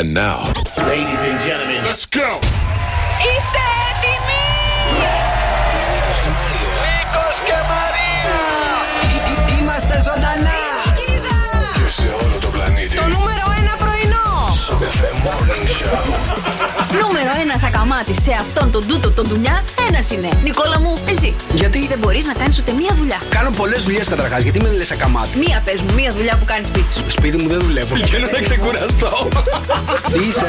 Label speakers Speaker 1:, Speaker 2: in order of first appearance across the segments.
Speaker 1: And now,
Speaker 2: Ladies and gentlemen,
Speaker 1: let's go!
Speaker 3: Είστε έτοιμοι!
Speaker 4: Νίκος και Μαρία! Είμαστε ζωντανά!
Speaker 1: Και σε όλο το πλανήτη.
Speaker 3: Το νούμερο ένα πρωινό!
Speaker 1: The Morning Show.
Speaker 5: Νούμερο ένα ακαμάτι σε αυτόν τον τούτο τον δουλειά, ένας είναι. Νικόλα μου, εσύ.
Speaker 4: Γιατί?
Speaker 5: δεν μπορείς να κάνεις ούτε μία δουλειά.
Speaker 4: Κάνω πολλές δουλειές καταρχάς. Γιατί με λες ακαμάτι.
Speaker 5: Μία πες μου, μία δουλειά που κάνεις σπίτι σου.
Speaker 4: Σπίτι μου δεν δουλεύω.
Speaker 5: Ναι.
Speaker 4: Θέλω να ξεκουραστώ. Τι είσαι,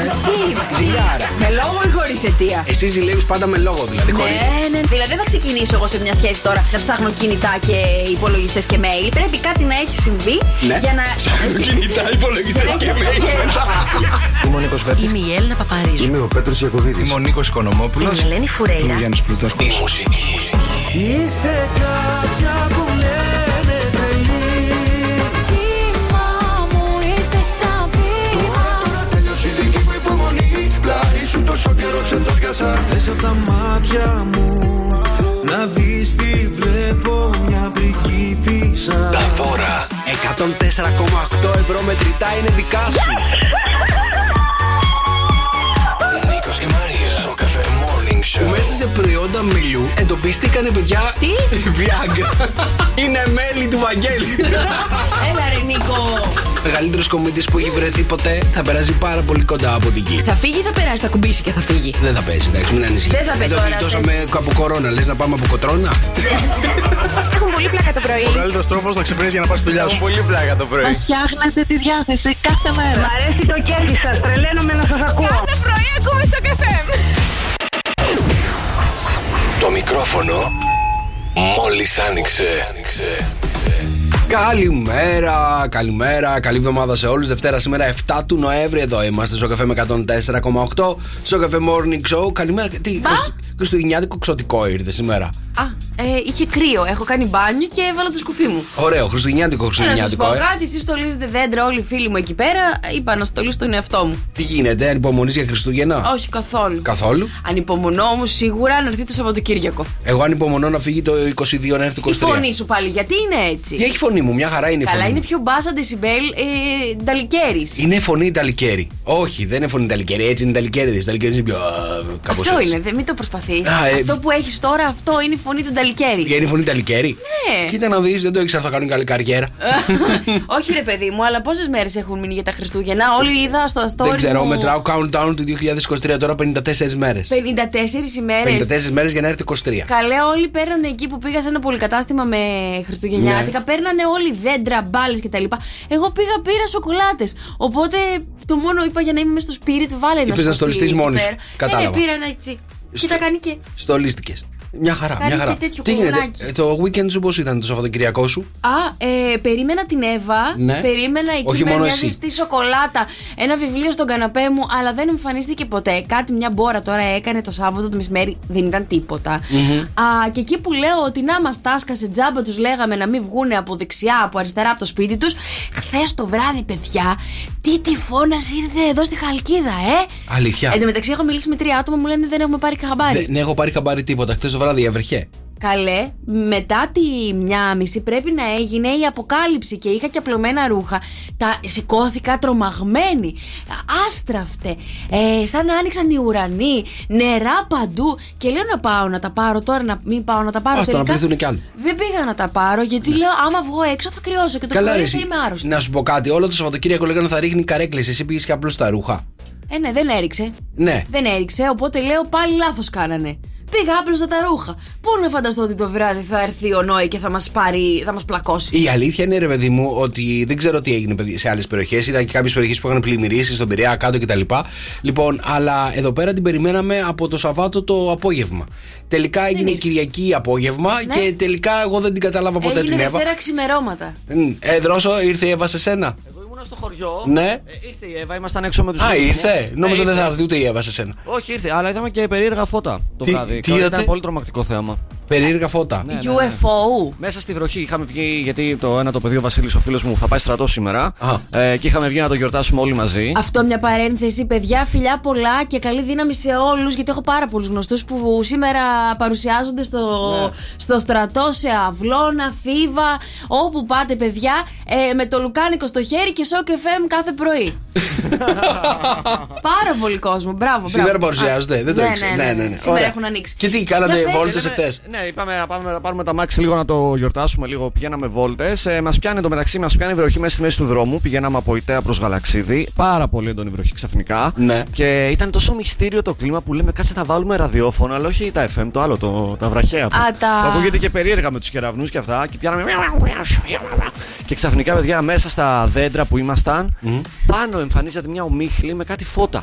Speaker 4: ζηλιάρα.
Speaker 5: Με λόγο ή χωρί αιτία.
Speaker 4: Εσύ ζηλεύει πάντα με λόγο δηλαδή. κορίτσι.
Speaker 5: Ναι, ναι. Δηλαδή δεν θα ξεκινήσω εγώ σε μια σχέση τώρα να ψάχνω κινητά και υπολογιστέ και mail. Πρέπει κάτι να έχει συμβεί
Speaker 4: Ναι.
Speaker 5: για να.
Speaker 4: Ψάχνω κινητά, υπολογιστέ και mail μετά.
Speaker 6: Είμαι ο Νίκος Βέρτης.
Speaker 7: Είμαι η Έλληνα Παπαρίζου.
Speaker 8: Είμαι ο Πέτρος Ιακοβίδης.
Speaker 6: Είμαι ο Νίκος Οικονομόπουλος.
Speaker 7: Είμαι η Ελένη Φουρέιρα.
Speaker 8: Γιάννης Πλούταρχος.
Speaker 9: Είσαι κάποια που λένε τρελή
Speaker 3: Κύμα μου ήρθες σαν
Speaker 8: Τώρα τέλειωσε η δική μου υπομονή Πλάι σου τόσο καιρό ξεντόριασα
Speaker 9: Θες απ' τα μάτια μου Να δεις τι βλέπω μια πριγκίπισσα
Speaker 1: Τα δώρα
Speaker 4: 104,8 ευρώ μετρητά είναι δικά σου.
Speaker 1: Νίκος και Μαρία στο Cafe Morning Show.
Speaker 4: Μέσα σε προϊόντα μελιού εντοπίστηκαν παιδιά.
Speaker 5: Τι?
Speaker 4: Viagra. Είναι μέλη του Βαγγέλη.
Speaker 5: Έλα ρε Νίκο.
Speaker 4: Μεγαλύτερος κομίτη που έχει βρεθεί ποτέ θα περάσει πάρα πολύ κοντά από την γη.
Speaker 5: θα φύγει ή θα περάσει, θα κουμπίσει και θα φύγει.
Speaker 4: Δεν θα παίζει, εντάξει, μην ανησυχείς.
Speaker 5: Δεν θα παίζει
Speaker 4: Το
Speaker 5: τώρα,
Speaker 4: γλιτώσαμε από κορώνα. Λες να πάμε από κοτρώνα.
Speaker 10: Έχουν πολύ πλάκα το πρωί.
Speaker 6: Καλύτερος τρόπος να ξυπνήσεις για να πας στη δουλειά σου. Πολύ πλάκα το πρωί.
Speaker 10: Φτιάχνετε τη διάθεση κάθε μέρα. Μ' αρέσει το κέφι σας. Τρελαίνομαι να σας ακούω.
Speaker 3: Κάθε πρωί ακούμε στο καφέ.
Speaker 1: Το μικρόφωνο μόλις άνοιξε. άνοιξε.
Speaker 4: καλημέρα, καλημέρα, καλή εβδομάδα σε όλους. Δευτέρα σήμερα 7 του Νοέμβρη εδώ είμαστε στο καφέ με 104,8. Στο καφέ Morning Show. Καλημέρα. Τι,
Speaker 5: Μπα.
Speaker 4: Χριστου- Χριστουγεννιάτικο ξωτικό ήρθε σήμερα.
Speaker 5: Α, ε, είχε κρύο. Έχω κάνει μπάνιο και έβαλα το σκουφί μου.
Speaker 4: Ωραίο, Χριστουγεννιάτικο
Speaker 5: Και να σα πω
Speaker 4: ξωτικό. Ε.
Speaker 5: κάτι, εσείς στολίζετε δέντρα όλοι οι φίλοι μου εκεί πέρα. Είπα να στολίσω τον εαυτό μου.
Speaker 4: Τι γίνεται, ανυπομονείς για Χριστούγεννα.
Speaker 5: Όχι καθόλου.
Speaker 4: Καθόλου.
Speaker 5: Ανυπομονώ όμως σίγουρα να έρθει το Σαββατοκύριακο.
Speaker 4: Εγώ ανυπομονώ να φύγει το 22 να έρθει το
Speaker 5: Η
Speaker 4: 23.
Speaker 5: φωνή σου πάλι, γιατί είναι έτσι.
Speaker 4: Τι έχει φωνή μου, μια χαρά είναι η φωνή.
Speaker 5: Καλά,
Speaker 4: μου.
Speaker 5: είναι πιο μπάσα ντεσιμπέλ ε, νταλικέρης.
Speaker 4: Είναι φωνή Ιταλικέρη. Όχι, δεν είναι φωνή Ιταλικέρη. Έτσι είναι Ιταλικέρη. Οι Ιταλικέρη είναι πιο. Κάπω
Speaker 5: Αυτό
Speaker 4: έτσι.
Speaker 5: είναι, δεν μην το προσπαθείς.
Speaker 4: Α, ε,
Speaker 5: Αυτό που έχεις τώρα, αυτό είναι η φωνή του νταλικέρη.
Speaker 4: Για είναι φωνή Ιταλικέρη.
Speaker 5: Ναι. Ε,
Speaker 4: Κοίτα να δεις, δεν το ήξερα, θα κάνουν καλή καριέρα.
Speaker 5: Όχι ρε παιδί μου, αλλά πόσες μέρες έχουν μείνει για τα Χριστούγεννα. Όλοι είδα στο story.
Speaker 4: δεν ξέρω,
Speaker 5: μου
Speaker 4: μετράω countdown του 2023 τώρα 54 μέρε.
Speaker 5: 54 ημέρε.
Speaker 4: 54 μέρε για να έρθει 23.
Speaker 5: Καλέ, όλοι παίρνανε εκεί που πήγα σε ένα πολυκατάστημα με Χριστουγεννιάτικα.
Speaker 4: Ναι.
Speaker 5: Παίρνανε όλοι δέντρα, μπάλες κτλ. Εγώ πήγα, πήρα σοκολάτες. Οπότε το μόνο είπα για να είμαι μέσα στο spirit, βάλε ένα.
Speaker 4: Είπες
Speaker 5: στο
Speaker 4: να στολιστείς
Speaker 5: spirit
Speaker 4: μόνη
Speaker 5: εκεί
Speaker 4: σου.
Speaker 5: πέρα.
Speaker 4: Κατάλαβα.
Speaker 5: Ε, πήρα ένα έτσι.
Speaker 4: Στο-
Speaker 5: Και τα κάνει και.
Speaker 4: Στολίστηκες. Μια χαρά,
Speaker 5: Κάνει
Speaker 4: μια χαρά.
Speaker 5: και τέτοιο
Speaker 4: Τι γίνεται,
Speaker 5: κολονάκι.
Speaker 4: ε, το weekend σου πώς ήταν το Σαββατοκυριακό σου.
Speaker 5: Α, ε, περίμενα την Εύα.
Speaker 4: Ναι.
Speaker 5: Περίμενα εκεί
Speaker 4: Όχι
Speaker 5: με
Speaker 4: μόνο
Speaker 5: μια
Speaker 4: εσύ.
Speaker 5: ζεστή σοκολάτα. Ένα βιβλίο στον καναπέ μου, αλλά δεν εμφανίστηκε ποτέ. Κάτι μια μπόρα τώρα έκανε το Σάββατο το μεσημέρι. Δεν ήταν τίποτα. Α, και εκεί που λέω ότι να μας τάσκασε τζάμπα, τους λέγαμε να μην βγούνε από δεξιά, από αριστερά, από το σπίτι τους. Χθες το βράδυ, παιδιά, τι τυφώνας ήρθε εδώ στη Χαλκίδα, ε!
Speaker 4: Αλήθεια.
Speaker 5: Εν τω μεταξύ, έχω μιλήσει με τρία άτομα, μου λένε δεν έχουμε πάρει χαμπάρι.
Speaker 4: Δεν έχω πάρει καμπάρι τίποτα. Χθες το βράδυ έβρεχε.
Speaker 5: Καλέ, μετά τη μια μισή πρέπει να έγινε η αποκάλυψη και είχα και απλωμένα ρούχα. Τα σηκώθηκα τρομαγμένη, άστραφτε, ε, σαν να άνοιξαν οι ουρανοί, νερά παντού. Και λέω να πάω να τα πάρω τώρα, να μην πάω να τα πάρω.
Speaker 4: Άστο, να
Speaker 5: τελικά.
Speaker 4: πληθούν κι άλλοι. Ναι.
Speaker 5: Δεν πήγα να τα πάρω γιατί λέω άμα βγω έξω θα κρυώσω και το
Speaker 4: Καλά, ρε,
Speaker 5: πρωί
Speaker 4: εσύ.
Speaker 5: θα είμαι άρρωστη.
Speaker 4: Να σου πω κάτι. Όλο το Σαββατοκύριακο λέγανε θα ρίχνει καρέκλες. Εσύ πήγες και απλώς τα ρούχα.
Speaker 5: Ε, ναι, δεν έριξε.
Speaker 4: Ναι.
Speaker 5: Δεν έριξε, οπότε λέω πάλι λάθος κάνανε. Πήγα άπλωστα τα ρούχα. Πού να φανταστώ ότι το βράδυ θα έρθει ο Νόη και θα μας πάρει, θα μας πλακώσει.
Speaker 4: Η αλήθεια είναι, ρε παιδί μου, ότι δεν ξέρω τι έγινε παιδί, σε άλλες περιοχές. Είδα και κάποιες περιοχές που είχαν πλημμυρίσει στον Πειραιά, κάτω κτλ. Λοιπόν, αλλά εδώ πέρα την περιμέναμε από το Σαββάτο το απόγευμα. Τελικά έγινε
Speaker 5: ήρθε.
Speaker 4: Κυριακή απόγευμα και τελικά εγώ δεν την κατάλαβα ποτέ
Speaker 5: Έγινε
Speaker 4: την Εύα.
Speaker 5: Δευτέρα ξημερώματα.
Speaker 4: Μμ, Ε, δρόσο, ήρθε η Εύα σε σένα.
Speaker 9: Εγώ ήμουνα στο χωριό
Speaker 4: Ναι.
Speaker 9: Ε, Ήρθε η Εύα, ήμασταν έξω με τους
Speaker 4: Α,
Speaker 9: φίλους μου.
Speaker 4: ήρθε.
Speaker 9: Ναι,
Speaker 4: Νόμιζα δεν
Speaker 9: ήρθε.
Speaker 4: θα έρθει ούτε η Εύα σε σένα.
Speaker 9: Όχι, ήρθε, αλλά είδαμε και περίεργα φώτα το
Speaker 4: Τι-
Speaker 9: βράδυ.
Speaker 4: τι είδατε?
Speaker 9: Ήταν πολύ τρομακτικό θέμα.
Speaker 4: Περίεργα φώτα.
Speaker 9: Ναι, ναι, ναι.
Speaker 5: UFO.
Speaker 9: Μέσα στη βροχή είχαμε βγει, γιατί το ένα το παιδί ο Βασίλης, ο φίλος μου, θα πάει στρατό σήμερα.
Speaker 4: Α.
Speaker 9: Ε, και είχαμε βγει να το γιορτάσουμε όλοι μαζί.
Speaker 5: Αυτό μια παρένθεση, παιδιά. Φιλιά πολλά και καλή δύναμη σε όλους. Γιατί έχω πάρα πολλούς γνωστούς που σήμερα παρουσιάζονται στο,
Speaker 4: Ναι.
Speaker 5: στο στρατό, σε αυλώνα, θύβα, όπου πάτε, παιδιά. ε, με το λουκάνικο στο χέρι και σοκ FM κάθε πρωί. Πάρα πολύ κόσμο. Μπράβο,
Speaker 4: Σήμερα
Speaker 5: μπράβο.
Speaker 4: παρουσιάζονται, δεν το
Speaker 5: Ναι,
Speaker 4: ήξερα.
Speaker 5: ναι, ναι, ναι. Σήμερα
Speaker 4: Ωραία.
Speaker 5: έχουν ανοίξει.
Speaker 4: Και τι,
Speaker 5: Για
Speaker 4: κάνατε
Speaker 5: πες.
Speaker 4: βόλτες
Speaker 5: Θέλαμε-
Speaker 4: εχθές.
Speaker 2: Ναι, είπαμε να πάμε, να πάρουμε τα μάξι λίγο να το γιορτάσουμε λίγο. Πηγαίναμε βόλτες. Ε, μας πιάνει το μεταξύ, μας πιάνει η βροχή μέσα στη μέση του δρόμου. Πηγαίναμε από Ιταία προς Γαλαξίδη. Πάρα πολύ έντονη βροχή ξαφνικά.
Speaker 4: Ναι.
Speaker 2: Και ήταν τόσο μυστήριο το κλίμα που λέμε κάτσε να βάλουμε ραδιόφωνο, αλλά όχι τα FM, το άλλο, το, τα βραχαία. που-
Speaker 5: Α, τα-
Speaker 2: που ακούγεται και περίεργα με τους κεραυνούς και αυτά. Και πιάναμε. Και ξαφνικά, παιδιά, μέσα στα δέντρα που ήμασταν, πάνω εμφανίζεται μια ομίχλη με κάτι φώτα.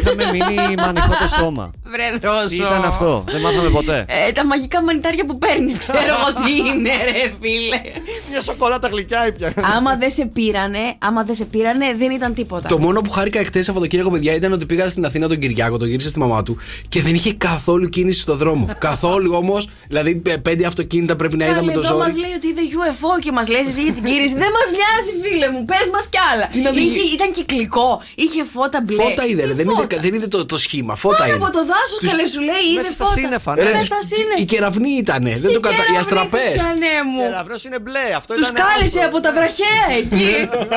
Speaker 2: Είχαμε μείνει με ανοιχτό το στόμα.
Speaker 5: Βρε, δρόσο.
Speaker 2: Τι ήταν αυτό, δεν μάθαμε ποτέ.
Speaker 5: Ε, τα μαγικά μανιτάρια που παίρνεις, ξέρω εγώ τι είναι, ρε φίλε.
Speaker 2: Μια σοκολάτα γλυκιά ήπια.
Speaker 5: άμα δεν σε πήρανε, άμα δεν σε πήρανε, δεν ήταν τίποτα.
Speaker 4: Το μόνο που χάρηκα εχθές Σαββατοκύριακο, παιδιά, ήταν ότι πήγα στην Αθήνα τον Κυριάκο, τον γύρισα στη μαμά του και δεν είχε καθόλου κίνηση στον δρόμο. καθόλου όμως, δηλαδή ε, πέντε αυτοκίνητα πρέπει να
Speaker 5: Πάλι
Speaker 4: είδαμε το
Speaker 5: εδώ
Speaker 4: ζόρι.
Speaker 5: μας λέει ότι είδε UFO και μας λέει εσύ για την κήρυξη. Δεν μας νοιάζει, φίλε μου, πες μας κι άλλα.
Speaker 4: Τι να δει-
Speaker 5: Είχε- ήταν κυκλικό, είχε φώτα μπλε.
Speaker 4: Φώτα είδε,
Speaker 5: Τι
Speaker 4: ρε, δεν είδε,
Speaker 5: φώτα?
Speaker 4: δεν είδε το, το σχήμα. Φώτα
Speaker 5: Πάνω
Speaker 4: είδε.
Speaker 5: από το δάσος,
Speaker 4: Τους-
Speaker 5: καλέ σου λέει, είδε
Speaker 2: Μέσα στα
Speaker 5: φώτα.
Speaker 2: σύννεφα, ναι.
Speaker 4: Ρε,
Speaker 5: Μέσα
Speaker 4: τους-
Speaker 5: στα σύννεφα.
Speaker 4: Οι κεραυνοί ήταν. Δεν το κατα... Οι αστραπέ.
Speaker 5: ναι, μου.
Speaker 2: Κεραυνός είναι μπλε, αυτό
Speaker 5: Τους
Speaker 2: ήταν.
Speaker 5: κάλεσε από τα βραχαία εκεί.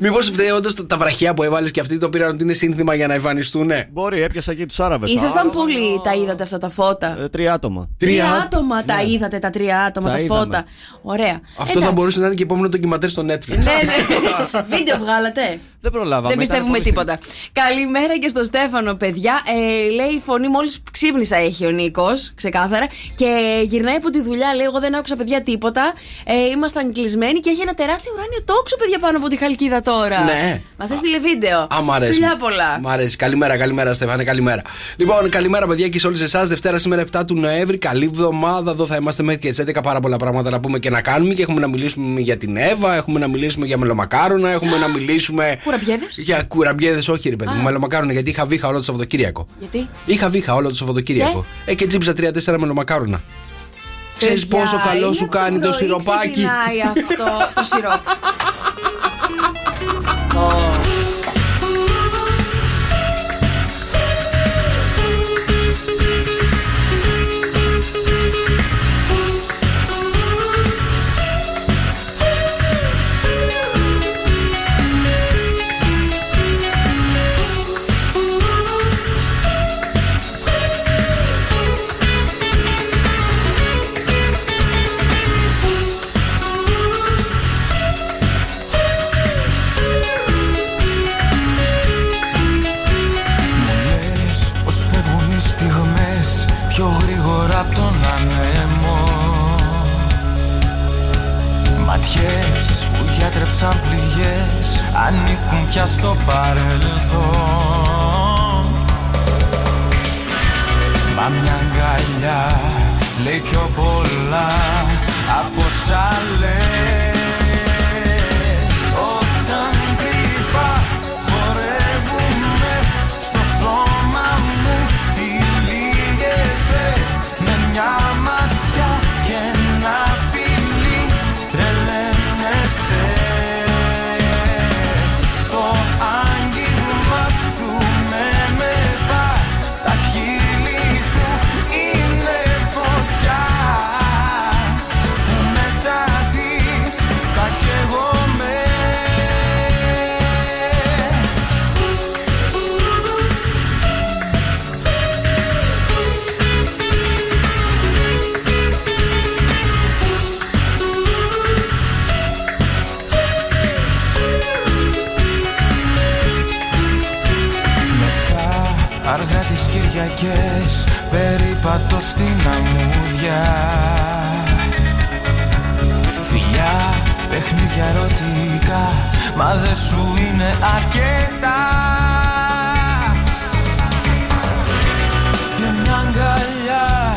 Speaker 4: Μήπω φταίει όντως τα βραχιά που έβαλες και αυτοί το πήραν ότι είναι σύνθημα για να εμφανιστούν.
Speaker 5: Ε,
Speaker 2: Μπορεί, έπιασα εκεί τους Άραβες.
Speaker 5: Ήσασταν πολύ, τα είδατε αυτά τα φώτα.
Speaker 2: ε, Τρία άτομα.
Speaker 5: Τρία
Speaker 4: Ε, Τρία. Ναι.
Speaker 5: άτομα τα είδατε, τα τρία άτομα,
Speaker 2: Τα
Speaker 5: τα
Speaker 2: είδαμε.
Speaker 5: φώτα. Ωραία.
Speaker 4: Αυτό θα
Speaker 5: Εντάξει.
Speaker 4: μπορούσε να είναι και επόμενο ντοκιματέρ στο Netflix.
Speaker 5: Ναι, ναι. Βίντεο βγάλατε.
Speaker 2: Δεν προλάβαμε.
Speaker 5: Δεν
Speaker 2: ήταν
Speaker 5: πιστεύουμε
Speaker 2: πολύ
Speaker 5: τίποτα. Καλημέρα και στο Στέφανο, παιδιά. Ε, λέει η φωνή μόλις ξύπνησα, έχει ο Νίκος, ξεκάθαρα. Και γυρνάει από τη δουλειά, λέει: Εγώ δεν άκουσα παιδιά τίποτα. Ε, ήμασταν κλεισμένοι και έχει ένα τεράστιο ουράνιο τόξο, παιδιά, πάνω από τη χαλκίδα τώρα.
Speaker 4: Ναι.
Speaker 5: Μας έστειλε βίντεο.
Speaker 4: Α, μ' αρέσει.
Speaker 5: Φιλιά πολλά.
Speaker 4: Μ' αρέσει. Καλημέρα, καλημέρα, Στεφάνε, καλημέρα. Λοιπόν, καλημέρα, παιδιά, και σε όλες εσάς. Δευτέρα σήμερα 7 του Νοέμβρη. Καλή εβδομάδα. Εδώ θα είμαστε μέχρι και τις 11. Πάρα πολλά πράγματα να πούμε και να κάνουμε. Και έχουμε να μιλήσουμε για την Εύα, έχουμε να μιλήσουμε για μελομακάρονα, έχουμε να μιλήσουμε.
Speaker 5: Κουραμπιέδες.
Speaker 4: Για κουραμπιέδες, όχι, ρε παιδί μου, μελομακάρονα, γιατί είχα βήχα όλο το Σαββατοκύριακο.
Speaker 5: Γιατί?
Speaker 4: Είχα βήχα όλο το Σαββατοκύριακο. Ε, και τσίψα 3-4 μελομακάρονα. Ξέρεις
Speaker 5: Παιδιά,
Speaker 4: πόσο καλό
Speaker 5: είναι
Speaker 4: σου
Speaker 5: από το
Speaker 4: κάνει το
Speaker 5: πρωί
Speaker 4: σιροπάκι.
Speaker 5: Ξεκινάει αυτό το σιρόπι.
Speaker 9: Μονές πως φεύγουν οι στιγμές Πιο γρήγορα απ' τον ανέμο Ματιές που γιατρέψαν πληγές Ανήκουν πια στο παρελθόν Μα μια αγκαλιά λέει πιο πολλά από όσα λες. Όταν κρυφά χορεύουμε στο σώμα μου τυλίγεσαι με μια ματιά και ένα φιλί τρελαίνεσαι Το άγγιγμα σου με μεθά τα χείλη σου είναι φωτιά που μέσα της θα καίγομαι Μετά αργά τις Κυριακές περίπατο στην αμμούδια Φιλιά, παιχνίδια ερωτικά μα δε σου είναι αρκετά Και μια αγκαλιά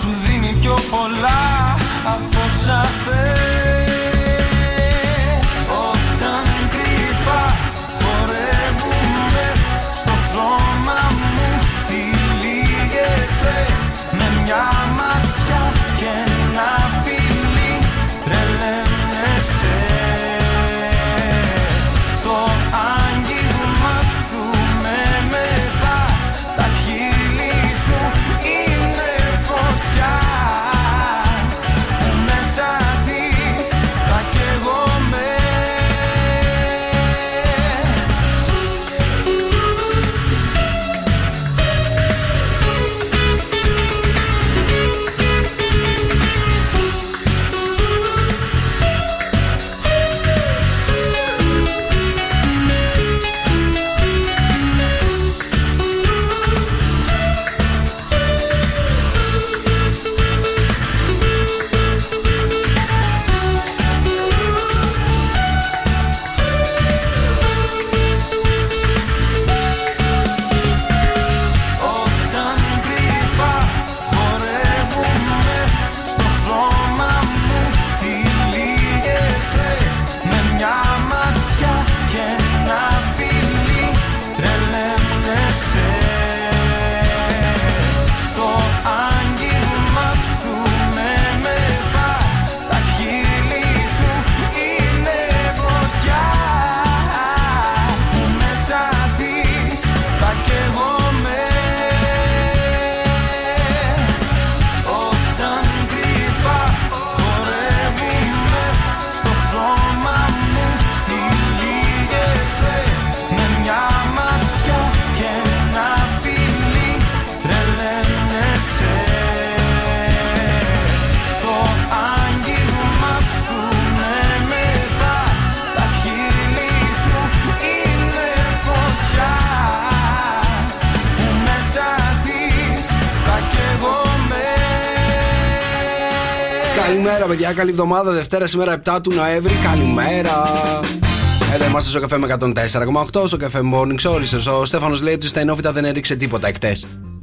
Speaker 9: σου δίνει πιο πολλά από όσα θες Όταν κρυφά χορεύουμε στο σώμα μου τυλίγεσαι με μια ματιά και ένα φιλί τρελαίνεσαι Το άγγιγμα σου με μεθά τα χείλη σου είναι φωτιά που μέσα της ε,
Speaker 4: Καλημέρα, παιδιά. Καλή εβδομάδα. Δευτέρα σήμερα 7 του Νοέμβρη. Καλημέρα. Εδώ είμαστε στο καφέ με 104,8 στο καφέ Morning Show. Ορίστε, Ο Στέφανο λέει ότι στα ενόφυτα δεν έριξε τίποτα εκτέ.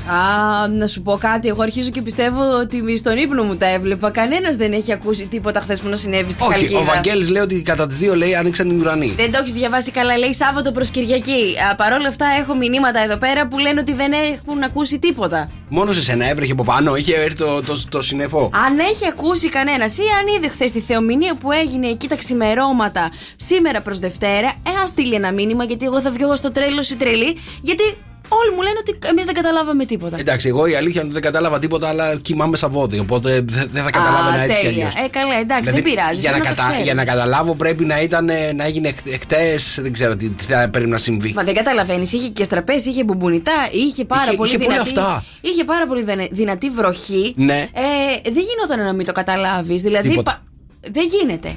Speaker 5: Α, να σου πω κάτι. Εγώ αρχίζω και πιστεύω ότι στον ύπνο μου τα έβλεπα. Κανένας δεν έχει ακούσει τίποτα χθες που να συνέβη στη
Speaker 4: Όχι,
Speaker 5: Χαλκίδα.
Speaker 4: ο Βαγγέλης λέει ότι κατά τις 2 λέει άνοιξαν την ουρανή.
Speaker 5: Δεν το έχεις διαβάσει καλά, λέει Σάββατο προς Κυριακή. Α, Παρ' όλα αυτά, έχω μηνύματα εδώ πέρα που λένε ότι δεν έχουν ακούσει τίποτα.
Speaker 4: Μόνο σε σένα έβρεχε από πάνω, είχε έρθει το, το, το συννεφό.
Speaker 5: Αν έχει ακούσει κανένας ή αν είδε χθες τη θεομηνία που έγινε εκεί τα ξημερώματα σήμερα προς Δευτέρα, ε, ας στείλει ένα μήνυμα γιατί εγώ θα βγω στο τρέλο ή τρελή. Γιατί όλοι μου λένε ότι εμείς δεν καταλάβαμε τίποτα.
Speaker 4: Εντάξει, εγώ η αλήθεια είναι ότι δεν κατάλαβα τίποτα, αλλά κοιμάμαι σαν βόδι. Οπότε δε- δεν θα καταλάβαινα
Speaker 5: Α,
Speaker 4: έτσι κι
Speaker 5: τέλεια.
Speaker 4: αλλιώς.
Speaker 5: Ε, καλά, εντάξει, δεν πειράζει.
Speaker 4: Για να,
Speaker 5: σαν το
Speaker 4: κατα...
Speaker 5: ξέρεις.
Speaker 4: για να καταλάβω πρέπει να, ήταν, ε, να έγινε εχθέ. Δεν ξέρω τι, τι θα πρέπει να συμβεί.
Speaker 5: Μα δεν καταλαβαίνεις, είχε και στραπές, είχε μπουμπουνιτά, είχε πάρα
Speaker 4: Είχε-
Speaker 5: πολύ
Speaker 4: είχε πολλά
Speaker 5: δυνατή.
Speaker 4: αυτά.
Speaker 5: Είχε πάρα πολύ δανε- δυνατή βροχή.
Speaker 4: Ναι.
Speaker 5: Ε, δεν γινόταν να μην το καταλάβεις. Δηλαδή.
Speaker 4: Τίποτα.
Speaker 5: Δεν γίνεται.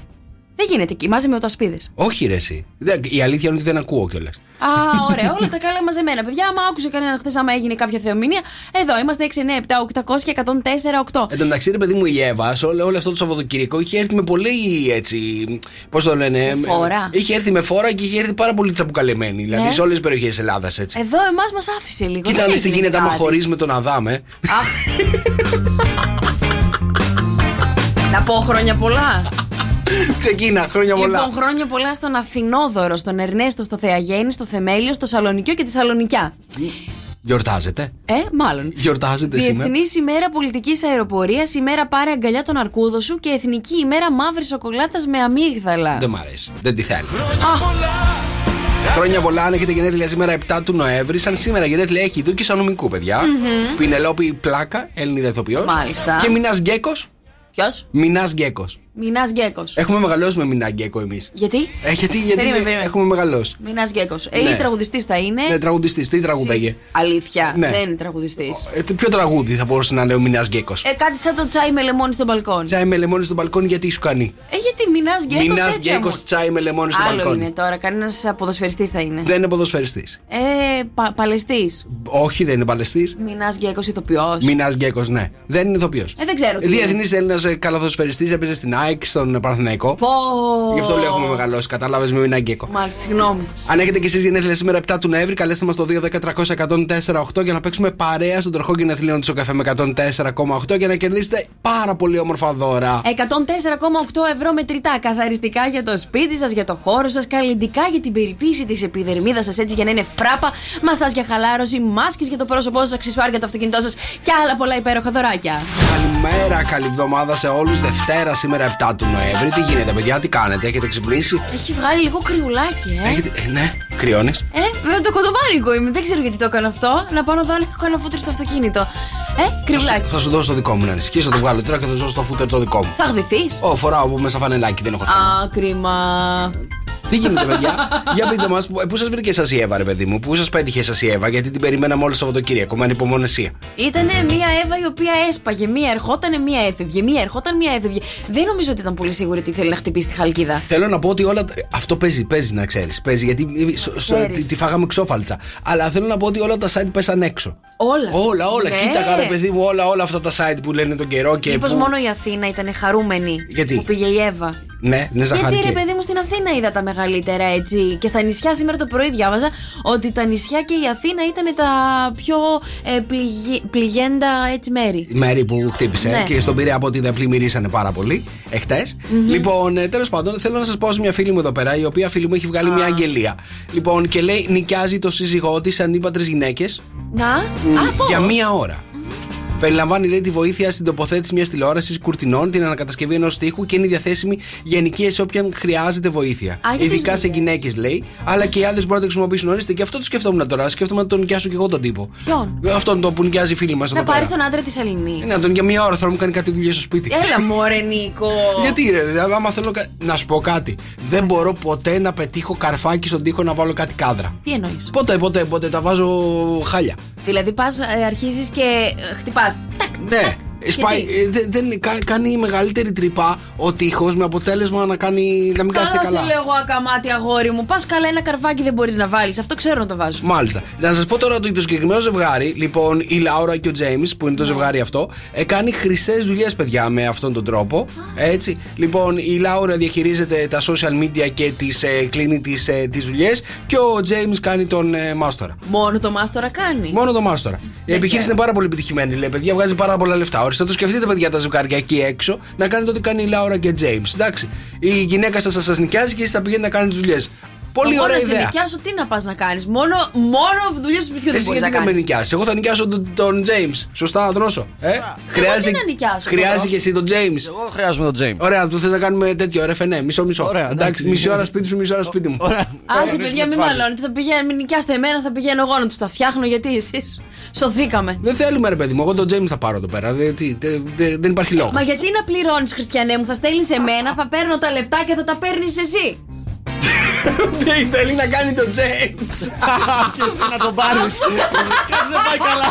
Speaker 5: Δεν γίνεται. Κοιμάζει με οτασπίδε.
Speaker 4: Όχι, ρε, εσύ. Δεν- Η αλήθεια είναι ότι δεν ακούω κιόλας.
Speaker 5: Α, ωραία, όλα τα καλά μαζεμένα. Παιδιά, άμα άκουσε κανένα χθες, άμα έγινε κάποια θεομηνία, εδώ είμαστε 6, 9, 7, 800 και 104, 8.
Speaker 4: Εν τω μεταξύ, ρε παιδί μου, η Εύα, σε όλο, όλο αυτό το Σαββατοκύριακο είχε έρθει με πολύ έτσι. Πώς το λένε,
Speaker 5: Με φόρα.
Speaker 4: Είχε έρθει με φόρα και είχε έρθει πάρα πολύ τσαμπουκαλεμένη. Δηλαδή
Speaker 5: Ναι.
Speaker 4: σε όλες τις περιοχές Ελλάδας έτσι.
Speaker 5: Εδώ εμάς μας άφησε λίγο.
Speaker 4: Ε, Κοίτα
Speaker 5: Δεν
Speaker 4: να δεις τι
Speaker 5: έγινε
Speaker 4: γίνεται άμα
Speaker 5: κάτι.
Speaker 4: χωρί με τον Αδάμ, ε.
Speaker 5: Να πω χρόνια πολλά.
Speaker 4: Ξεκίνα, χρόνια πολλά.
Speaker 5: Λοιπόν, χρόνια πολλά στον Αθηνόδωρο, στον Ερνέστο, στο Θεαγέννη, στο Θεμέλιο, στο Σαλονικιό και τη Σαλονικιά.
Speaker 4: Γιορτάζετε.
Speaker 5: Ε, μάλλον.
Speaker 4: Γιορτάζετε σήμερα.
Speaker 5: Διεθνής ημέρα πολιτικής αεροπορίας, ημέρα πάρε αγκαλιά τον αρκούδο σου και εθνική ημέρα μαύρη σοκολάτας με αμύγδαλα.
Speaker 4: Δεν μ' αρέσει. Δεν τη θέλω. Χρόνια πολλά, αν έχετε γενέθλια σήμερα 7 του Νοέμβρη. Σαν σήμερα γενέθλια έχει δούκη σαν νομικού, παιδιά. Πινελόπη Πλάκα, Έλληνη ηθοποιός.
Speaker 5: Μάλιστα.
Speaker 4: Και Μινάς Γκέκος
Speaker 5: Ποιος?
Speaker 4: Μινάς Γκέκος.
Speaker 5: Μινάς Γκέκος.
Speaker 4: Έχουμε μεγαλώσει με Μινά Γκέκο εμείς.
Speaker 5: Γιατί?
Speaker 4: Ε, γιατί, γιατί
Speaker 5: Περίμενε, περίμενε. Ε,
Speaker 4: έχουμε μεγαλώσει.
Speaker 5: Μινάς Γκέκος. Ε,
Speaker 4: Ναι.
Speaker 5: ή τραγουδιστής θα είναι.
Speaker 4: Ναι, τραγουδιστής, τι τραγούδαγε.
Speaker 5: Συ- Αλήθεια.
Speaker 4: Ναι.
Speaker 5: Δεν είναι τραγουδιστής.
Speaker 4: Ε, τι- ποιο τραγούδι θα μπορούσε να λέει ο Μινάς Γκέκος.
Speaker 5: Ε, κάτι σαν το τσάι με λεμόνι στο μπαλκόνι.
Speaker 4: Τσάι με λεμόνι στο μπαλκόνι, γιατί σου κάνει.
Speaker 5: Ε, γιατί Μινάς Γκέκος.
Speaker 4: Μινάς Γκέκο, τσάι Ναι. με λεμόνι στο
Speaker 5: Άλλο
Speaker 4: μπαλκόνι.
Speaker 5: είναι τώρα, κανένας ποδοσφαιριστή θα είναι.
Speaker 4: Δεν είναι ποδοσφαιριστής.
Speaker 5: Ε, πα, παλαιστής.
Speaker 4: Όχι, δεν είναι παλαιστής.
Speaker 5: Μινάς Γκέκος ηθοποιός.
Speaker 4: Μινάς Γκέκος, ναι. Δεν είναι ηθοποιός.
Speaker 5: Ε, δεν ξέρω τι είναι.
Speaker 4: Διεθνή Έλληνα καλαθοσφαιριστή ε, έπαιζε στην ΑΕΚ, στον Παναθηναϊκό.
Speaker 5: Πω.
Speaker 4: Γι' αυτό λέω έχουμε μεγαλώσει, κατάλαβες με Μινά Γκέκο.
Speaker 5: Μάλιστα, συγγνώμη.
Speaker 4: Αν έχετε και εσεί γενέθλια σήμερα 7 του Νοέμβρη, καλέστε μας το 2-10-300-1048 για να παίξουμε παρέα στον τροχό γενεθλίων του καφέ με 104,8 για να κερδίσετε πάρα πολύ όμορφα δώρα.
Speaker 5: 104,8 ευρώ μετρητά. Καθαριστικά για το σπίτι σας, για το χώρο σας, καλλιντικά για την περιποίηση της επιδερμίδας σας, έτσι για να είναι φράπα, μασά για χαλάρωση, μάσκες για το πρόσωπό σας, αξισουάρ για το αυτοκίνητό σας και άλλα πολλά υπέροχα δωράκια.
Speaker 4: Καλημέρα, καλή εβδομάδα σε όλους. Δευτέρα σήμερα 7 του Νοέμβρη. Τι γίνεται, παιδιά, τι κάνετε, έχετε ξυπνήσει.
Speaker 5: Έχει βγάλει λίγο κρυουλάκι, ε.
Speaker 4: Έχετε... ε, ναι, κρυώνεις.
Speaker 5: Ε, βέβαια το κοντομάρικο είμαι. Δεν ξέρω γιατί το έκανα αυτό. Να πάω να δω αν έχω κανένα φούτερ στο αυτοκίνητο. Ε, κρυουλάκι.
Speaker 4: Θα σου δώσω το δικό μου να ανησυχείς, θα το βγάλω τώρα και θα σου δώσω το φούτερ το δικό μου.
Speaker 5: Θα γδυθεί.
Speaker 4: Ω, φοράω από μέσα φανελάκι, δεν έχω θέμα.
Speaker 5: Α, κρίμα.
Speaker 4: Τι γίνεται, παιδιά. Για πείτε μας, πού σας βρήκε εσά η Εύα, ρε παιδί μου, πού σας πέτυχε εσά η Εύα, γιατί την περιμέναμε όλο το Σαββατοκύριακο με ανυπομονησία.
Speaker 5: Ήτανε μία Εύα η οποία έσπαγε, μία ερχόταν, μία έφευγε, μία ερχόταν, μία έφευγε. Δεν νομίζω ότι ήταν πολύ σίγουρη ότι θέλει να χτυπήσει τη χαλκίδα.
Speaker 4: Θέλω να πω ότι όλα. τα- Αυτό παίζει, παίζει να ξέρεις. Παίζει, γιατί ε, σο- σο-
Speaker 5: Ξέρεις.
Speaker 4: τη, τη φάγαμε ξόφαλτσα. Αλλά θέλω να πω ότι όλα τα site πέσαν έξω.
Speaker 5: Όλα.
Speaker 4: Όλα, όλα.
Speaker 5: Ναι.
Speaker 4: Κοίταγα, ρε παιδί μου, όλα, όλα αυτά τα site που λένε τον καιρό και.
Speaker 5: Μήπως
Speaker 4: που...
Speaker 5: μόνο η Αθήνα ήταν χαρούμενη
Speaker 4: Γιατί?
Speaker 5: που πήγε η Εύα.
Speaker 4: Ναι, ναι,
Speaker 5: Γιατί
Speaker 4: ζαχαρική.
Speaker 5: ρε παιδί μου στην Αθήνα είδα τα μεγαλύτερα έτσι. Και στα νησιά σήμερα το πρωί διάβαζα ότι τα νησιά και η Αθήνα ήταν τα πιο ε, πληγι- πληγέντα έτσι μέρη.
Speaker 4: Η μέρη που χτύπησε
Speaker 5: Ναι.
Speaker 4: και στον Πειραιά από ό,τι δεν πλημμυρίσανε πάρα πολύ εχθές. Λοιπόν, τέλος πάντων, θέλω να σας πω σε μια φίλη μου εδώ πέρα, η οποία φίλη μου έχει βγάλει μια αγγελία. Λοιπόν, και λέει νοικιάζει το σύζυγό της ανήπατρε γυναίκες
Speaker 5: Να, α, πώς?
Speaker 4: για μία ώρα. Περιλαμβάνει λέει τη βοήθεια στην τοποθέτηση μιας τηλεόρασης κουρτινών, την ανακατασκευή ενός τείχου και είναι διαθέσιμη για νοικίε σε όποιον χρειάζεται βοήθεια.
Speaker 5: γιατί
Speaker 4: Ειδικά σε
Speaker 5: γυναίκες?
Speaker 4: γυναίκες λέει, αλλά και οι άντρες μπορούν να το χρησιμοποιήσουν. Ορίστε, και αυτό το σκεφτόμουν τώρα. Σκέφτομαι να τον νοικιάσω και εγώ τον τύπο.
Speaker 5: Ποιον?
Speaker 4: Αυτόν τον που νοικιάζει η φίλη μα.
Speaker 5: Να πάρει τον άντρα της Ελληνής.
Speaker 4: Ναι, να τον για μία ώρα θέλω να μου κάνει κάτι δουλειά στο σπίτι.
Speaker 5: Έλα μωρέ Νίκο.
Speaker 4: Γιατί ρε, δηλαδή, άμα θέλω κα- να σου πω κάτι. Δεν μπορώ ποτέ να πετύχω καρφάκι στον τοίχο να βάλω κάτι κάδρα.
Speaker 5: Τι εννοείς.
Speaker 4: Ποτέ, ποτέ, ποτέ τα βάζω χάλια.
Speaker 5: ε, Δηλαδή πας, αρχίζεις και χτυπά.
Speaker 4: Ναι, Ε, Σπάει, ε, δεν- δεν, κα- κάνει μεγαλύτερη τρύπα ο τείχος με αποτέλεσμα να, κάνει, να μην κάθεται
Speaker 5: Καλά
Speaker 4: καλά.
Speaker 5: σε λέω εγώ, ακαμάτι αγόρι μου. Πας καλά, ένα καρβάκι δεν μπορείς να βάλεις. Αυτό ξέρω να το βάζω.
Speaker 4: Μάλιστα. Να σας πω τώρα ότι το συγκεκριμένο ζευγάρι, λοιπόν, η Λάουρα και ο Τζέιμι, που είναι
Speaker 5: Ναι.
Speaker 4: το ζευγάρι αυτό, ε, κάνει χρυσές δουλειές, παιδιά, με αυτόν τον τρόπο. Έτσι. Λοιπόν, η Λάουρα διαχειρίζεται τα social media και τις, ε, κλείνει τις ε, τις δουλειές και ο Τζέιμι κάνει τον ε, μάστορα.
Speaker 5: Μόνο το μάστορα κάνει.
Speaker 4: Μόνο το μάστορα. Η επιχείρηση
Speaker 5: ξέρω.
Speaker 4: είναι πάρα πολύ επιτυχημένη, λέει παιδιά, βγάζει πάρα πολλά λεφτά. Ορίστε, το σκεφτείτε, παιδιά, τα ζευγάρια εκεί έξω, να κάνετε ό,τι κάνει η Λάουρα και ο Τζέιμ. Εντάξει. Η γυναίκα σας σας νοικιάζει και εσείς θα πηγαίνετε να κάνετε τις δουλειές. Πολύ
Speaker 5: Εγώ
Speaker 4: ωραία
Speaker 5: να σε
Speaker 4: ιδέα.
Speaker 5: νοικιάσω, τι να πας να κάνεις. Μόνο, μόνο δουλειές του σπιτιού δεν
Speaker 4: Εσύ
Speaker 5: μπορείς να
Speaker 4: γιατί δεν με
Speaker 5: κάνεις.
Speaker 4: νοικιάσεις. Εγώ θα νοικιάσω τον, τον James. Σωστά, να δρώσω. Ε?
Speaker 5: τι να νοικιάσω,
Speaker 4: χρειάζεσαι
Speaker 5: τώρα.
Speaker 4: και εσύ τον James.
Speaker 2: Εγώ χρειάζομαι τον Τζέιμ.
Speaker 4: Ωραία, του θες να κάνουμε τέτοιο ρεφενέ. Μισό μισό.
Speaker 2: Ωραία, εντάξει.
Speaker 4: μισή ώρα σπίτι σου, μισή ώρα σπίτι μου.
Speaker 5: Άσε, παιδιά, μην μαλώνετε. Θα πηγαίνετε, μην νοικιάστε εμένα, θα πηγαίνω εγώ να τους τα φτιάχνω γιατί εσείς σωθήκαμε.
Speaker 4: Δεν θέλουμε, ρε παιδί μου. Εγώ τον James θα πάρω εδώ πέρα. Δε- τι, δε- δε- δεν υπάρχει λόγος.
Speaker 5: Μα γιατί να πληρώνεις, Χριστιανέ μου, θα στέλνεις εμένα, θα παίρνω τα λεφτά και θα τα παίρνεις εσύ.
Speaker 4: Τι θέλει να κάνει τον James.
Speaker 2: Και εσύ να τον πάρεις. Κάτι δεν πάει καλά.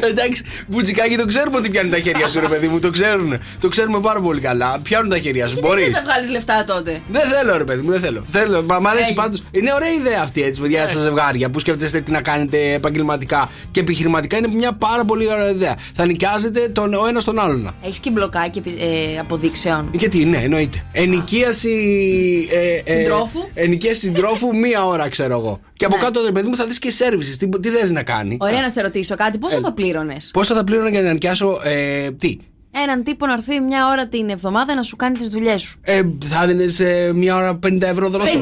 Speaker 4: Εντάξει, μπουτσικάκι το ξέρουμε ότι πιάνει τα χέρια σου, ρε παιδί μου. Το ξέρουν. Το ξέρουμε πάρα πολύ καλά. Πιάνουν τα χέρια σου.
Speaker 5: Γιατί
Speaker 4: Μπορείς.
Speaker 5: δεν θα βγάλεις λεφτά τότε.
Speaker 4: Δεν θέλω, ρε παιδί μου, δεν θέλω. θέλω. Μα μ' αρέσει
Speaker 5: Έγινε.
Speaker 4: πάντως. Είναι ωραία ιδέα αυτή έτσι, παιδιά, στα ζευγάρια που σκέφτεστε τι να κάνετε επαγγελματικά και επιχειρηματικά. Είναι μια πάρα πολύ ωραία ιδέα. Θα νοικιάζετε τον, ο ένας τον άλλον.
Speaker 5: Έχεις και μπλοκάκι επι- ε, αποδείξεων.
Speaker 4: Γιατί, ναι, εννοείται. Ενοικίαση. Ε, ε,
Speaker 5: Συντρόφου.
Speaker 4: ενοικίαση συντρόφου μία ώρα, ξέρω εγώ. Και από
Speaker 5: Ναι.
Speaker 4: κάτω, ρε παιδί μου, θα δεις και services. Τι, τι θες να κάνει.
Speaker 5: Ωραία, να σε ρωτήσω κάτι. Πόσο
Speaker 4: Ε.
Speaker 5: θα πλήρωνες.
Speaker 4: Πόσο θα πλήρωνα για να νοικιάσω. Ε, τι.
Speaker 5: Έναν τύπο να έρθει μια ώρα την εβδομάδα να σου κάνει τις δουλειές σου.
Speaker 4: Ε, θα δίνεις ε, μία ώρα 50 ευρώ
Speaker 5: 50
Speaker 4: δρόσο.
Speaker 5: ευρώ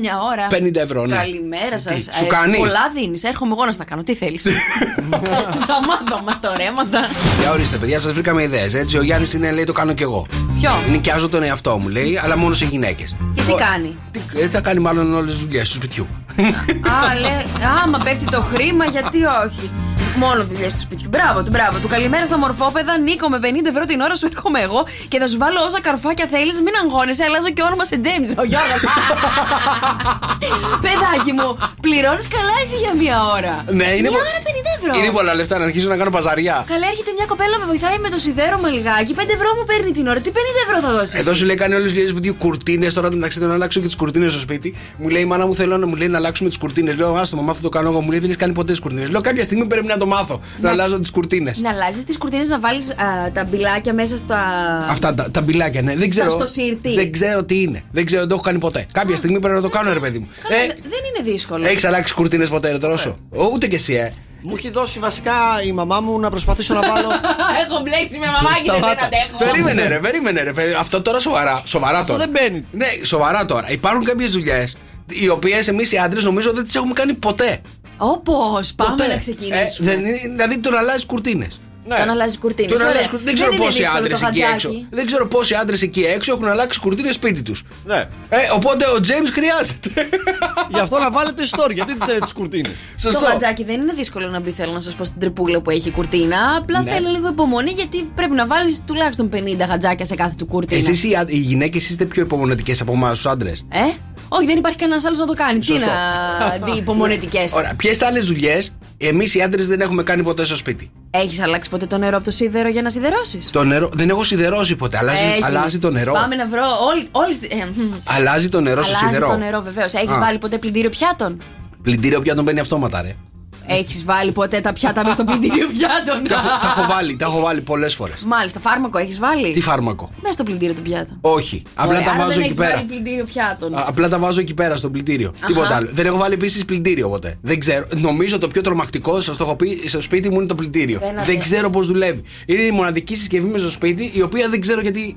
Speaker 5: μια ώρα.
Speaker 4: 50 ευρώ, ναι.
Speaker 5: Καλημέρα σα.
Speaker 4: Τι, σου κάνει?
Speaker 5: Πολλά δίνεις. Έρχομαι εγώ να στα κάνω. Τι θέλεις. Τα μάθω μα τα ρέματα.
Speaker 4: Για ορίστε, παιδιά, σας βρήκαμε ιδέες. Έτσι, ο Γιάννης είναι, λέει, το κάνω κι εγώ.
Speaker 5: Ποιο.
Speaker 4: Νοικιάζω τον εαυτό μου, λέει, αλλά μόνο σε γυναίκες.
Speaker 5: Και τι κάνει?
Speaker 4: ε, θα κάνει μάλλον όλες τις δουλειές του σπιτιού.
Speaker 5: Α, λέ, άμα πέφτει το χρήμα, γιατί όχι. Μόνο δουλειές του σπιτιού. Μπράβο του, μπράβο του. Καλημέρα στα μορφόπεδα. Νίκο, με 50 ευρώ την ώρα σου έρχομαι εγώ και θα σου βάλω όσα καρφάκια θέλεις. Μην αγχώνεσαι, αλλάζω και όνομα σε James. Ο Γιώργος. Παιδάκι μου, πληρώνεις καλά εσύ για μία ώρα.
Speaker 4: ναι, είναι
Speaker 5: Μία
Speaker 4: πο-
Speaker 5: ώρα 50 ευρώ.
Speaker 4: Είναι πολλά λεφτά να αρχίσω να κάνω παζαριά.
Speaker 5: Καλά, έρχεται μια κοπέλα με βοηθάει με το σιδέρωμα λιγάκι. 5 ευρώ μου παίρνει την ώρα. Τι 50 ευρώ θα δώσεις.
Speaker 4: Εδώ σου λέει κάνει όλες τις δουλειές του σπιτιού. Κουρτίνες τώρα μεταξύ των να αλλάξω και τις κουρτίνες στο σπίτι. Μου λέει η μάνα μου θέλω να μου λέει να αλλάξουμε τις κουρτίνες. Λέω άστο, μαμά θα το κάνω εγώ. Μου λέει δεν έχεις κάνει ποτέ τις κουρτίνες. Λέω κάποια στιγμή πρέπει να το μάθω να αλλάζω τις κουρτίνες.
Speaker 5: Να αλλάζεις τις κουρτίνες, να βάλεις τα μπιλάκια μέσα στα.
Speaker 4: Αυτά τα, τα μπιλάκια, ναι. Δεν ξέρω,
Speaker 5: στο σύρτη.
Speaker 4: δεν ξέρω τι είναι. Δεν ξέρω, δεν το έχω κάνει ποτέ. Κάποια στιγμή πρέπει να το κάνω, ρε παιδί μου.
Speaker 5: Καλά,
Speaker 4: Ε,
Speaker 5: δε- Ναι. δεν είναι δύσκολο.
Speaker 4: Έχεις αλλάξει κουρτίνες ποτέ, ρε τρόσο. Ούτε κι εσύ, ε.
Speaker 2: Μου έχει δώσει βασικά η μαμά μου να προσπαθήσω να βάλω.
Speaker 5: Έχω μπλέξει με μαμάκι, δεν
Speaker 2: Σταμάτα.
Speaker 5: αντέχω.
Speaker 4: Περίμενε, ρε, περίμενε, ρε. περί- Αυτό τώρα σοβαρά. Σοβαρά
Speaker 2: Αυτό
Speaker 4: τώρα.
Speaker 2: δεν μπαίνει.
Speaker 4: Ναι, σοβαρά τώρα. Υπάρχουν κάποιες δουλειές οι οποίες εμείς οι άντρες νομίζω δεν τις έχουμε κάνει ποτέ.
Speaker 5: Όπως πάμε
Speaker 4: ποτέ.
Speaker 5: να ξεκινήσουμε.
Speaker 4: Ε, δεν είναι- δηλαδή το να αλλάζεις κουρτίνες.
Speaker 2: Ναι.
Speaker 5: Τον αλλάζει κουρτίνες.
Speaker 4: Το να αλλάζεις κουρτίνες. Δεν ξέρω πόσοι άντρε εκεί έξω. Δεν ξέρω πόσοι άντρες εκεί έξω έχουν αλλάξει κουρτίνες σπίτι τους.
Speaker 2: Ναι.
Speaker 4: Ε, οπότε ο Τζέιμ χρειάζεται.
Speaker 2: Γι' αυτό να βάλετε story, γιατί τις, ε, τις κουρτίνες.
Speaker 4: Σωστό.
Speaker 5: Το χατζάκι δεν είναι δύσκολο να μπει, θέλω να σας πω, στην τρυπούλα που έχει η κουρτίνα. Απλά
Speaker 4: Ναι.
Speaker 5: θέλω λίγο υπομονή γιατί πρέπει να βάλεις τουλάχιστον 50 χατζάκια σε κάθε του κουρτίνα.
Speaker 4: Εσείς οι, άν- οι γυναίκες είστε πιο υπομονετικές από εμάς τους άντρες.
Speaker 5: Ε? Όχι, δεν υπάρχει κανένας άλλος να το κάνει. Τι
Speaker 4: Σωστό.
Speaker 5: να δει υπομονετικές.
Speaker 4: Ωραία, ποιες άλλες δουλειές εμείς οι άντρες δεν έχουμε κάνει ποτέ στο σπίτι.
Speaker 5: Έχεις αλλάξει ποτέ το νερό από το σίδερο για να σιδερώσεις.
Speaker 4: Το νερό δεν έχω σιδερώσει ποτέ. Αλλάζει, αλλάζει το νερό.
Speaker 5: Πάμε να βρω όλοι. όλοι στη- ε, μ.
Speaker 4: Αλλάζει το νερό στο
Speaker 5: Αλλάζει
Speaker 4: σιδερό.
Speaker 5: το νερό, βεβαίως. Έχεις
Speaker 4: Α.
Speaker 5: βάλει ποτέ πλυντήριο πιάτων.
Speaker 4: Πλυντήριο πια τον παίρνει αυτόματα, ρε.
Speaker 5: Έχεις βάλει ποτέ τα πιάτα μέσα στο πλυντήριο πιάτων.
Speaker 4: τα, έχω, τα έχω βάλει, τα έχω βάλει πολλές φορές.
Speaker 5: Μάλιστα, φάρμακο έχεις βάλει.
Speaker 4: Τι φάρμακο.
Speaker 5: Μέσα στο πλυντήριο των πιάτων.
Speaker 4: Όχι. Απλά
Speaker 5: Ωραία,
Speaker 4: τα
Speaker 5: άρα
Speaker 4: βάζω
Speaker 5: δεν
Speaker 4: εκεί
Speaker 5: έχεις
Speaker 4: πέρα.
Speaker 5: Βάλει πλυντήριο πιάτων.
Speaker 4: Α, Απλά τα βάζω εκεί πέρα στο πλυντήριο. Τίποτα άλλο. Δεν έχω βάλει επίσης πλυντήριο ποτέ. Δεν ξέρω. Νομίζω το πιο τρομακτικό, σας το έχω πει, στο σπίτι μου είναι το πλυντήριο.
Speaker 5: Δεν
Speaker 4: δεν
Speaker 5: αντέχω.
Speaker 4: ξέρω πώς δουλεύει. Είναι η μοναδική συσκευή με στο σπίτι, η οποία δεν ξέρω γιατί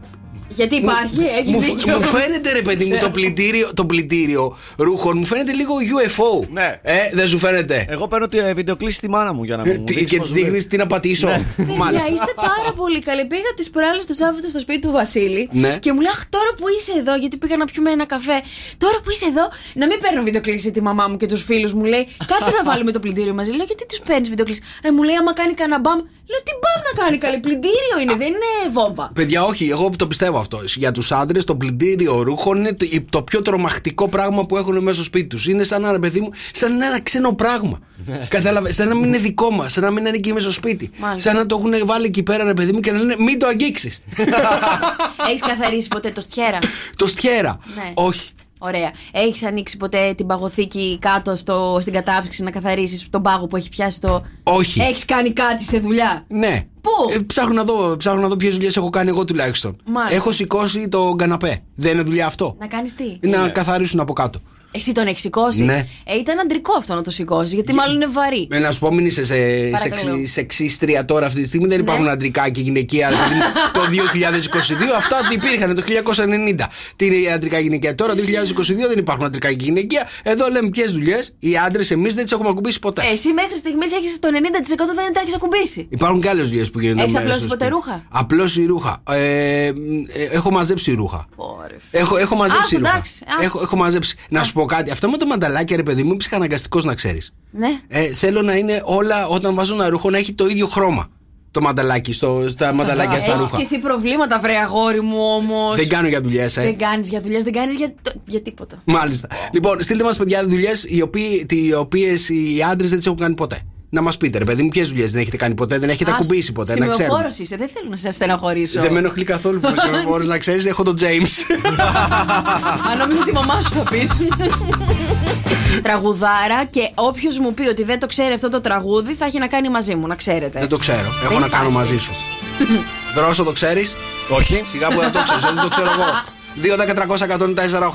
Speaker 5: Γιατί
Speaker 4: Μου-
Speaker 5: υπάρχει, έχεις
Speaker 4: μου,
Speaker 5: δίκιο.
Speaker 4: Μου φαίνεται ρε παιδί μου το
Speaker 5: Ξέρω.
Speaker 4: πλυντήριο, το πλυντήριο ρούχων μου φαίνεται λίγο UFO.
Speaker 2: Ναι.
Speaker 4: Ε, δεν σου φαίνεται.
Speaker 2: Εγώ παίρνω τη ε, βιντεοκλήση τη μάνα μου για να
Speaker 4: Ε,
Speaker 2: μου
Speaker 4: τι-
Speaker 2: δείξει
Speaker 4: και
Speaker 2: πώς
Speaker 4: της
Speaker 2: δουλεύει. Ναι.
Speaker 4: δείχνει τι να πατήσω.
Speaker 5: Παιδιά, είστε πάρα πολύ καλοί. Πήγα τις προάλλες το Σάββατο στο σπίτι του Βασίλη
Speaker 4: Ναι.
Speaker 5: και μου λέει: Αχ, τώρα που είσαι εδώ, γιατί πήγα να πιούμε ένα καφέ. Τώρα που είσαι εδώ, να μην παίρνω βιντεοκλήση τη μαμά μου και τους φίλους μου. Λέει: Κάτσε να βάλουμε το πλυντήριο μαζί. Λέω: Γιατί τους παίρνεις βιντεοκλήση. Ε, μου λέει: Άμα κάνει κανένα μπαμ. Λέω: Τι μπαμ να κάνει, καλή. Πλυντήριο είναι, δεν είναι βόμβα.
Speaker 4: Παιδιά, όχι, εγώ το πιστεύω καταλάβω αυτό. Για τους άντρες, το πλυντήριο ρούχων είναι το, το πιο τρομακτικό πράγμα που έχουν μέσα στο σπίτι τους. Είναι σαν ένα παιδί μου, σαν να είναι ένα ξένο πράγμα. Κατάλαβε, σαν να μην είναι δικό μας, σαν να μην είναι εκεί μέσα στο σπίτι.
Speaker 5: Μάλιστα.
Speaker 4: Σαν να το έχουν βάλει εκεί πέρα ένα παιδί μου και να λένε Μην το αγγίξεις.
Speaker 5: Έχεις καθαρίσει ποτέ το στιέρα.
Speaker 4: το στιέρα.
Speaker 5: Ναι.
Speaker 4: Όχι.
Speaker 5: Ωραία. Έχεις ανοίξει ποτέ την παγωθήκη κάτω στο, στην κατάψυξη να καθαρίσεις τον πάγο που έχει πιάσει το.
Speaker 4: Όχι.
Speaker 5: Έχεις κάνει κάτι σε δουλειά.
Speaker 4: Ναι.
Speaker 5: Ε, Πού?
Speaker 4: Ε, ψάχνω να δω, ψάχνω να δω ποιες δουλειές έχω κάνει εγώ τουλάχιστον.
Speaker 5: Μάλιστα.
Speaker 4: Έχω σηκώσει τον καναπέ. Δεν είναι δουλειά αυτό.
Speaker 5: Να κάνεις τι.
Speaker 4: Να καθαρίσουν από κάτω.
Speaker 5: Εσύ τον έχεις σηκώσει.
Speaker 4: Ναι.
Speaker 5: Ε, ήταν αντρικό αυτό να το σηκώσει, γιατί μάλλον είναι βαρύ.
Speaker 4: Ε, να σου πω, μην είσαι σε, σε,
Speaker 5: Παρακαλώ. Ναι.
Speaker 4: ξυ- σεξίστρια τώρα αυτή τη στιγμή. Δεν υπάρχουν αντρικά και γυναικεία δηλαδή, το 2022. Αυτά υπήρχαν το 1990. Την αντρικά και γυναικεία. Τώρα το 2022 δεν υπάρχουν αντρικά και γυναικεία. Εδώ λέμε ποιες δουλειές οι άντρες εμείς δεν τις έχουμε ακουμπήσει ποτέ.
Speaker 5: Εσύ μέχρι στιγμής έχεις το 90% δεν τα έχεις ακουμπήσει.
Speaker 4: Υπάρχουν και άλλες δουλειές που γίνονται
Speaker 5: Έχεις
Speaker 4: μέσα
Speaker 5: απλώσει
Speaker 4: στο
Speaker 5: ποτέ
Speaker 4: σπίτι.
Speaker 5: ρούχα?
Speaker 4: Απλώσει ρούχα. Ε, μ, ε, έχω μαζέψει ρούχα. Έχω, έχω μαζέψει
Speaker 5: Αχ,
Speaker 4: ρούχα.
Speaker 5: εντάξει. Αχ.
Speaker 4: Έχω, έχω μαζέψει. Να σου πω κάτι. Αυτό με το μανταλάκι, ρε παιδί μου, είναι ψυχαναγκαστικός να ξέρεις.
Speaker 5: Ναι.
Speaker 4: Ε, θέλω να είναι όλα, όταν βάζω ένα ρούχο, να έχει το ίδιο χρώμα. Το μανταλάκι, στο, στα μανταλάκια στα
Speaker 5: Έχεις
Speaker 4: ρούχα.
Speaker 5: και εσύ προβλήματα, βρε αγόρι μου όμως.
Speaker 4: Δεν κάνω για δουλειές, ε.
Speaker 5: Δεν κάνεις για δουλειές, δεν κάνεις για, το- για τίποτα.
Speaker 4: Μάλιστα. Λοιπόν, στείλτε μας, παιδιά, δουλειές οι οποίες οι άντρες δεν τις έχουν κάνει ποτέ. Να μας πείτε, ρε παιδί μου, ποιες δουλειές δεν έχετε κάνει ποτέ, δεν έχετε
Speaker 5: Ας-
Speaker 4: ακουμπήσει ποτέ, να ξέρουμε.
Speaker 5: σημειοφόρος είσαι, δεν θέλω να σε στεναχωρήσω.
Speaker 4: Δεν με ενοχλεί καθόλου που με να ξέρεις, έχω τον James.
Speaker 5: Αν νόμιζα τη μαμά σου θα πεις. Τραγουδάρα και όποιος μου πει ότι δεν το ξέρει αυτό το τραγούδι θα έχει να κάνει μαζί μου, να ξέρετε.
Speaker 4: Δεν το ξέρω. Έχω να
Speaker 5: υπάρχει.
Speaker 4: κάνω μαζί σου. Δρόσο το ξέρεις.
Speaker 2: Όχι.
Speaker 4: Σιγά που δεν το ξέρεις, δεν το ξέρω εγώ.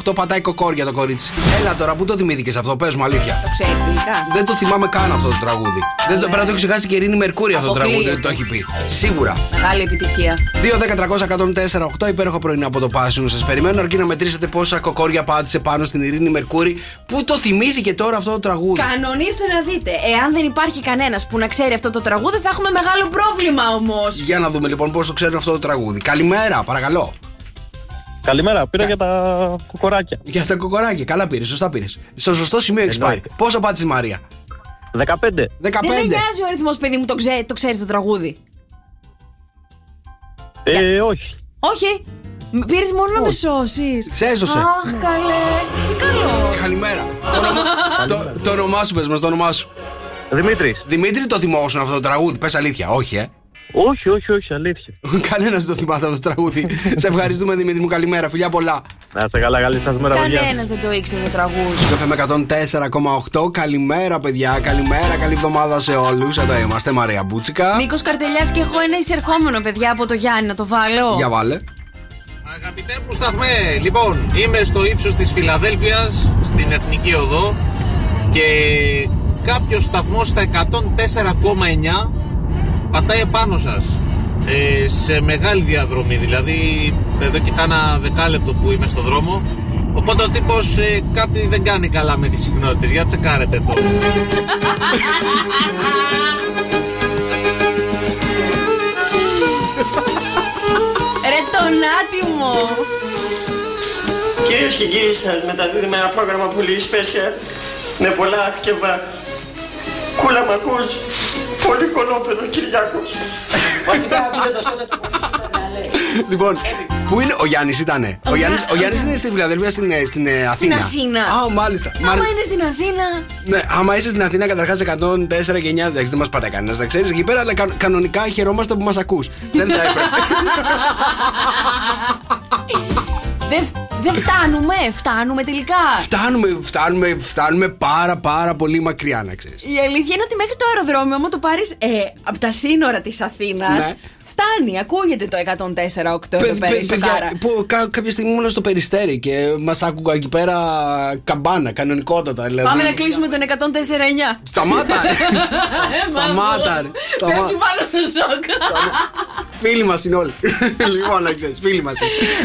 Speaker 4: 2-13-104-8 πατάει κοκόρ για το κορίτσι. Έλα τώρα, πού το θυμήθηκες αυτό, πες μου αλήθεια.
Speaker 5: Το ξέρεις τελικά.
Speaker 4: Δεν το θυμάμαι καν αυτό το τραγούδι. Δεν το, πρέπει να το έχει ξεχάσει και η Ειρήνη Μερκούρη αυτό το τραγούδι,
Speaker 5: Ναι. Αποκλείεται.
Speaker 4: δεν το έχει πει. Σίγουρα.
Speaker 5: Μεγάλη επιτυχία.
Speaker 4: 2-10-300-104-8 υπέροχο πρωινό από το Πάσινο. Σας περιμένω αρκεί να μετρήσετε πόσα κοκόρια πάτησε πάνω στην Ειρήνη Μερκούρη. Πού το θυμήθηκε τώρα αυτό το τραγούδι.
Speaker 5: Κανονίστε να δείτε. Εάν δεν υπάρχει κανένας που να ξέρει αυτό το τραγούδι, θα έχουμε μεγάλο πρόβλημα όμως.
Speaker 4: Για να δούμε λοιπόν πώ το ξέρουν αυτό το τραγούδι. Καλημέρα, παρακαλώ.
Speaker 7: Καλημέρα, πήρα για τα κουκοράκια.
Speaker 4: Για τα κοκοράκια. Καλά πήρες, σωστά πήρες. Στο σωστό σημείο έχεις πάει. Πόσο πάτησες η Μαρία,
Speaker 7: 15.
Speaker 4: 15.
Speaker 5: Δεν με νοιάζει ο αριθμός, παιδί μου, το, ξέ, το ξέρεις το τραγούδι.
Speaker 7: Ε, όχι.
Speaker 5: Όχι. Πήρες μόνο να με σώσεις.
Speaker 4: Σε έσωσε.
Speaker 5: Αχ, καλέ. Τι καλός.
Speaker 4: Καλημέρα. Το όνομα- το- Το όνομά σου, πες μας, το όνομά σου.
Speaker 7: Δημήτρης.
Speaker 4: Δημήτρη, το θυμόσουν αυτό το τραγούδι. Πες αλήθεια, όχι, ε.
Speaker 7: Όχι, όχι, όχι, αλήθεια.
Speaker 4: Κανένας δεν το θυμάται αυτό το τραγούδι. Σε ευχαριστούμε, Δημήτρη μου. Καλημέρα, φιλιά πολλά.
Speaker 7: Να είστε καλά, καλή σας μέρα, παιδιά.
Speaker 5: Κανένας δεν το ήξερε το τραγούδι.
Speaker 4: Το FM 104,8. Καλημέρα, παιδιά. Καλημέρα, καλή εβδομάδα σε όλους. Εδώ είμαστε, Μαρία Μπούτσικα.
Speaker 5: Νίκος Καρτελιάς και έχω ένα εισερχόμενο, παιδιά, από το Γιάννη, να το βάλω.
Speaker 4: Για βάλε.
Speaker 9: Αγαπητέ μου σταθμέ, λοιπόν, είμαι στο ύψος της Φιλαδέλφειας, στην Εθνική Οδό και κάποιος σταθμός στα 104,9 πατάει επάνω σας. Ε, σε μεγάλη διαδρομή, δηλαδή εδώ κοιτάω ένα δεκάλεπτο που είμαι στο δρόμο Οπότε ο τύπος ε, κάτι δεν κάνει καλά με τις συχνότητες, για τσεκάρετε το.
Speaker 5: Ρε τον άτιμο!
Speaker 10: Κυρίες και κύριοι σας μεταδίδουμε ένα πρόγραμμα πολύ special με πολλά και βα. Κούλα μ' ακούς, πολύ κολόπεδο Κυριάκος. Βασικά ακούτε το σώμα του πολύ σούπερ να λέει.
Speaker 4: Λοιπόν, πού είναι ο Γιάννης, ήτανε. Ο Γιάννης- Ο Γιάννης είναι στη Φιλαδέλφια στην, ε, στην ε, Αθήνα.
Speaker 5: Αθήνα.
Speaker 4: Α, μάλιστα. Μάλιστα.
Speaker 5: Άμα είναι στην Αθήνα.
Speaker 4: Ναι, άμα είσαι στην Αθήνα καταρχάς 104 και 9, εντάξει, δεν μας πατάει κανένας, να ξέρεις εκεί πέρα, αλλά κα- κανονικά χαιρόμαστε που μας ακούς. δεν θα έπρεπε.
Speaker 5: Δεν φ- δεν φτάνουμε, φτάνουμε τελικά.
Speaker 4: φτάνουμε, φτάνουμε, φτάνουμε πάρα πάρα πολύ μακριά, να ξέρεις.
Speaker 5: Η αλήθεια είναι ότι μέχρι το αεροδρόμιο, άμα το πάρεις ε, από τα σύνορα της Αθήνας,
Speaker 4: Ναι.
Speaker 5: φτάνει. Ακούγεται Ε, το 104-8 εδώ πέρα. η σοκάρα.
Speaker 4: κάποια στιγμή ήμουν στο περιστέρι και μας άκουγα εκεί πέρα καμπάνα, κανονικότατα. Δηλαδή.
Speaker 5: Πάμε να κλείσουμε τον 104-9.
Speaker 4: Σταμάτα! ρε. Σταμάτα, ρε. Σταμά-
Speaker 5: Πέφτει πάνω στο σοκ.
Speaker 4: φίλοι μας είναι όλοι. λοιπόν, να ξέρεις, φίλοι μας.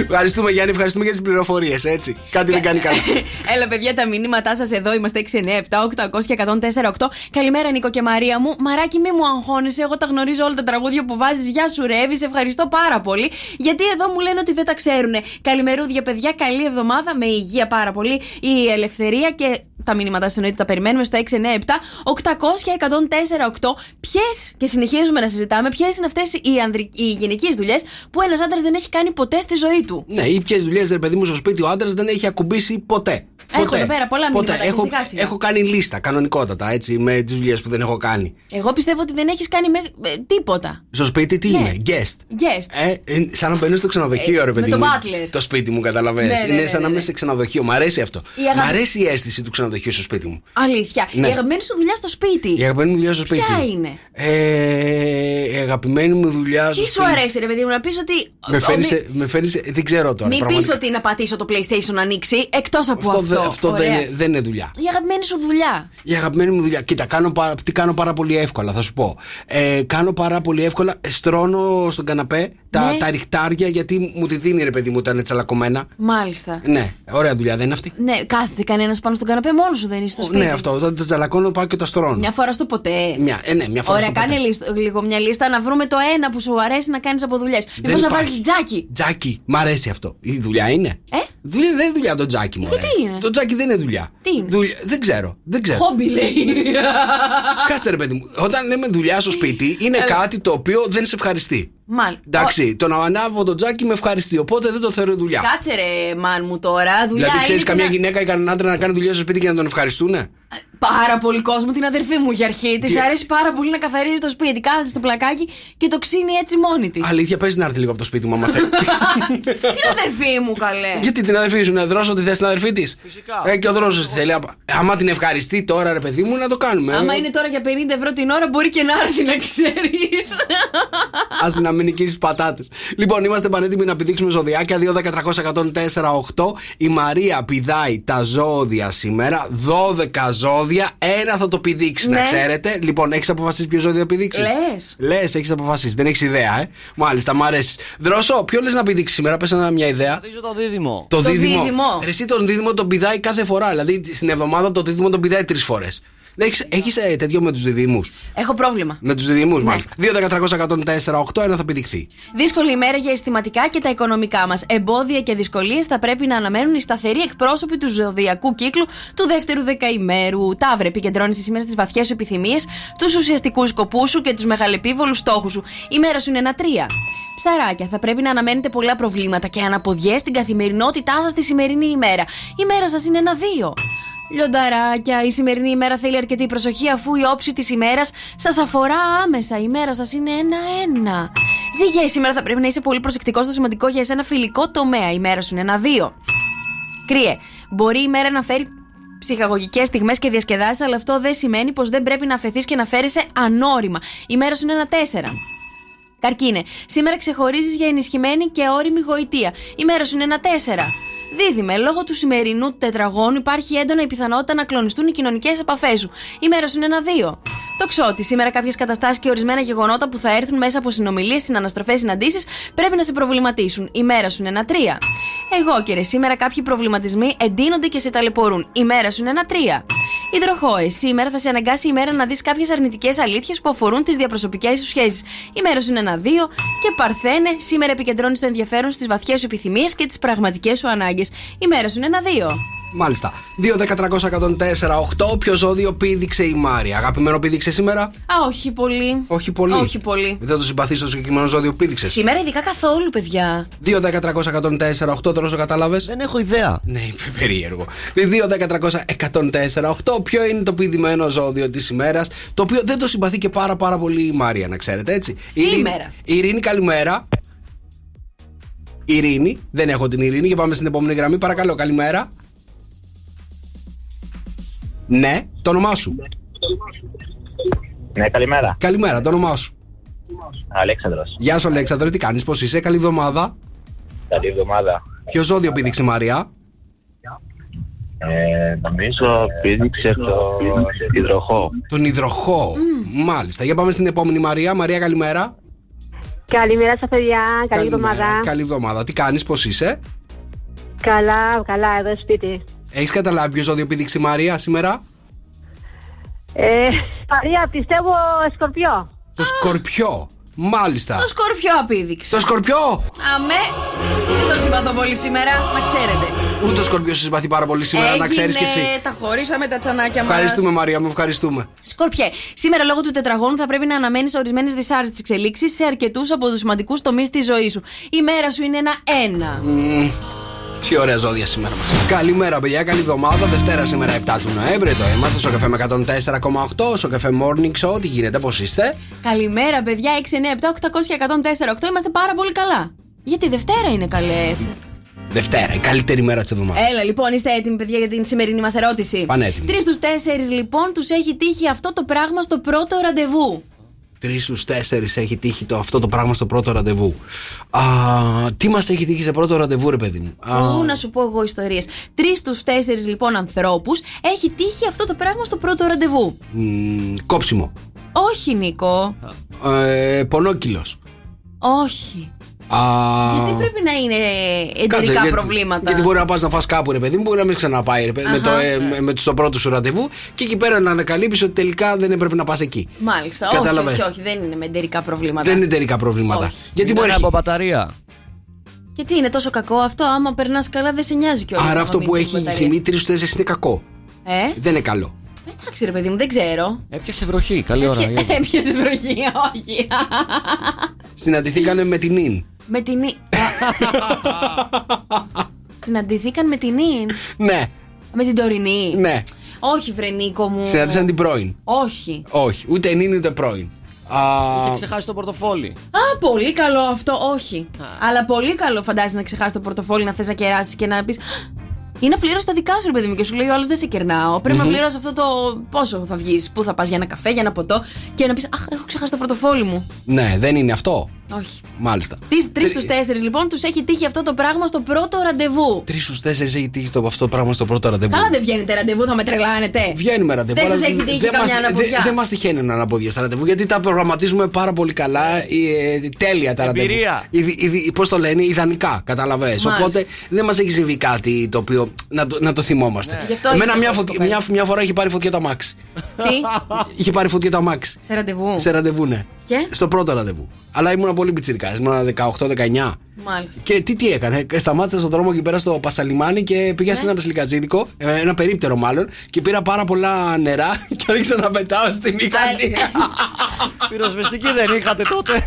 Speaker 4: Ευχαριστούμε Γιάννη, ευχαριστούμε για τις πληροφορίες, έτσι. Κάτι
Speaker 5: Ε,
Speaker 4: δεν κάνει καλά.
Speaker 5: Έλα, παιδιά, τα μηνύματά σας εδώ. Είμαστε 697-800-1048. Καλημέρα, Νίκο και Μαρία μου. Μαράκι, μη μου αγχώνεσαι. Εγώ τα γνωρίζω όλα τα τραγούδια που βάζεις. Γεια σου, σουρεύει, σε ευχαριστώ πάρα πολύ. Γιατί εδώ μου λένε ότι δεν τα ξέρουν. Καλημερούδια, παιδιά, καλή εβδομάδα, με υγεία πάρα πολύ. Η ελευθερία και τα μηνύματα σας εννοείται τα περιμένουμε στο 697 800 1048. Ποιες, και συνεχίζουμε να συζητάμε, ποιες είναι αυτές οι, ανδρικ- οι γυναικείε δουλειές που ένας άντρας δεν έχει κάνει ποτέ στη ζωή του.
Speaker 4: Ναι, ή ποιες δουλειές, ρε παιδί μου, στο σπίτι ο άντρας δεν έχει ακουμπήσει ποτέ.
Speaker 5: Έχω
Speaker 4: ποτέ.
Speaker 5: εδώ πέρα πολλά
Speaker 4: ποτέ.
Speaker 5: μηνύματα,
Speaker 4: Έχω,
Speaker 5: φυσικά, σιγά.
Speaker 4: έχω κάνει λίστα κανονικότατα έτσι, με τις δουλειές που δεν έχω κάνει.
Speaker 5: Εγώ πιστεύω ότι δεν έχεις κάνει με, ε, τίποτα.
Speaker 4: Στο σπίτι τι
Speaker 5: Ναι.
Speaker 4: είμαι, guest.
Speaker 5: Guest.
Speaker 4: Ε, ε, σαν να μπαίνω στο ξενοδοχείο,
Speaker 5: Ε,
Speaker 4: ρε παιδί
Speaker 5: με το
Speaker 4: μου.
Speaker 5: butler.
Speaker 4: Το σπίτι μου, καταλαβαίνεις.
Speaker 5: Ναι, ναι,
Speaker 4: Είναι
Speaker 5: ναι,
Speaker 4: σαν
Speaker 5: ναι,
Speaker 4: να
Speaker 5: ναι.
Speaker 4: είμαι σε ξενοδοχείο. Μ' αρέσει αυτό.
Speaker 5: Η αγα-
Speaker 4: Μ' αρέσει η αίσθηση του ξενοδοχείου στο σπίτι μου.
Speaker 5: Αλήθεια.
Speaker 4: Ναι.
Speaker 5: Η αγαπημένη σου δουλειά στο σπίτι.
Speaker 4: Η αγαπημένη μου δουλειά στο σπίτι.
Speaker 5: Ποια είναι.
Speaker 4: Ε, η αγαπημένη μου δουλειά στο
Speaker 5: Τι σου
Speaker 4: σπίτι.
Speaker 5: αρέσει, ρε παιδί μου, να πεις ότι.
Speaker 4: Με φέρνει,
Speaker 5: ο- μη-
Speaker 4: σε- με φέρνει σε- δεν ξέρω τώρα.
Speaker 5: Μην πεις
Speaker 4: πραγματικά.
Speaker 5: ότι να πατήσω το PlayStation να ανοίξει, εκτός από αυτό.
Speaker 4: αυτό, δε- αυτό δεν,
Speaker 5: Ωραία.
Speaker 4: είναι, δεν είναι δουλειά.
Speaker 5: Η αγαπημένη σου δουλειά.
Speaker 4: Η αγαπημένη μου δουλειά. Κοίτα, κάνω, πα- τι κάνω πάρα πολύ εύκολα, θα σου πω. Ε, κάνω πάρα πολύ εύκολα. ε, Στρώνω στον καναπέ τα,
Speaker 5: Ναι.
Speaker 4: τα ριχτάρια γιατί μου τη δίνει ρε παιδί μου όταν είναι τσαλακωμένα.
Speaker 5: Μάλιστα.
Speaker 4: Ναι, ωραία δουλειά δεν είναι αυτή.
Speaker 5: Ναι, κάθεται κανένας πάνω στον καναπέ, μόνος σου δεν είσαι στο σπίτι.
Speaker 4: Ναι, αυτό. Όταν τα τσαλακώνω πάω και τα στρώνω.
Speaker 5: Μια φορά στο ποτέ.
Speaker 4: Μια- ε, ναι, μια φορά
Speaker 5: Ωραία,
Speaker 4: στο ποτέ.
Speaker 5: κάνε λίστο- λίγο μια λίστα να βρούμε το ένα που σου αρέσει να κάνεις από δουλειές. Μήπω να
Speaker 4: υπάρχει.
Speaker 5: βάζει τζάκι.
Speaker 4: Τζάκι, μ' αρέσει αυτό. Η δουλειά είναι.
Speaker 5: Ε?
Speaker 4: Δουλειά, δεν είναι δουλειά το τζάκι μου.
Speaker 5: τι είναι?
Speaker 4: Το τζάκι δεν είναι δουλειά.
Speaker 5: Τι είναι?
Speaker 4: Δουλειά- δεν ξέρω. Δεν ξέρω.
Speaker 5: Χόμπι λέει.
Speaker 4: Κάτσε ρε παιδί μου. Όταν λέμε δουλειά στο σπίτι, είναι κάτι το οποίο δεν σε ευχαριστεί.
Speaker 5: Μάλιστα.
Speaker 4: Εντάξει, το να ανάβω το τζάκι με ευχαριστεί. Οπότε δεν το θεωρώ δουλειά.
Speaker 5: Κάτσε ρε, μαν μου τώρα. Δουλειά
Speaker 4: δηλαδή, ξέρεις
Speaker 5: είναι
Speaker 4: καμιά
Speaker 5: να-
Speaker 4: γυναίκα ή κανέναν άντρα να κάνει δουλειά στο σπίτι και να τον ευχαριστούνε.
Speaker 5: Πάρα πολύ κόσμο, την αδερφή μου για αρχή.
Speaker 4: Τι-
Speaker 5: Τη αρέσει πάρα πολύ να καθαρίζει το σπίτι. Κάθεται στο πλακάκι και το ξύνει έτσι μόνη της.
Speaker 4: Αλήθεια, παίζει να έρθει λίγο από το σπίτι μου, άμα θέλει.
Speaker 5: Την αδερφή μου, καλέ.
Speaker 4: Γιατί την αδερφή σου, να δρόσο τη θέση την αδερφή της. Φυσικά. Ε, και ο δρόσος τη θέλει. Άμα- Άμα την ευχαριστεί τώρα, ρε παιδί μου, να το κάνουμε.
Speaker 5: Άμα είναι τώρα για 50 ευρώ την ώρα, μπορεί και να έρθει να ξέρεις.
Speaker 4: Ας να μην νικήσεις πατάτες. Λοιπόν, είμαστε πανέτοιμοι να πηδήξουμε ζωδιάκια. 2, 10, 300, 104, 8. Η Μαρία πηδάει τα ζώδια σήμερα. 12 ζώδια. Ένα θα το πηδήξεις, να
Speaker 5: Ναι.
Speaker 4: ξέρετε. Λοιπόν, έχεις αποφασίσει ποιο ζώδιο πηδήξεις.
Speaker 5: Λες.
Speaker 4: Λες, έχεις αποφασίσει. Δεν έχεις ιδέα, ε. Μάλιστα, μ' αρέσει. Δρόσο, ποιο λες να πηδήξεις σήμερα, πες μια ιδέα.
Speaker 2: Πατήσω το δίδυμο.
Speaker 4: Το,
Speaker 5: Το
Speaker 4: δίδυμο.
Speaker 5: δίδυμο.
Speaker 4: Ρε, Εσύ τον δίδυμο τον πηδάει κάθε φορά. Δηλαδή στην εβδομάδα το δίδυμο τον πηδάει τρεις φορές. Έχει ε, τέτοιο με τους διδήμου.
Speaker 5: Έχω πρόβλημα.
Speaker 4: Με τους διδήμου,
Speaker 5: Ναι.
Speaker 4: μάλιστα. 2-1300-104-8, ένα θα πηδηχθεί.
Speaker 5: Δύσκολη ημέρα για αισθηματικά και τα οικονομικά μας. Εμπόδια και δυσκολίες θα πρέπει να αναμένουν οι σταθεροί εκπρόσωποι του ζωδιακού κύκλου του δεύτερου δεκαημέρου. Ταύρε, επικεντρώνεσαι σήμερα στις βαθιές σου επιθυμίες, τους ουσιαστικούς σκοπούς σου και τους μεγαλεπίβολους στόχους σου. Η μέρα σου είναι ένα τρία. Ψαράκια, θα πρέπει να αναμένετε πολλά προβλήματα και αναποδιές στην καθημερινότητά σας τη σημερινή ημέρα. Η μέρα σας είναι ένα δύο. Λιονταράκια, η σημερινή ημέρα θέλει αρκετή προσοχή αφού η όψη της ημέρας σας αφορά άμεσα. Η μέρα σας είναι ένα-ένα. Ζυγέ, σήμερα θα πρέπει να είσαι πολύ προσεκτικός στο σημαντικό για εσένα φιλικό τομέα. Η μέρα σου είναι ένα-δύο. Κρύε, μπορεί η μέρα να φέρει ψυχαγωγικές στιγμές και διασκεδάσεις, αλλά αυτό δεν σημαίνει πως δεν πρέπει να αφαιθείς και να φέρεσαι ανώρημα. Η μέρα σου είναι ένα-τέσσερα. Καρκίνε. Σήμερα ξεχωρίζεις για ενισχυμένη και όρημη γοητεία. Η μέρα σου είναι ένα 4. Δίδυμε, λόγω του σημερινού τετραγώνου υπάρχει έντονα η πιθανότητα να κλονιστούν οι κοινωνικές επαφές σου. Η μέρα σου είναι ένα 2. Τοξότη, σήμερα κάποιες καταστάσεις και ορισμένα γεγονότα που θα έρθουν μέσα από συνομιλίες, συναναστροφές, συναντήσεις πρέπει να σε προβληματίσουν. Η μέρα σου είναι ένα 3. Εγώ κύριε, σήμερα κάποιοι προβληματισμοί εντείνονται και σε ταλαιπωρούν. Η μέρα σου είναι ένα 3. Υδροχόε. Σήμερα θα σε αναγκάσει η μέρα να δεις κάποιες αρνητικές αλήθειες που αφορούν τις διαπροσωπικές σου σχέσεις. Η μέρα σου είναι ένα-δύο. Και παρθένε. Σήμερα επικεντρώνεις το ενδιαφέρον στις βαθιές σου επιθυμίες και τις πραγματικές σου ανάγκες. Η μέρα σου είναι ένα-δύο.
Speaker 4: Μάλιστα. 2-1300-104-8, ποιο ζώδιο πήδηξε η Μάρια. Αγαπημένο πήδηξε σήμερα.
Speaker 5: Α, όχι πολύ.
Speaker 4: Όχι πολύ.
Speaker 5: Όχι πολύ.
Speaker 4: Δεν το συμπαθείς το συγκεκριμένο ζώδιο που πήδηξες.
Speaker 5: Σήμερα ειδικά καθόλου, παιδιά.
Speaker 4: 2-1300-104-8, τώρα κατάλαβε.
Speaker 2: Δεν έχω ιδέα.
Speaker 4: Ναι, περίεργο. 2-1300-104-8, ποιο είναι το πηδημένο ζώδιο της ημέρας, το οποίο δεν το συμπαθεί και πάρα πάρα πολύ η Μάρια, να ξέρετε έτσι.
Speaker 5: Σήμερα.
Speaker 4: Ειρήνη, Ειρήνη, καλημέρα. Ειρήνη, δεν έχω την Ειρήνη και πάμε στην επόμενη γραμμή. Παρακαλώ, καλημέρα. Ναι, το όνομά σου.
Speaker 7: Ναι, καλημέρα.
Speaker 4: Καλημέρα, το όνομά σου.
Speaker 7: Αλέξανδρος.
Speaker 4: Γεια σου, Αλέξανδρο, τι κάνεις, πώς είσαι, καλή εβδομάδα.
Speaker 7: Καλή εβδομάδα.
Speaker 4: Ποιο ζώδιο πήδηξε η Μαρία.
Speaker 7: Ε, νομίζω πήδηξε το υδροχό.
Speaker 4: Τον υδροχό. Μάλιστα, για πάμε στην επόμενη Μαρία. Μαρία, καλημέρα.
Speaker 11: Καλημέρα σα, παιδιά. Καλή
Speaker 4: Καλημέρα,
Speaker 11: εβδομάδα.
Speaker 4: Καλή εβδομάδα. Τι κάνεις, πώς είσαι.
Speaker 11: Καλά, καλά, εδώ σπίτι.
Speaker 4: Έχεις καταλάβει ποιος ζώδιο πήδηξε η Μαρία σήμερα.
Speaker 11: Ε, Μαρία, πιστεύω σκορπιό.
Speaker 4: Το σκορπιό. Μάλιστα.
Speaker 5: Το σκορπιό απίδειξε.
Speaker 4: Το σκορπιό!
Speaker 5: Αμέ! Δεν τον συμπαθώ πολύ σήμερα, να ξέρετε.
Speaker 4: Ούτε ο Σκορπιό σε συμπαθεί πάρα πολύ σήμερα, να ξέρεις κι εσύ.
Speaker 5: Τα χωρίσαμε τα τσανάκια μας.
Speaker 4: Ευχαριστούμε, Μαρία μου, ευχαριστούμε.
Speaker 5: Σκορπιέ, σήμερα λόγω του τετραγώνου θα πρέπει να αναμένεις ορισμένες δυσάρεστες εξελίξεις σε αρκετούς από τους σημαντικούς τομείς της ζωής σου. Η μέρα σου είναι ένα ένα.
Speaker 4: Μμμ, Τι ωραία ζώδια σήμερα μας. Καλημέρα, παιδιά. Καλή εβδομάδα. Δευτέρα σήμερα 7 του Νοέμβρη. Εδώ είμαστε στο καφέ με 104,8. Στο καφέ Morning Show. Τι γίνεται, πώς είστε.
Speaker 5: Καλημέρα, παιδιά. 6, 9, 7, 800 και 104, 8. Είμαστε πάρα πολύ καλά. Γιατί Δευτέρα είναι καλέ.
Speaker 4: Δευτέρα, η καλύτερη μέρα της εβδομάδας.
Speaker 5: Έλα, λοιπόν, είστε έτοιμοι, παιδιά, για την σημερινή μας ερώτηση.
Speaker 4: Πανέτοιμοι.
Speaker 5: Τρεις στους τέσσερις, λοιπόν, τους έχει τύχει αυτό το πράγμα στο πρώτο ραντεβού.
Speaker 4: Τρεις στους τέσσερις έχει τύχει το, αυτό το πράγμα στο πρώτο ραντεβού. Α, τι μας έχει τύχει σε πρώτο ραντεβού, ρε παιδί μου. Α,
Speaker 5: Πού να σου πω εγώ ιστορίες. Τρεις στους τέσσερις λοιπόν ανθρώπους έχει τύχει αυτό το πράγμα στο πρώτο ραντεβού.
Speaker 4: μ, κόψιμο.
Speaker 5: Όχι, Νίκο.
Speaker 4: Ε, πονόκυλος.
Speaker 5: Όχι.
Speaker 4: Α,
Speaker 5: Γιατί πρέπει να είναι
Speaker 4: κάτσε,
Speaker 5: εντρικά προβλήματα.
Speaker 4: Γιατί μπορεί να πας να φας κάπου, ρε παιδί μου, μπορεί να μην ξαναπάει ρε, παιδί, με, το, ε, με, με το στο πρώτο σου ραντεβού και εκεί πέρα να ανακαλύψεις ότι τελικά δεν έπρεπε να πας εκεί.
Speaker 5: Μάλιστα.
Speaker 4: Κατάλαβες.
Speaker 5: Όχι, όχι, όχι, δεν είναι με εντερικά προβλήματα.
Speaker 4: Δεν είναι εταιρικά προβλήματα.
Speaker 5: Όχι.
Speaker 4: Γιατί
Speaker 2: Είναι
Speaker 4: μπορεί
Speaker 2: από
Speaker 4: να
Speaker 2: μπαταρία.
Speaker 5: Γιατί είναι τόσο κακό αυτό, άμα περνάς καλά δεν σε νοιάζει κιόλας.
Speaker 4: Άρα αυτό που έχει σημεί τρει στου τέσσερι είναι κακό.
Speaker 5: Ε,
Speaker 4: Δεν είναι καλό.
Speaker 5: εντάξει ρε παιδί μου, δεν ξέρω.
Speaker 2: Έπιασε βροχή. Καλή ώρα. Γιώργο.
Speaker 4: Ε.
Speaker 5: Έπιασε βροχή, όχι.
Speaker 4: Συναντηθήκανε με την νυν.
Speaker 5: με την. Ι- Συναντηθήκαν με την Ιν.
Speaker 4: Ναι,
Speaker 5: Με την τωρινή.
Speaker 4: ναι.
Speaker 5: Όχι, Βρενίκο μου.
Speaker 4: Συναντήσαν την πρώην.
Speaker 5: Όχι.
Speaker 4: Όχι, ούτε νυν ούτε πρώην. Α,
Speaker 2: Είχε ξεχάσει το πορτοφόλι.
Speaker 5: Α, πολύ καλό αυτό, όχι. Αλλά πολύ καλό φαντάζει να ξεχάσει το πορτοφόλι, να θες να κεράσει και να πεις. Είναι να πληρώσει τα δικά σου, ρε παιδί μου. Και σου λέει: Ο άλλος δεν σε κερνάω. Πρέπει να πληρώσει αυτό το. Πόσο θα βγεις, πού θα πας για ένα καφέ, για ένα ποτό. Και να πεις: Αχ, έχω ξεχάσει το πορτοφόλι μου.
Speaker 4: ναι, δεν είναι αυτό.
Speaker 5: Όχι.
Speaker 4: Μάλιστα.
Speaker 5: Τρεις
Speaker 4: ε.
Speaker 5: στους τέσσερις λοιπόν τους έχει τύχει αυτό το πράγμα στο πρώτο ραντεβού.
Speaker 4: Τρεις στους τέσσερις έχει τύχει το, αυτό το πράγμα στο πρώτο ραντεβού.
Speaker 5: Καλά δεν βγαίνετε ραντεβού, θα με τρελάνετε.
Speaker 4: Βγαίνουμε ραντεβού.
Speaker 5: Δεν
Speaker 4: αλλά
Speaker 5: σα έχει τύχει
Speaker 4: δεν
Speaker 5: καμιά
Speaker 4: μας-
Speaker 5: αναποδιά.
Speaker 4: Δεν, δεν μας τυχαίνει να αναποδιά στα ραντεβού γιατί τα προγραμματίζουμε πάρα πολύ καλά. ε, ε, τέλεια τα ραντεβού.
Speaker 2: Εμπειρία.
Speaker 4: Πώς το λένε, ιδανικά. Καταλαβέ.
Speaker 5: Μάλιστα.
Speaker 4: Οπότε δεν μας έχει συμβεί κάτι το οποίο να το, να το θυμόμαστε.
Speaker 5: Ναι. Γι' αυτό
Speaker 4: Εμένα
Speaker 5: έχεις
Speaker 4: μια,
Speaker 5: το
Speaker 4: φωτ-
Speaker 5: κοπέλι.
Speaker 4: μια, μια φορά είχε πάρει φωτιά το αμάξι.
Speaker 5: Τι,
Speaker 4: είχε πάρει φωτιά το αμάξι.
Speaker 5: σε ραντεβού.
Speaker 4: Σε ραντεβού, ναι.
Speaker 5: Και?
Speaker 4: Στο πρώτο ραντεβού. Αλλά ήμουν πολύ πιτσιρικά. Ήμουν 18-19.
Speaker 5: Μάλιστα.
Speaker 4: Και τι, τι έκανε. Ε, Σταμάτησα στον δρόμο εκεί πέρα στο Πασαλιμάνι και πήγα σε ένα ψιλικατζίδικο, ε, ένα περίπτερο μάλλον, και πήρα πάρα πολλά νερά και άρχισα να πετάω στη μηχανή.
Speaker 2: Πυροσβεστική δεν είχατε τότε.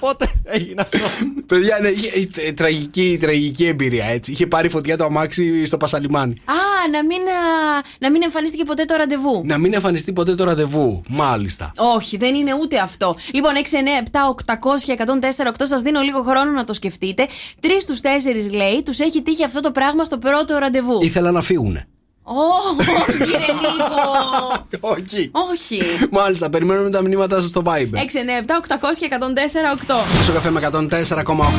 Speaker 2: Πότε έγινε αυτό.
Speaker 4: Παιδιά, ναι, είχε- είχε- τραγική, τραγική εμπειρία έτσι. Είχε πάρει φωτιά το αμάξι στο Πασαλιμάνι.
Speaker 5: Α, να μην, α, να μην εμφανίστηκε ποτέ το ραντεβού.
Speaker 4: Να μην εμφανιστεί ποτέ το ραντεβού, μάλιστα.
Speaker 5: Όχι, δεν είναι ούτε αυτό. Λοιπόν, 6, 9, 7, 800, 104, 8, σας δίνω λίγο χρόνο να το σκεφτείτε. Τρει στου τέσσερις λέει, τους έχει τύχει αυτό το πράγμα στο πρώτο ραντεβού.
Speaker 4: Ήθελα να φύγουνε.
Speaker 5: Όχι, ρε Νίκο!
Speaker 4: Όχι. Ναι.
Speaker 5: Όχι.
Speaker 4: Μάλιστα, περιμένουμε τα μηνύματά σας στο Viber.
Speaker 5: 6, 9, 7, 800 και 104, 8.
Speaker 4: Στο καφέ με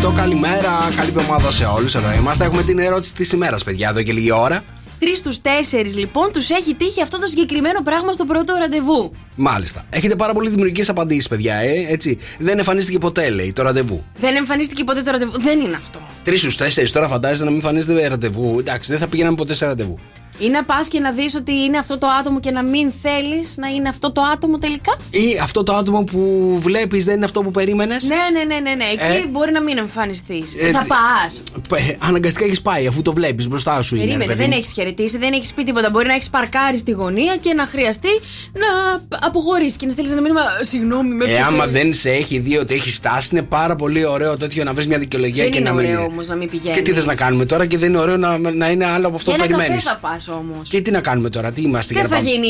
Speaker 4: 104,8. Καλημέρα. Καλή εβδομάδα σε όλους. Εδώ είμαστε. Έχουμε την ερώτηση της ημέρας, παιδιά, εδώ και λίγη ώρα.
Speaker 5: Τρεις στους τέσσερις, λοιπόν, τους έχει τύχει αυτό το συγκεκριμένο πράγμα στο πρώτο ραντεβού.
Speaker 4: Μάλιστα. Έχετε πάρα πολύ δημιουργικές απαντήσεις, παιδιά, ε, έτσι. Δεν εμφανίστηκε ποτέ, λέει, το ραντεβού.
Speaker 5: Δεν εμφανίστηκε ποτέ το ραντεβού. Δεν είναι αυτό.
Speaker 4: Τρεις στους τέσσερις τώρα φαντάζεσαι να μην εμφανίζεται ραντεβού. Εντάξει, δεν θα πηγαίναμε ποτέ σε ραντεβού.
Speaker 5: Ή να πας και να δεις ότι είναι αυτό το άτομο και να μην θέλεις να είναι αυτό το άτομο τελικά.
Speaker 4: Ή αυτό το άτομο που βλέπεις δεν είναι αυτό που περίμενες.
Speaker 5: Ναι, ναι, ναι, ναι, ναι. Εκεί
Speaker 4: Ε,
Speaker 5: μπορεί να μην εμφανιστείς.
Speaker 4: ε,
Speaker 5: θα πας.
Speaker 4: Αναγκαστικά έχεις πάει αφού το βλέπεις μπροστά σου. είναι, ρε
Speaker 5: Περίμενε,
Speaker 4: ναι, παιδί
Speaker 5: δεν
Speaker 4: μου.
Speaker 5: έχεις χαιρετήσει, δεν έχεις πει τίποτα. Μπορεί να έχεις παρκάρει στη γωνία και να χρειαστεί να αποχωρήσεις και να στείλεις ένα μήνυμα. Συγγνώμη, με
Speaker 4: Ε,
Speaker 5: έπιασε».
Speaker 4: άμα δεν σε έχει δει ότι έχεις στάσει, είναι πάρα πολύ ωραίο τέτοιο να βρεις μια δικαιολογία
Speaker 5: Δεν
Speaker 4: και
Speaker 5: είναι
Speaker 4: να μην.
Speaker 5: ωραίο όμως να μην πηγαίνεις.
Speaker 4: Και τι θες να κάνουμε τώρα και δεν είναι ωραίο να, να είναι άλλο από αυτό
Speaker 5: Για
Speaker 4: που
Speaker 5: ένα
Speaker 4: περιμένει.
Speaker 5: καφέ θα πας όμως.
Speaker 4: Και τι να κάνουμε τώρα, τι είμαστε για
Speaker 5: Δεν
Speaker 4: να
Speaker 5: θα
Speaker 4: πάμε.
Speaker 5: γίνει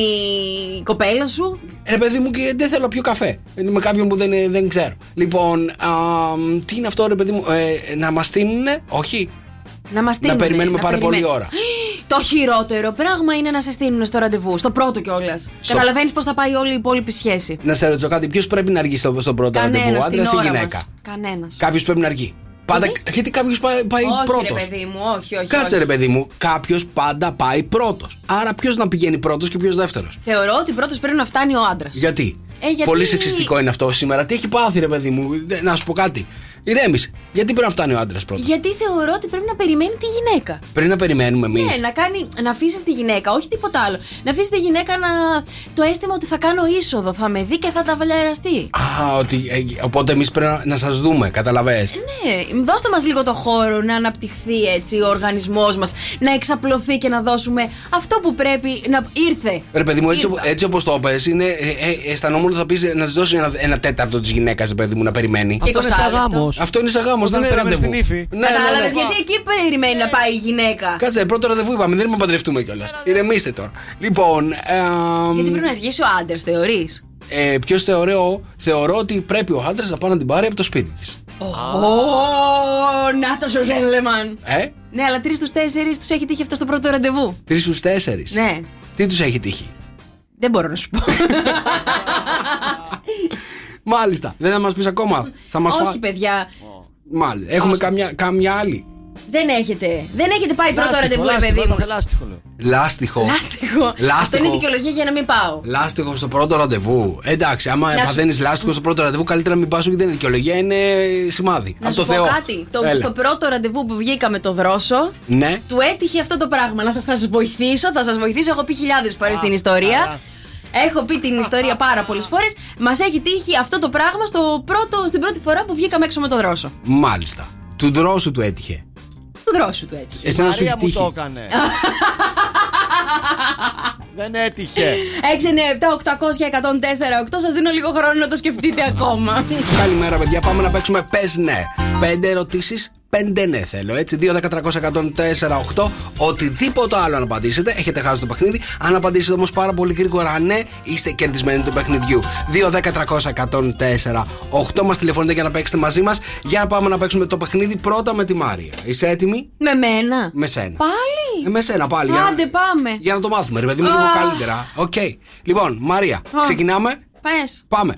Speaker 5: η κοπέλα σου.
Speaker 4: Ρε παιδί μου και δεν θέλω πιο καφέ. Είναι με κάποιον που δεν, δεν ξέρω. Λοιπόν, α, μ, τι είναι αυτό ρε παιδί μου, ε, να μας στείλουνε, όχι.
Speaker 5: Να μας
Speaker 4: Να
Speaker 5: στείλουν.
Speaker 4: περιμένουμε πάρα πολύ ώρα.
Speaker 5: Το χειρότερο πράγμα είναι να σε στείλουν στο ραντεβού, στο πρώτο κιόλας.
Speaker 4: Στο-
Speaker 5: Καταλαβαίνεις πώς θα πάει όλη η υπόλοιπη σχέση.
Speaker 4: Να σε ρωτήσω κάτι, ποιος πρέπει να αργεί στο, στον πρώτο ραντεβού,
Speaker 5: Κανένας.
Speaker 4: άντρας
Speaker 5: Την
Speaker 4: ή
Speaker 5: ώρα
Speaker 4: γυναίκα.
Speaker 5: μας. Κανένας.
Speaker 4: Κάποιος πρέπει να αργεί. Πάντα, γιατί κάποιος πάει, πάει
Speaker 5: Όχι,
Speaker 4: πρώτο.
Speaker 5: ρε παιδί μου, όχι, όχι.
Speaker 4: Κάτσε
Speaker 5: όχι.
Speaker 4: ρε παιδί μου, κάποιος πάντα πάει πρώτος. Άρα ποιος να πηγαίνει πρώτος και ποιος δεύτερος.
Speaker 5: Θεωρώ ότι πρώτος πρέπει να φτάνει ο άντρας.
Speaker 4: Γιατί?
Speaker 5: Ε, γιατί-
Speaker 4: Πολύ σεξιστικό είναι αυτό σήμερα. Τι έχει πάθει, ρε παιδί μου, Δε- να σου πω κάτι. Ηρέμησε. Γιατί πρέπει να φτάνει ο άντρας πρώτα.
Speaker 5: Γιατί θεωρώ ότι πρέπει να περιμένει τη γυναίκα.
Speaker 4: Πριν να περιμένουμε εμείς.
Speaker 5: Ναι, να, κάνει, να αφήσει τη γυναίκα, όχι τίποτα άλλο. Να αφήσει τη γυναίκα να. το αίσθημα ότι θα κάνω είσοδο, θα με δει και θα τα βαλιαραστεί.
Speaker 4: Α, ότι, ε, οπότε εμείς πρέπει να, να σας δούμε, καταλαβαίνετε.
Speaker 5: Ναι, δώστε μας λίγο το χώρο να αναπτυχθεί έτσι ο οργανισμός μας, να εξαπλωθεί και να δώσουμε αυτό που πρέπει να. ήρθε.
Speaker 4: Ρε παιδί μου, έτσι,
Speaker 5: Ήρθα.
Speaker 4: έτσι όπως το είπες, είναι. Ε, ε, αισθανόμουν ότι θα πεις να της δώσει ένα, ένα τέταρτο της γυναίκας, ρε παιδί μου, να περιμένει.
Speaker 5: Αυτό είναι 20 σαν λεπτό. γάμος.
Speaker 4: Αυτό είναι σαν γάμος, δεν είναι
Speaker 2: περιμένεις
Speaker 4: ραντεβού.
Speaker 2: την ύφη.
Speaker 4: Ναι, Ε, ναι, ναι.
Speaker 5: Κατάλαβες, γιατί εκεί περιμένει να πάει η γυναίκα.
Speaker 4: Κάτσε, ε, πρώτο ραντεβού είπαμε, δεν είμαι παντρευτούμε κιόλας. Ηρεμήστε τώρα. Λοιπόν. εμ,
Speaker 5: Γιατί πρέπει να αργήσει ο άντρας, θεωρείς.
Speaker 4: ε, Ποιος θεωρώ, θεωρώ ότι πρέπει ο άντρας να πάει να την πάρει από το σπίτι της.
Speaker 5: Ω, να το σου Ζέντλεμαν.
Speaker 4: Ε,
Speaker 5: Ναι, αλλά τρεις στους τέσσερις τους έχει τύχει αυτό στο πρώτο ραντεβού.
Speaker 4: τρεις στους τέσσερις.
Speaker 5: Ναι,
Speaker 4: Τι τους έχει τύχει.
Speaker 5: δεν μπορώ να σου πω.
Speaker 4: Μάλιστα. Δεν θα μας πεις ακόμα. Θα μας
Speaker 5: Όχι, παιδιά.
Speaker 4: Μάλιστα. Έχουμε καμιά, καμιά άλλη.
Speaker 5: Δεν έχετε. Δεν έχετε πάει πρώτο ραντεβού, ρε παιδί μου.
Speaker 4: Λάστιχο.
Speaker 5: Λάστιχο.
Speaker 4: Λάστιχο.
Speaker 5: Αυτό είναι δικαιολογία για να μην πάω.
Speaker 4: Λάστιχο στο πρώτο ραντεβού. Εντάξει, άμα
Speaker 5: Να σου-
Speaker 4: παθαίνεις λάστιχο στο πρώτο ραντεβού, καλύτερα να μην πας γιατί δεν είναι δικαιολογία, είναι σημάδι.
Speaker 5: Να
Speaker 4: από
Speaker 5: σου
Speaker 4: το
Speaker 5: πω
Speaker 4: Θεό.
Speaker 5: κάτι. Το,
Speaker 4: Έλα.
Speaker 5: στο πρώτο ραντεβού που βγήκαμε το δρόσο,
Speaker 4: Ναι.
Speaker 5: του έτυχε αυτό το πράγμα. Αλλά θα σας βοηθήσω, θα σας βοηθήσω. Έχω πει χιλιάδες φορές την ιστορία. Έχω πει την ιστορία πάρα πολλές φορές. Μας έχει τύχει αυτό το πράγμα στο πρώτο, στην πρώτη φορά που βγήκαμε έξω με το δρόσο.
Speaker 4: Μάλιστα. Του ντρόσου του έτυχε.
Speaker 5: Του δρόσου του έτσι.
Speaker 4: Εσένα σου
Speaker 2: Μαρία
Speaker 4: έχει
Speaker 2: μου
Speaker 4: τύχει.
Speaker 2: το έκανε. Δεν έτυχε.
Speaker 5: 6, 9, 7, 800 104, 8. Σας δίνω λίγο χρόνο να το σκεφτείτε ακόμα.
Speaker 4: Καλημέρα, παιδιά. Πάμε να παίξουμε πες ναι. Πέντε ερωτήσεις, πέντε ναι θέλω. Έτσι, 2, 10, 300, 104, 8. Οτιδήποτε άλλο αν απαντήσετε, έχετε χάσει το παιχνίδι. Αν απαντήσετε όμως πάρα πολύ γρήγορα ναι, είστε κερδισμένοι του παιχνιδιού. 2, 10, 300, 104, 8. Μας τηλεφωνείτε για να παίξετε μαζί μας. Για να πάμε να παίξουμε το παιχνίδι πρώτα με τη Μάρια. Είσαι έτοιμη
Speaker 5: με μένα.
Speaker 4: με σένα.
Speaker 5: Πάλι.
Speaker 4: Ε, με σένα πάλι. για να-
Speaker 5: Άντε πάμε.
Speaker 4: Για να το μάθουμε, ρε παιδί μου, λίγο
Speaker 5: Α.
Speaker 4: καλύτερα. Οκ. Λοιπόν, Μαρία,
Speaker 5: Α.
Speaker 4: ξεκινάμε.
Speaker 5: Πες.
Speaker 4: Πάμε.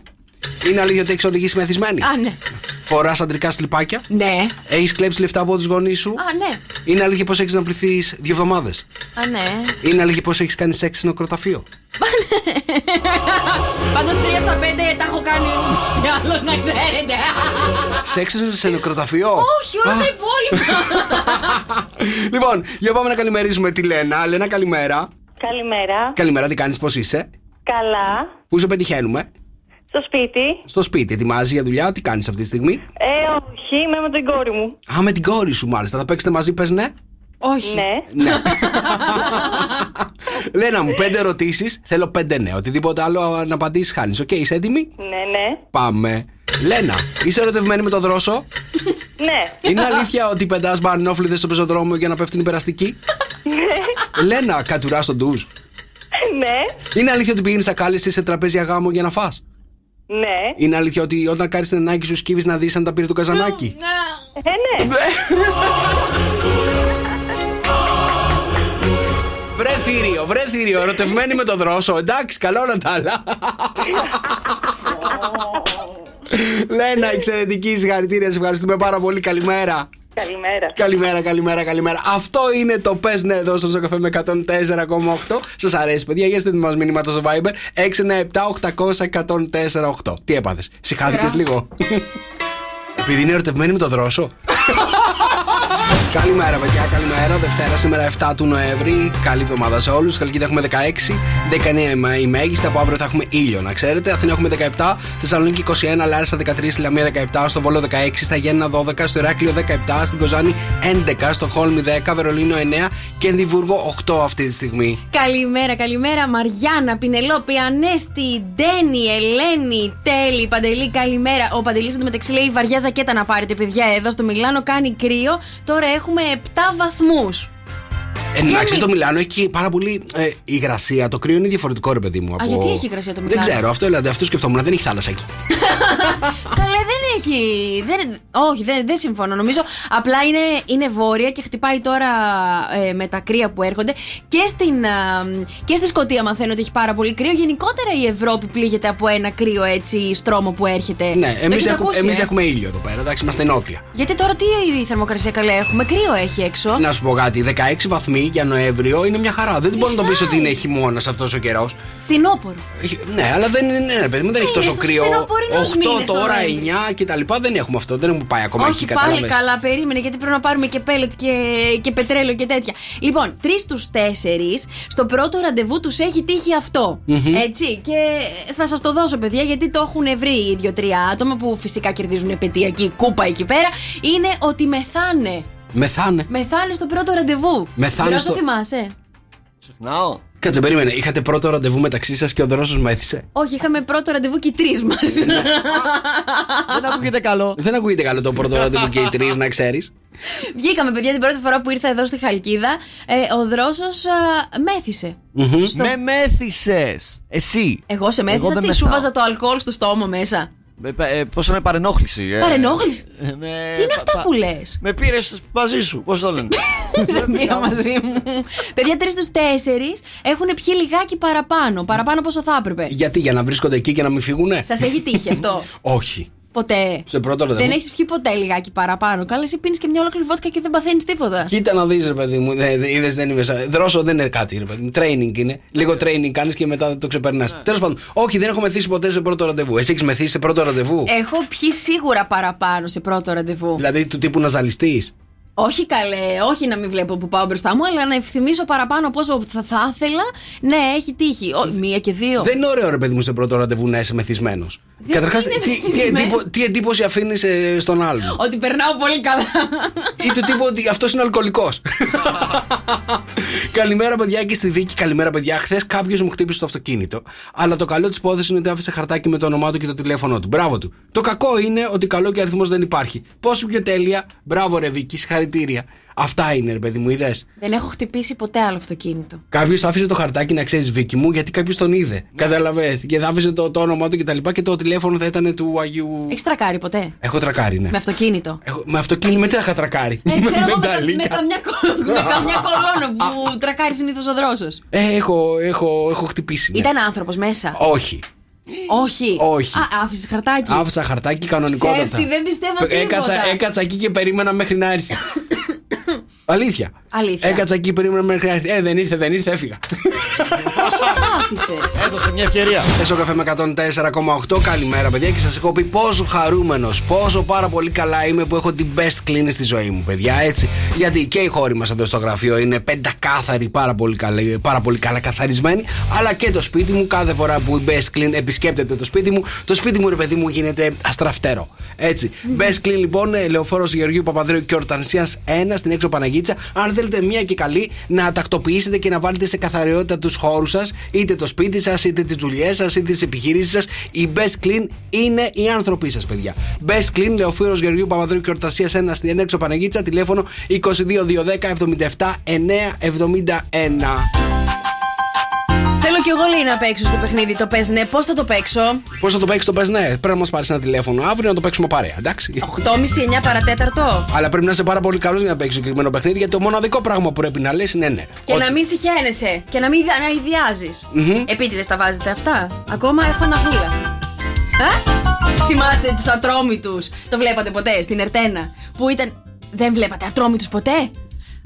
Speaker 4: Είναι αλήθεια ότι έχεις οδηγήσει μεθυσμένη.
Speaker 5: Α, ναι.
Speaker 4: Φοράς αντρικά σλιπάκια.
Speaker 5: Ναι.
Speaker 4: Έχεις κλέψει λεφτά από τους γονείς σου.
Speaker 5: Α, ναι.
Speaker 4: Είναι αλήθεια πως έχεις να πληθείς δύο εβδομάδες.
Speaker 5: Α, ναι.
Speaker 4: Είναι αλήθεια πως έχεις κάνει σεξ στο νεκροταφείο.
Speaker 5: Πάντω 3 στα 5 τα έχω κάνει ούτως ή άλλως, να ξέρετε.
Speaker 4: Σεξ σε νεκροταφείο.
Speaker 5: Όχι, όλα τα υπόλοιπα.
Speaker 4: Λοιπόν, για πάμε να καλημερίσουμε τη Λένα. Λένα, καλημέρα.
Speaker 12: Καλημέρα.
Speaker 4: Καλημέρα, τι κάνεις, πώς είσαι.
Speaker 12: Καλά.
Speaker 4: Πού σε πετυχαίνουμε.
Speaker 12: Στο σπίτι.
Speaker 4: Στο σπίτι, ετοιμάζει για δουλειά, τι κάνεις αυτή τη στιγμή.
Speaker 12: Ε, όχι, είμαι με την κόρη μου.
Speaker 4: Α, με την κόρη σου μάλιστα. Θα παίξετε μαζί, πες ναι.
Speaker 5: Όχι.
Speaker 12: Ναι.
Speaker 4: Λένα μου, πέντε ερωτήσεις. Θέλω πέντε ναι. Οτιδήποτε άλλο να απαντήσεις, χάνεις. Οκ, είσαι έτοιμη.
Speaker 12: Ναι, ναι.
Speaker 4: Πάμε. Λένα, είσαι ερωτευμένη με το δρόσο.
Speaker 12: Ναι.
Speaker 4: Είναι αλήθεια ότι πετάς μπανόφλιδε στο πεζοδρόμιο για να πέφτουν οι περαστικοί. Λένα, κατουράς τον ντουζ.
Speaker 12: Ναι.
Speaker 4: Είναι αλήθεια ότι πηγαίνει ακάλυψη σε τραπέζια γάμο για να φά.
Speaker 12: Ναι.
Speaker 4: Είναι αλήθεια ότι όταν κάνεις την ανάγκη σου σκύβεις να δεις αν τα πήρε το καζανάκι.
Speaker 12: Ε, ναι.
Speaker 4: Βρε θύριο, βρε θύριο, ερωτευμένη με το δρόσο. Εντάξει, καλό να τα άλλα. Λένα, εξαιρετική συγχαρητήρια, σε ευχαριστούμε πάρα πολύ. Καλημέρα.
Speaker 12: Καλημέρα.
Speaker 4: Καλημέρα, καλημέρα, καλημέρα. Αυτό είναι το πες ναι εδώ στο ζωκαφέ με 104,8. Σας αρέσει, παιδιά, για στείλτε μας μηνύματα στο Viber 697-800-1048. Τι έπαθες, συχάθηκε
Speaker 13: Ωραία.
Speaker 4: λίγο. Επειδή είναι ερωτευμένη με το δρόσο. Καλημέρα, παιδιά. Καλημέρα. Δευτέρα, σήμερα 7 του Νοέμβρη. Καλή εβδομάδα σε όλους. Χαλκίδα έχουμε 16, 19 η μέγιστα. Από αύριο θα έχουμε ήλιο, να ξέρετε. Αθήνα έχουμε 17, Θεσσαλονίκη 21, Λάρισα 13, Λαμία 17, στο Βόλο 16, στα Γέννα 12, στο Ηράκλειο 17, στην Κοζάνη 11, στο Χόλμη 10, Βερολίνο 9 και Ενδιβούργο 8 αυτή τη στιγμή.
Speaker 5: Καλημέρα, καλημέρα. Μαριάννα, Πινελόπη, Ανέστη, Ντένι, Ελένη, Τέλη, Παντελή, καλημέρα. Ο Παντελής εντωμεταξύ λέει βαριά ζακέτα να πάρετε, παιδιά. Εδώ στο Μιλάνο κάνει κρύο. Τώρα έχουμε 7 βαθμού.
Speaker 4: Ε, Εντάξει, στο Μιλάνο έχει πάρα πολύ ε, υγρασία. Το κρύο είναι διαφορετικό, ρε παιδί μου. Από...
Speaker 5: γιατί έχει υγρασία το
Speaker 4: Δεν
Speaker 5: Μιλάνο?
Speaker 4: ξέρω, αυτό, δηλαδή, αυτό σκεφτόμουν. Δεν έχει θάλασσα εκεί.
Speaker 5: Καλέ, δεν έχει. Δεν, όχι, δεν, δεν συμφωνώ. Νομίζω απλά είναι, είναι βόρεια και χτυπάει τώρα ε, με τα κρύα που έρχονται. Και, στην, α, και στη Σκωτία μαθαίνω ότι έχει πάρα πολύ κρύο. Γενικότερα η Ευρώπη πλήγεται από ένα κρύο έτσι στρώμο που έρχεται.
Speaker 4: Ναι,
Speaker 5: Ε, Το
Speaker 4: εμείς
Speaker 5: έχετε
Speaker 4: έχουμε,
Speaker 5: ακούσει,
Speaker 4: εμείς
Speaker 5: ε?
Speaker 4: έχουμε ήλιο εδώ πέρα, εντάξει, είμαστε νότια.
Speaker 5: Γιατί τώρα τι η θερμοκρασία καλέ έχουμε, κρύο έχει έξω.
Speaker 4: Να σου πω κάτι, 16 βαθμοί για Νοέμβριο είναι μια χαρά. Δεν μπορεί να το πεις ότι είναι χειμώνας αυτός ο καιρός.
Speaker 5: Φθινόπωρο.
Speaker 4: Ναι, αλλά δεν είναι, ναι, ρε παιδί μου, δεν έχει
Speaker 5: Είναι
Speaker 4: τόσο
Speaker 5: στους
Speaker 4: κρύο.
Speaker 5: φθινοπορεινούς
Speaker 4: 8
Speaker 5: μήνες το
Speaker 4: τώρα,
Speaker 5: Νοέμβριο.
Speaker 4: 9 κτλ. τα λοιπά δεν έχουμε αυτό. Δεν έχουμε πάει ακόμα
Speaker 5: Όχι
Speaker 4: εκεί
Speaker 5: πάλι
Speaker 4: κατάλαβες.
Speaker 5: καλά, περίμενε γιατί πρέπει να πάρουμε και πέλετ και, και πετρέλαιο και τέτοια. Λοιπόν, τρεις στου τέσσερις, στο πρώτο ραντεβού τους έχει τύχει αυτό.
Speaker 13: Μμμ.
Speaker 5: Έτσι. Και θα σας το δώσω, παιδιά, γιατί το έχουν βρει οι δύο-τρία άτομα που φυσικά κερδίζουν επαιτειακή κούπα εκεί πέρα. Είναι ότι μεθάνε.
Speaker 4: Μεθάνε.
Speaker 5: Μεθάνε στο πρώτο ραντεβού.
Speaker 4: Μεθάνε
Speaker 5: Μυρό,
Speaker 4: στο-
Speaker 5: το θυμάσαι.
Speaker 4: Κάτσε, περίμενε. Είχατε πρώτο ραντεβού μεταξύ σας και ο δρόσος μέθησε.
Speaker 5: Όχι, είχαμε πρώτο ραντεβού και οι τρεις μας.
Speaker 4: Ναι. Δεν ακούγεται καλό. Δεν ακούγεται καλό το πρώτο ραντεβού και οι τρεις, να ξέρεις.
Speaker 5: Βγήκαμε, παιδιά, την πρώτη φορά που ήρθα εδώ στη Χαλκίδα. ε, ο δρόσος μέθησε. Στο-
Speaker 2: Με μέθησε. Εσύ.
Speaker 5: Εγώ σε μέθησα,
Speaker 2: Εγώ δεν
Speaker 5: τι σου
Speaker 2: μεθάω.
Speaker 5: βάζα το αλκοόλ στο στόμα μέσα.
Speaker 2: Με- ε, Πώς είναι παρενόχληση. ε.
Speaker 5: Παρενόχληση.
Speaker 2: Ε, με-
Speaker 5: τι είναι αυτά
Speaker 2: πα-
Speaker 5: που λες.
Speaker 2: Με πήρες μαζί σου. Πώς το λένε.
Speaker 5: Σε πήρα μαζί μου. Παιδιά, τρεις στους τέσσερις έχουν πιει λιγάκι παραπάνω. Παραπάνω από όσο θα έπρεπε.
Speaker 4: Γιατί, για να βρίσκονται εκεί και να μην φύγουνε.
Speaker 5: Σας έχει τύχει αυτό.
Speaker 4: Όχι.
Speaker 5: Ποτέ.
Speaker 4: Σε πρώτο ραντεβού.
Speaker 5: Δεν έχεις πιει ποτέ λιγάκι παραπάνω. Καλά, εσύ πίνεις και μια ολόκληρη βότκα και δεν παθαίνεις τίποτα.
Speaker 4: Κοίτα να δεις, ρε παιδί μου. Είδες, δεν είμαι. σαν- Δρόσο δεν είναι κάτι, ρε παιδί μου. Training είναι.
Speaker 5: Ναι.
Speaker 4: Λίγο training κάνεις και μετά το ξεπερνάς. Τέλος πάντων, όχι, δεν έχω μεθύσει ποτέ σε πρώτο ραντεβού. Εσύ έχεις μεθύσει σε πρώτο ραντεβού.
Speaker 5: Έχω πιει σίγουρα παραπάνω σε πρώτο ραντεβού.
Speaker 4: Δηλαδή του τύπου να ζαλιστείς.
Speaker 5: Όχι καλέ, όχι να μην βλέπω που πάω μπροστά μου, αλλά να ευθυμίσω παραπάνω από όσο θα, θα ήθελα. Ναι, έχει τύχει. Ω, μία και δύο.
Speaker 4: Δεν είναι ωραίο, ρε παιδί μου, σε πρώτο ραντεβού να είσαι μεθυσμένος.
Speaker 5: Δεν
Speaker 4: Καταρχάς,
Speaker 5: είναι
Speaker 4: τι, τι,
Speaker 5: μεθυσμένο.
Speaker 4: εντύπω- τι εντύπωση αφήνεις στον άλλον.
Speaker 5: Ότι περνάω πολύ καλά.
Speaker 4: ή του τύπου ότι αυτός είναι αλκοολικός. καλημέρα, παιδιά, και στη Βίκη. Καλημέρα, παιδιά. Χθες κάποιος μου χτύπησε το αυτοκίνητο. Αλλά το καλό της υπόθεσης είναι ότι άφησε χαρτάκι με το όνομά του και το τηλέφωνό του. Μπράβο του. Το κακό είναι ότι καλό και αριθμός δεν υπάρχει. Πόσο πιο τέλεια. Μπράβο, ρε Βίκη, συγχαρητήρια. Αυτά είναι, ρε παιδί μου, είδες.
Speaker 5: Δεν έχω χτυπήσει ποτέ άλλο αυτοκίνητο.
Speaker 4: Κάποιος άφησε το χαρτάκι να ξέρεις Βίκη μου γιατί κάποιος τον είδε.
Speaker 5: Ναι.
Speaker 4: Κατάλαβες. Και θα άφησε το, το όνομά του και τα λοιπά και το τηλέφωνο θα ήταν του Αγίου.
Speaker 5: Έχεις τρακάρει ποτέ.
Speaker 4: Έχω τρακάρει, ναι.
Speaker 5: Με αυτοκίνητο.
Speaker 4: Έχω- με αυτοκίνητο, με τι θα είχα τρακάρει.
Speaker 5: Ε, ξέρω εγώ με, κα-
Speaker 4: ταλίκα.
Speaker 5: με, καμιά, κο- με καμιά κολόνα που τρακάρει συνήθως ο δρόσος.
Speaker 4: Ε, έχω, έχω, έχω χτυπήσει. ναι.
Speaker 5: Ήταν άνθρωπος μέσα.
Speaker 4: Όχι.
Speaker 5: Όχι.
Speaker 4: Όχι.
Speaker 5: Α, άφησες χαρτάκι.
Speaker 4: Άφησα χαρτάκι κανονικότατα.
Speaker 5: Ψεύτη, δεν πιστεύω τίποτα.
Speaker 4: Ε, Έκατσα, έκατσα εκεί και περίμενα μέχρι να έρθει. Αλήθεια.
Speaker 5: Αλήθεια.
Speaker 4: Έκατσα εκεί και περίμενα μέχρι να έρθει. Ε, δεν ήρθε, δεν ήρθε, έφυγα.
Speaker 5: Πόσο το άφησε.
Speaker 2: Έδωσε μια ευκαιρία.
Speaker 4: Έσο καφέ με 104,8. Καλημέρα, παιδιά. Και σας έχω πει πόσο χαρούμενος, πόσο πάρα πολύ καλά είμαι που έχω την best κλίνη στη ζωή μου, παιδιά. Έτσι. Γιατί και οι χώροι μας εδώ στο γραφείο είναι πεντακάθαροι, πάρα πολύ, καλά, πάρα πολύ καλά καθαρισμένοι. Αλλά και το σπίτι μου, κάθε φορά που η best clean επισκέπτεται το σπίτι μου, το σπίτι μου, ρε παιδί μου, γίνεται αστραφτερό. Έτσι. Best Clean λοιπόν, Λεωφόρος Γεωργίου Παπαδρέου και Ορτανσία 1 στην έξω Παναγίτσα. Αν θέλετε μία και καλή, να τακτοποιήσετε και να βάλετε σε καθαριότητα τους χώρους σας, είτε το σπίτι σας, είτε τις δουλειές σας, είτε τις επιχειρήσεις σας. Η Best Clean είναι οι άνθρωποι σας, παιδιά. Best Clean, Λεωφόρο Γεωργίου Παπαδρέου και Ορτανσία 1 στην έξω Παναγίτσα, τηλέφωνο 22 971.
Speaker 5: Θέλω κι εγώ λέει να παίξω στο παιχνίδι το πες ναι. Πώς θα το παίξω.
Speaker 4: Πώς θα το παίξεις το πες, ναι, πρέπει να μας πάρεις ένα τηλέφωνο αύριο να το παίξουμε παρέα, εντάξει.
Speaker 5: 8.30-9 παρατέταρτο.
Speaker 4: Αλλά πρέπει να είσαι πάρα πολύ καλός για να παίξεις συγκεκριμένο παιχνίδι, γιατί το μοναδικό πράγμα που πρέπει να λες είναι ναι.
Speaker 5: Και να μην συχαίνεσαι και να μην να ιδιάζεις.
Speaker 4: Μμμ.
Speaker 5: Επίτηδες τα βάζετε αυτά. Ακόμα έχω αναβούλα. Α? Θυμάστε τους ατρόμητους. Το βλέπατε ποτέ στην Ερτένα. Που ήταν... Δεν βλέπατε ατρόμητους ποτέ.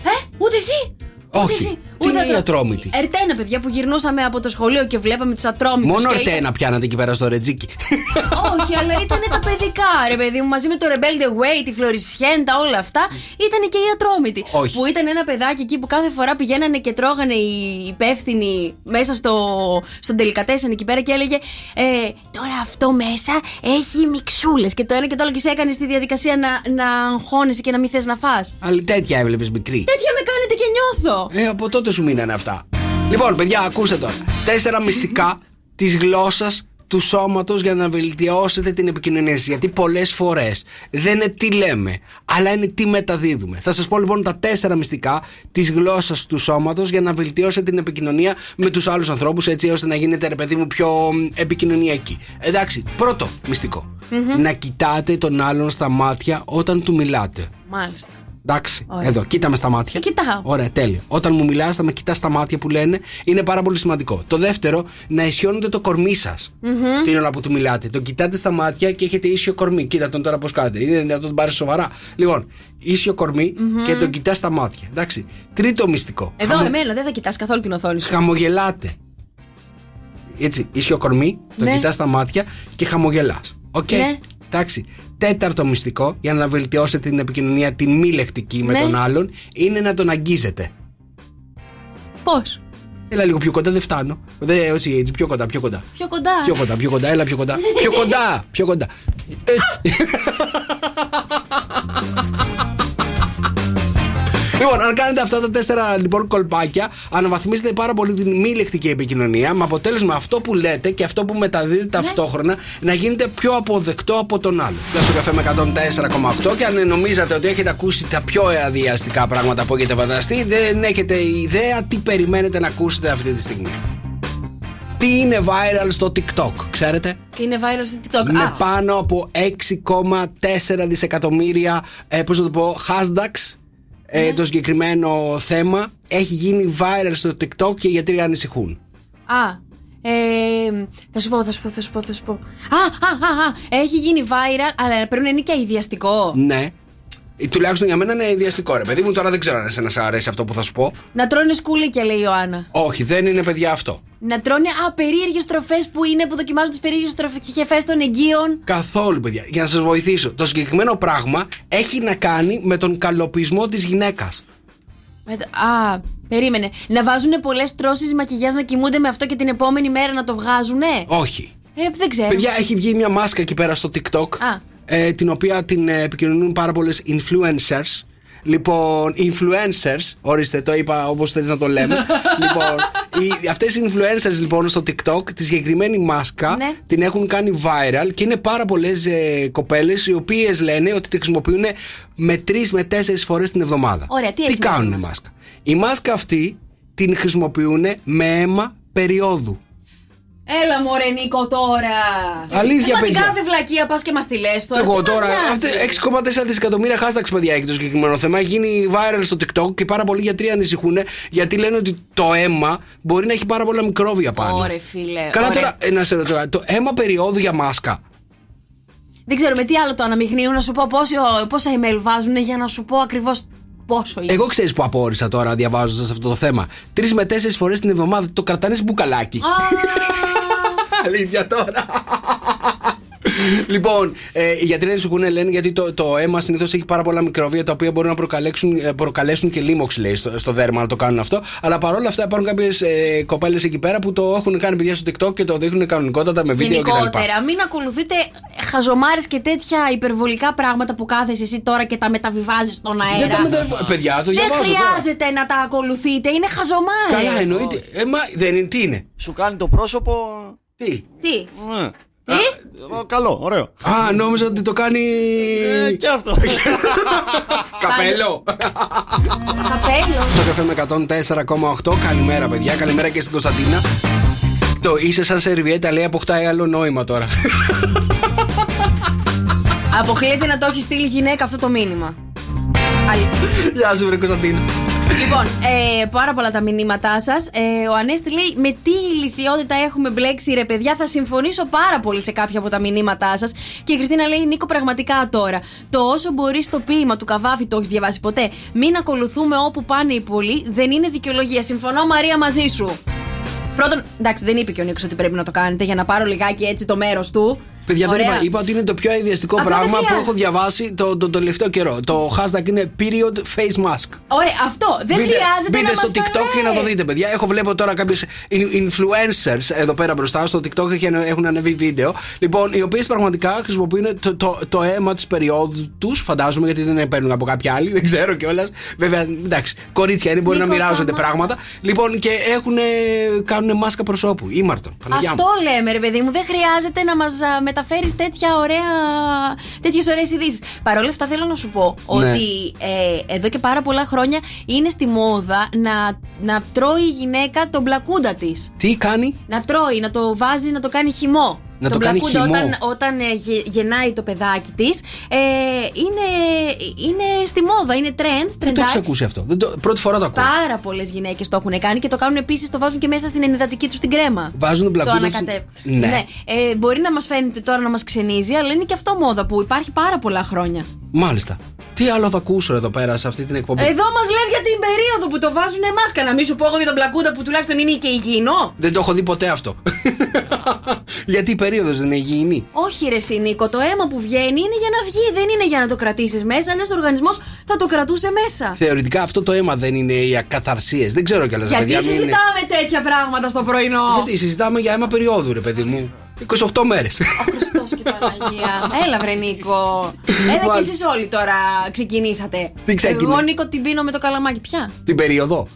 Speaker 5: Ε, ούτε εσύ.
Speaker 4: Όχι.
Speaker 5: εσύ,
Speaker 4: Τι είναι
Speaker 5: ατρό-
Speaker 4: η ατρόμητη.
Speaker 5: Ερτένα, παιδιά, που γυρνούσαμε από το σχολείο και βλέπαμε τους ατρόμητους.
Speaker 4: Μόνο
Speaker 5: και
Speaker 4: αρτένα πιάνατε εκεί πέρα στο ρετζίκι.
Speaker 5: όχι, αλλά ήταν τα παιδικά, ρε παιδί μου, μαζί με το Rebel The Way, τη Φλωρισιέντα, όλα αυτά. Ήταν και η Ατρόμητη.
Speaker 4: Όχι.
Speaker 5: Που ήταν ένα παιδάκι εκεί που κάθε φορά πηγαίνανε και τρώγανε οι υπεύθυνοι μέσα στο, στον τελικατέσσερα εκεί πέρα και έλεγε ε, Τώρα αυτό μέσα έχει μιξούλες. Και το ένα και το άλλο και σε έκανε στη διαδικασία να, να αγχώνεσαι και να μην θες να φά.
Speaker 4: Αλλά τέτοια έβλεπες μικρή.
Speaker 5: Τέτοια με κάνετε και νιώθω.
Speaker 4: Ε, από τότε σου μείνανε αυτά. Λοιπόν, παιδιά, ακούστε τώρα. Τέσσερα μυστικά της γλώσσας του σώματος για να βελτιώσετε την επικοινωνία σας. Γιατί πολλές φορές δεν είναι τι λέμε, αλλά είναι τι μεταδίδουμε. Θα σας πω λοιπόν τα τέσσερα μυστικά της γλώσσας του σώματος για να βελτιώσετε την επικοινωνία με τους άλλους ανθρώπους έτσι ώστε να γίνετε ρε παιδί μου πιο μ, επικοινωνιακοί. Εντάξει, πρώτο μυστικό.
Speaker 5: Μμμ.
Speaker 4: Να κοιτάτε τον άλλον στα μάτια όταν του μιλάτε.
Speaker 5: Μάλιστα.
Speaker 4: Εντάξει.
Speaker 5: Ωραία.
Speaker 4: Εδώ, κοίτα με στα μάτια.
Speaker 5: Σε κοιτάω.
Speaker 4: Ωραία, τέλεια. Όταν μου μιλάς, θα με κοιτάς στα μάτια που λένε. Είναι πάρα πολύ σημαντικό. Το δεύτερο, να ισιώνετε το κορμί σας.
Speaker 5: Μμμ.
Speaker 4: Την ώρα που του μιλάτε. Το κοιτάτε στα μάτια και έχετε ίσιο κορμί. Κοίτα τον τώρα πώς κάνετε. Είναι δυνατόν να τον πάρεις σοβαρά. Λοιπόν, ίσιο κορμί
Speaker 5: Μμμ. Ε,
Speaker 4: και τον κοιτάς στα μάτια. Εντάξει. Τρίτο μυστικό.
Speaker 5: Εδώ
Speaker 4: Χαμο-
Speaker 5: εμένα δεν θα κοιτάς καθόλου την οθόνη σου.
Speaker 4: Χαμογελάτε. Έτσι, ίσιο κορμί, τον
Speaker 5: Ναι.
Speaker 4: κοιτάς στα μάτια και χαμογελάς. Οκ.
Speaker 5: Ναι.
Speaker 4: Εντάξει. Τέταρτο μυστικό για να βελτιώσετε την επικοινωνία, την μη λεκτική με
Speaker 5: Ναι.
Speaker 4: τον άλλον, είναι να τον αγγίζετε.
Speaker 5: Πώς.
Speaker 4: Έλα λίγο πιο κοντά, δεν φτάνω. Δεν, όχι, έτσι, πιο κοντά, πιο κοντά.
Speaker 5: Πιο κοντά.
Speaker 4: Πιο κοντά, πιο κοντά, έλα πιο κοντά. Πιο κοντά, πιο κοντά. Έτσι. Λοιπόν, αν κάνετε αυτά τα τέσσερα λοιπόν κολπάκια, αναβαθμίζετε πάρα πολύ την μη λεκτική επικοινωνία με αποτέλεσμα αυτό που λέτε και αυτό που μεταδίδετε ταυτόχρονα να γίνεται πιο αποδεκτό από τον άλλο. Γεια στο καφέ με 104,8 και αν νομίζατε ότι έχετε ακούσει τα πιο αδιαστικά πράγματα που έχετε φανταστεί, δεν έχετε ιδέα τι περιμένετε να ακούσετε αυτή τη στιγμή. Τι είναι viral στο TikTok, ξέρετε?
Speaker 5: Είναι viral στο TikTok.
Speaker 4: με
Speaker 5: Α,
Speaker 4: πάνω από 6,4 δισεκατομμύρια ε, πώς να το πω, hashtags ε, το συγκεκριμένο θέμα έχει γίνει viral στο TikTok και γιατί ανησυχούν.
Speaker 5: α. Ε, θα σου πω, θα σου πω, θα σου πω, θα σου πω. Α, α, α, α. Έχει γίνει viral, αλλά πρέπει να είναι και αειδιαστικό.
Speaker 4: Ναι. Ε, Τουλάχιστον για μένα είναι ιδιαστικό ρε παιδί μου. Τώρα δεν ξέρω αν εσένα σε αρέσει αυτό που θα σου πω.
Speaker 5: Να τρώνε σκουλίκια, λέει η Ιωάννα.
Speaker 4: Όχι, δεν είναι παιδιά αυτό.
Speaker 5: Να τρώνε απερίεργε τροφές που είναι, που δοκιμάζουν τις περίεργες τροφές των εγγύων.
Speaker 4: Καθόλου, παιδιά. Για να σας βοηθήσω. Το συγκεκριμένο πράγμα έχει να κάνει με τον καλοπισμό της γυναίκας.
Speaker 5: Με το- Α, περίμενε. Να βάζουν πολλές τρώσεις μακιγιάς να κοιμούνται με αυτό και την επόμενη μέρα να το βγάζουνε.
Speaker 4: Όχι.
Speaker 5: Ε, δεν ξέρω.
Speaker 4: Παιδιά, έχει βγει μια μάσκα εκεί πέρα στο TikTok.
Speaker 5: Α.
Speaker 4: Ε, την οποία την ε, επικοινωνούν πάρα πολλές influencers. Λοιπόν, influencers, ορίστε, το είπα όπως θέλεις να το λέμε. λοιπόν, οι, αυτές οι influencers λοιπόν στο TikTok, τη συγκεκριμένη μάσκα,
Speaker 5: Ναι.
Speaker 4: την έχουν κάνει viral και είναι πάρα πολλές ε, κοπέλες οι οποίες λένε ότι τη χρησιμοποιούν με τρεις με τέσσερις φορές την εβδομάδα.
Speaker 5: Ωραία, τι έχει μέσα
Speaker 4: κάνουν
Speaker 5: η
Speaker 4: η μάσκα. Η μάσκα αυτή την χρησιμοποιούν με αίμα περίοδου.
Speaker 5: Έλα μωρέ Νίκο τώρα.
Speaker 4: Αλήθεια,
Speaker 5: Μα την
Speaker 4: παιδιά.
Speaker 5: κάθε βλακεία πας και μας τη λες τώρα.
Speaker 4: Εγώ
Speaker 5: Τι μας
Speaker 4: τώρα.
Speaker 5: νοιάζει.
Speaker 4: Αυτή, 6,4 δισεκατομμύρια hashtags, παιδιά, έχει το συγκεκριμένο θέμα. Έχει γίνει viral στο TikTok και πάρα πολλοί γιατροί ανησυχούν γιατί λένε ότι το αίμα μπορεί να έχει πάρα πολλά μικρόβια πάνω.
Speaker 5: Ωρε φίλε.
Speaker 4: Καλά
Speaker 5: ωρε.
Speaker 4: τώρα, ε, να σε ρωτήσω κάτι. Το αίμα περίοδου για μάσκα.
Speaker 5: Δεν ξέρω με τι άλλο το αναμειγνύουν να σου πω πόσο- πόσα email βάζουν για να σου πω ακριβώς πόσο είναι.
Speaker 4: Εγώ ξέρεις που απόρρισα τώρα διαβάζοντας αυτό το θέμα. Τρεις με τέσσερις φορές την εβδομάδα το κρατάνε μπουκαλάκι. Αλήθεια τώρα. λοιπόν, ε, οι γιατροί ανησυχούν, λένε, γιατί το, το αίμα συνήθως έχει πάρα πολλά μικρόβια τα οποία μπορούν να προκαλέσουν, ε, προκαλέσουν και λίμωξη, λέει, στο, στο δέρμα να το κάνουν αυτό. Αλλά παρόλα αυτά υπάρχουν κάποιες ε, κοπέλες εκεί πέρα που το έχουν κάνει παιδιά στο TikTok και το δείχνουν κανονικότατα με βίντεο κτλ.
Speaker 5: Γενικότερα, μην ακολουθείτε χαζομάρες και τέτοια υπερβολικά πράγματα που κάθεσαι εσύ τώρα και τα μεταβιβάζεις στον αέρα.
Speaker 4: Δεν τα μετα... Παιδιά, το
Speaker 5: Δεν
Speaker 4: διαβάζω τώρα.
Speaker 5: χρειάζεται να τα ακολουθείτε, είναι χαζομάρες.
Speaker 4: Καλά, εννοείται. Ε, μα, δεν είναι, τι είναι.
Speaker 2: Σου κάνει το πρόσωπο.
Speaker 4: Τι.
Speaker 5: Τι.
Speaker 2: Ναι. Ε, Καλό, ωραίο.
Speaker 4: Α, νόμιζα ότι το κάνει.
Speaker 2: Ε, και αυτό.
Speaker 4: Καπέλο.
Speaker 5: Καπέλο.
Speaker 4: Το καφέ με 104,8. Καλημέρα, παιδιά. Καλημέρα και στην Κωνσταντίνα. Το είσαι σαν σερβιέτα, λέει, αποκτάει άλλο νόημα τώρα.
Speaker 5: Αποκλείεται να το έχει στείλει γυναίκα αυτό το μήνυμα. Αλήθεια.
Speaker 4: Γεια σου, βρε Κωνσταντίνα.
Speaker 5: λοιπόν, ε, πάρα πολλά τα μηνύματά σας. ο Ανέστη λέει: Με τι ηλικιότητα έχουμε μπλέξει, ρε παιδιά. Θα συμφωνήσω πάρα πολύ σε κάποια από τα μηνύματά σας. Και η Χριστίνα λέει: Νίκο, πραγματικά τώρα. Το όσο μπορείς στο ποίημα του Καβάφη, το έχεις διαβάσει ποτέ. Μην ακολουθούμε όπου πάνε οι πολλοί. Δεν είναι δικαιολογία. Συμφωνώ, Μαρία, μαζί σου. Πρώτον, εντάξει, δεν είπε και ο Νίκος ότι πρέπει να το κάνετε για να πάρω λιγάκι έτσι το μέρος του.
Speaker 4: Παιδιά, δεν
Speaker 5: Ωραία.
Speaker 4: είπα, είπα ότι είναι το πιο αειδιαστικό
Speaker 5: Απλά
Speaker 4: πράγμα
Speaker 5: δεν
Speaker 4: που
Speaker 5: χρειάζεται.
Speaker 4: έχω διαβάσει τον το, τελευταίο καιρό. Το hashtag είναι period face mask.
Speaker 5: Ωραία, αυτό. Δεν
Speaker 4: μπείτε,
Speaker 5: χρειάζεται
Speaker 4: μπείτε
Speaker 5: να
Speaker 4: στο
Speaker 5: μας τα
Speaker 4: TikTok και
Speaker 5: λες.
Speaker 4: να το δείτε, παιδιά. Έχω βλέπω τώρα κάποιους influencers εδώ πέρα μπροστά. Στο TikTok έχει- έχουν ανέβει βίντεο. Λοιπόν, οι οποίες πραγματικά χρησιμοποιούν το, το, το αίμα της περίοδου τους. Φαντάζομαι γιατί δεν παίρνουν από κάποια άλλη. Δεν ξέρω κιόλας. Βέβαια, εντάξει, κορίτσια είναι, μπορεί
Speaker 5: Νίκο,
Speaker 4: να μοιράζονται
Speaker 5: σταμάτα.
Speaker 4: πράγματα. Λοιπόν, και έχουν, κάνουν μάσκα προσώπου. Ήμαρτον. Παναγιά μου.
Speaker 5: Αυτό λέμε, ρε παιδί μου. Δεν χρειάζεται να μας μεταφέρει τέτοια ωραία. τέτοιες ωραίες ειδήσεις. Παρ' όλα αυτά, θέλω να σου πω
Speaker 4: Ναι.
Speaker 5: ότι ε, εδώ και πάρα πολλά χρόνια είναι στη μόδα να, να τρώει η γυναίκα τον πλακούντα της.
Speaker 4: Τι κάνει.
Speaker 5: Να τρώει, να το βάζει, να το κάνει χυμό.
Speaker 4: Να
Speaker 5: τον
Speaker 4: το κάνει
Speaker 5: πλακούντα
Speaker 4: χυμό.
Speaker 5: Όταν, όταν ε, γε- γεννάει το παιδάκι της, ε, είναι, είναι στη μόδα μόδα, είναι trend.
Speaker 4: Δεν το
Speaker 5: τρεντάκι.
Speaker 4: έχεις ακούσει αυτό. Δεν το- Πρώτη φορά το ακούω.
Speaker 5: Πάρα πολλές γυναίκες το έχουν κάνει και το κάνουν επίσης, το βάζουν και μέσα στην ενυδατική τους την κρέμα.
Speaker 4: Βάζουν τον
Speaker 5: Το
Speaker 4: πλακούντα στην-
Speaker 5: ανακατεύουν.
Speaker 4: Ναι.
Speaker 5: Ε, μπορεί να μας φαίνεται τώρα να μας ξενίζει, αλλά είναι και αυτό μόδα που υπάρχει πάρα πολλά χρόνια.
Speaker 4: Μάλιστα. Τι άλλο θα ακούσω εδώ πέρα σε αυτή την εκπομπή.
Speaker 5: Εδώ μας λες για την περίοδο που το βάζουν εμάς. Κανα μη σου πω εγώ για τον πλακούντα που τουλάχιστον είναι και υγιεινό.
Speaker 4: Δεν το έχω δει ποτέ αυτό. Γιατί η περίοδος δεν είναι υγιεινή.
Speaker 5: Όχι, ρε Σινίκο, το αίμα που βγαίνει είναι για να βγει, δεν είναι για να το κρατήσεις μέσα. Αλλιώς ο οργανισμός θα το κρατούσε μέσα.
Speaker 4: Θεωρητικά αυτό το αίμα δεν είναι οι ακαθαρσίες. Δεν ξέρω κιόλας,
Speaker 5: Γιατί
Speaker 4: παιδιά. μην είναι-
Speaker 5: συζητάμε τέτοια πράγματα στο πρωινό.
Speaker 4: Γιατί συζητάμε για αίμα περίοδου, ρε παιδί μου. 28 μέρε.
Speaker 5: Παναγία. Έλα, βρε Νίκο. Έλα κι
Speaker 4: Μάλιστα.
Speaker 5: εσείς όλοι τώρα ξεκινήσατε.
Speaker 4: Τι ξεκινή-
Speaker 5: Εγώ, Νίκο, την πίνω με το καλαμάκι. Πια.
Speaker 4: την περίοδο.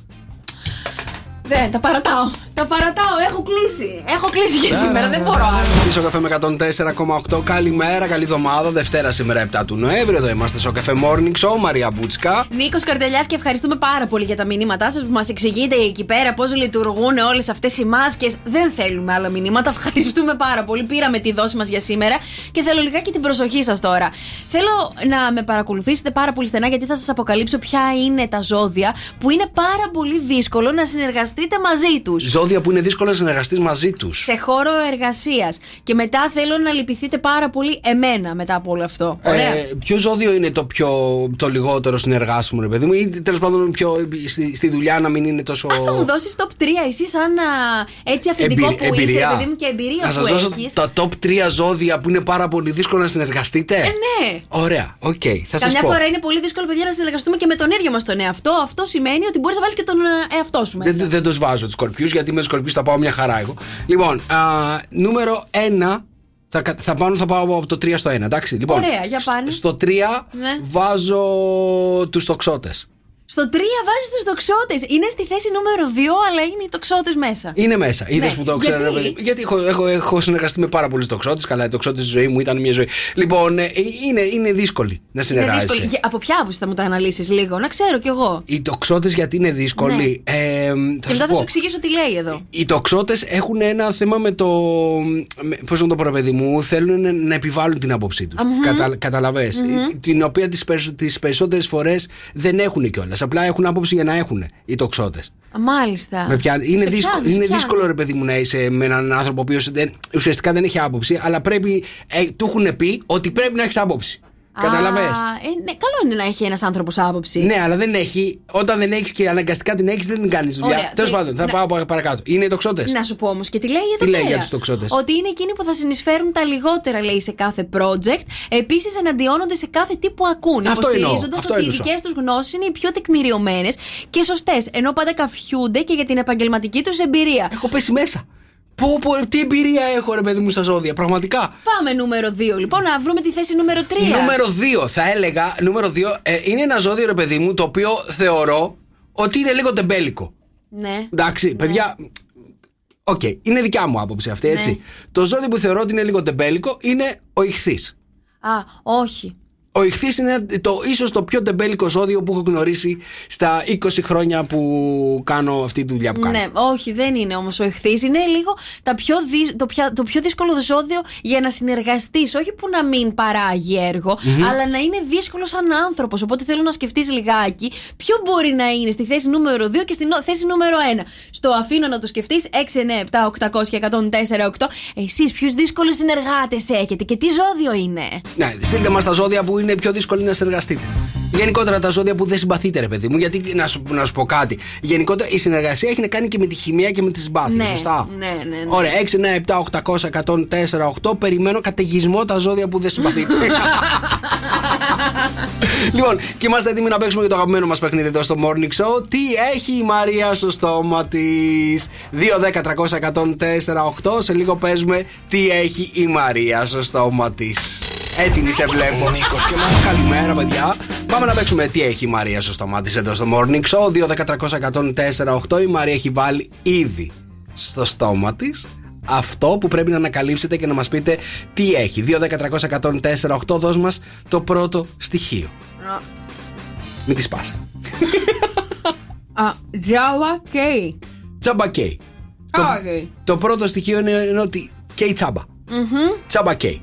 Speaker 5: Δεν, τα παρατάω. Τα παρατάω. Έχω κλείσει. Έχω κλείσει για σήμερα. Δεν μπορώ άλλο.
Speaker 4: Πίσω καφέ με 104,8. Καλημέρα, καλή εβδομάδα. Δευτέρα σήμερα 7 του Νοέμβρη. Εδώ είμαστε στο καφέ Morning Show. Μαρία Μπουτσκα.
Speaker 5: Νίκος Καρτελιάς, και ευχαριστούμε πάρα πολύ για τα μηνύματά σας που μας εξηγείτε εκεί πέρα πώς λειτουργούν όλες αυτές οι μάσκες. Δεν θέλουμε άλλα μηνύματα. Ευχαριστούμε πάρα πολύ. Πήραμε τη δόση μας για σήμερα και θέλω λιγάκι την προσοχή σας τώρα. Θέλω να με παρακολουθήσετε πάρα πολύ στενά γιατί θα σας αποκαλύψω ποια είναι τα ζώδια που είναι πάρα πολύ δύσκολο να συνεργαστείτε μαζί τους.
Speaker 4: Ζώδια που είναι δύσκολο να συνεργαστείς μαζί τους.
Speaker 5: Σε χώρο εργασίας. Και μετά θέλω να λυπηθείτε πάρα πολύ εμένα μετά από όλο αυτό. Ωραία.
Speaker 4: Ε, ποιο ζώδιο είναι το, πιο, το λιγότερο συνεργάσιμο, ρε παιδί μου, ή τέλος πάντων πιο, στη, στη δουλειά να μην είναι τόσο.
Speaker 5: Θα μου δώσεις top 3 εσύ, σαν α, έτσι αφεντικό
Speaker 4: Εμπειρι-
Speaker 5: που είσαι, ρε παιδί μου, και εμπειρία
Speaker 4: Να
Speaker 5: που
Speaker 4: σα δώσω
Speaker 5: έχεις.
Speaker 4: τα top 3 ζώδια που είναι πάρα πολύ δύσκολο να συνεργαστείτε.
Speaker 5: Ε, ναι.
Speaker 4: Ωραία, οκ, θα σας πω.
Speaker 5: Καμιά φορά είναι πολύ δύσκολο, παιδιά, να συνεργαστούμε και με τον ίδιο μας τον εαυτό. Αυτό σημαίνει ότι μπορείς να βάλεις και τον ε, εαυτό σου μέσα.
Speaker 4: Δεν, δεν τους βάζω τους σκορπιού, γιατί με του σκορπιού θα πάω μια χαρά εγώ. Λοιπόν, α, νούμερο 1. Θα, κα- θα, πάνω, θα πάω από το 3 στο 1, εντάξει. Λοιπόν,
Speaker 5: Ωραία, για πάνε.
Speaker 4: Στο 3
Speaker 5: Ναι.
Speaker 4: βάζω τους τοξότες.
Speaker 5: Στο 3 βάζεις τους τοξότες. Είναι στη θέση νούμερο 2, αλλά είναι οι τοξότες μέσα.
Speaker 4: Είναι μέσα. Είδες που το ξέρω.
Speaker 5: Ναι. Γιατί?
Speaker 4: ρε παιδί. γιατί έχω, έχω, έχω συνεργαστεί με πάρα πολλούς τοξότες. Καλά, οι τοξότες τη ζωή μου ήταν μια ζωή. Λοιπόν, ε, είναι, είναι δύσκολη να
Speaker 5: Είναι
Speaker 4: συνεργάζεσαι.
Speaker 5: δύσκολο. Για- Από ποια άποψη θα μου τα αναλύσεις λίγο, να ξέρω κι εγώ.
Speaker 4: Οι τοξότες γιατί είναι δύσκολοι. Ε, θα
Speaker 5: Ναι. και μετά θα
Speaker 4: πω.
Speaker 5: σου εξηγήσω τι λέει εδώ.
Speaker 4: Οι τοξότες έχουν ένα θέμα με το. Πώς να το πω, ρε παιδί μου, θέλουν να επιβάλλουν την άποψή τους.
Speaker 5: Αμμμ.
Speaker 4: καταλαβες
Speaker 5: Μμμ.
Speaker 4: Την οποία τις περισ... περισσότερες φορές δεν έχουν κιόλα. Απλά έχουν άποψη για να έχουν οι τοξότες.
Speaker 5: Α, Μάλιστα.
Speaker 4: Με πιάνει. Είναι,
Speaker 5: Σε
Speaker 4: δύσκολο,
Speaker 5: πιάνει, σε
Speaker 4: είναι
Speaker 5: πιάνεις.
Speaker 4: δύσκολο, ρε παιδί μου, να είσαι με έναν άνθρωπο ο οποίος ουσιαστικά δεν έχει άποψη, αλλά πρέπει. Ε, του έχουν πει ότι πρέπει να έχεις άποψη.
Speaker 5: Α,
Speaker 4: Καταλαβες
Speaker 5: ε, ναι, καλό είναι να έχει ένας άνθρωπος άποψη.
Speaker 4: Ναι, αλλά δεν έχει. Όταν δεν έχεις και αναγκαστικά την έχεις, δεν την κάνεις δουλειά.
Speaker 5: Ωραία,
Speaker 4: Τέλος
Speaker 5: ναι,
Speaker 4: πάντων, θα
Speaker 5: ναι.
Speaker 4: πάω πα- παρακάτω. Είναι οι τοξότες.
Speaker 5: Να σου πω όμως και τι λέει εδώ
Speaker 4: Τι λέει
Speaker 5: πέρα.
Speaker 4: για τους τοξότες?
Speaker 5: Ότι είναι εκείνοι που θα συνεισφέρουν τα λιγότερα, λέει, σε κάθε project. Επίσης, εναντιώνονται σε κάθε τι που ακούν.
Speaker 4: Αυτό εννοώ,
Speaker 5: Υποστηρίζοντας
Speaker 4: αυτό
Speaker 5: ότι οι
Speaker 4: εννοούσα.
Speaker 5: δικές τους γνώσεις είναι οι πιο τεκμηριωμένες και σωστές. Ενώ πάντα καφιούνται και για την επαγγελματική τους εμπειρία.
Speaker 4: Έχω πέσει μέσα. Πω, πω, τι εμπειρία έχω, ρε παιδί μου, στα ζώδια. Πραγματικά.
Speaker 5: Πάμε νούμερο 2, λοιπόν, να βρούμε τη θέση νούμερο 3.
Speaker 4: Νούμερο 2, θα έλεγα. Νούμερο 2, ε, είναι ένα ζώδιο, ρε παιδί μου, το οποίο θεωρώ ότι είναι λίγο τεμπέλικο.
Speaker 5: Ναι.
Speaker 4: Εντάξει, παιδιά. Οκ, είναι δικιά μου άποψη αυτή, έτσι.
Speaker 5: Ναι.
Speaker 4: Το ζώδιο που θεωρώ ότι είναι λίγο τεμπέλικο είναι ο ηχθής.
Speaker 5: Α, όχι.
Speaker 4: Ο ηχθής είναι το, ίσως το πιο τεμπέλικο ζώδιο που έχω γνωρίσει στα 20 χρόνια που κάνω αυτή τη δουλειά που κάνω.
Speaker 5: Ναι, όχι, δεν είναι όμως ο εχθή. Είναι λίγο τα πιο δυ- το, πια- το πιο δύσκολο ζώδιο για να συνεργαστείς. Όχι που να μην παράγει έργο,
Speaker 13: Μμμ.
Speaker 5: αλλά να είναι δύσκολος σαν άνθρωπος. Οπότε θέλω να σκεφτείς λιγάκι ποιο μπορεί να είναι στη θέση νούμερο 2 και στη νο- θέση νούμερο 1. Στο αφήνω να το σκεφτείς 6, 9, 7, 800 104, 8. Εσείς ποιους δύσκολους συνεργάτες έχετε και τι ζώδιο είναι.
Speaker 4: Ναι, στείλτε μας τα ζώδια που είναι πιο δύσκολο να συνεργαστείτε. Γενικότερα τα ζώδια που δεν συμπαθείτε, ρε παιδί μου. Γιατί να σου, να σου πω κάτι. Γενικότερα η συνεργασία έχει να κάνει και με τη χημεία και με τις συμπάθειε,
Speaker 5: Ναι,
Speaker 4: σωστά.
Speaker 5: ναι, ναι, ναι.
Speaker 4: Ωραία, 6, 9, 7, 800, 104, 8. Περιμένω καταιγισμό τα ζώδια που δεν συμπαθείτε. λοιπόν, και είμαστε έτοιμοι να παίξουμε για το αγαπημένο μας παιχνίδι εδώ στο Morning Show. Τι έχει η Μαρία στο στόμα της. 2, 10, 300, 104, 8. Σε λίγο παίζουμε τι έχει η Μαρία στο στόμα της. Έτοιμη σε βλέπω. Νίκος και Μάρα. Καλημέρα, παιδιά. Πάμε να παίξουμε τι έχει η Μαρία στο στόμα τη εδώ στο Morning Show. 2, 10, 300, 104, 8. Η Μαρία έχει βάλει ήδη στο στόμα της αυτό που πρέπει να ανακαλύψετε και να μας πείτε τι έχει. 2, 10, 300, 104, 8. Δώσ' μας το πρώτο στοιχείο. Μην τη πα.
Speaker 5: Α, Τζάουα Κέι.
Speaker 4: Τσάμπα καίει. Το, το πρώτο στοιχείο είναι, είναι ότι καίει τσάμπα. Τσάμπα καίει.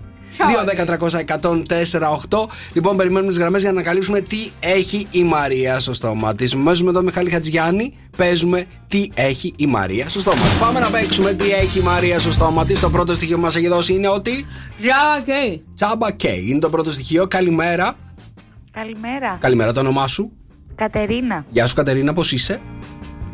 Speaker 4: 2-10-300-1048. Λοιπόν, περιμένουμε τις γραμμές για να ανακαλύψουμε τι έχει η Μαρία στο στόμα της. Μέσα με τον Μιχάλη Χατζιάννη παίζουμε τι έχει η Μαρία στο στόμα της. Πάμε να παίξουμε τι έχει η Μαρία στο στόμα της. Το πρώτο στοιχείο που μας έχει δώσει είναι ότι.
Speaker 5: Τσάμπα Κέι.
Speaker 4: Τσάμπα Κέι είναι το πρώτο στοιχείο. Καλημέρα.
Speaker 12: Καλημέρα.
Speaker 4: Καλημέρα το όνομά σου.
Speaker 12: Κατερίνα.
Speaker 4: Γεια σου Κατερίνα, πώς είσαι.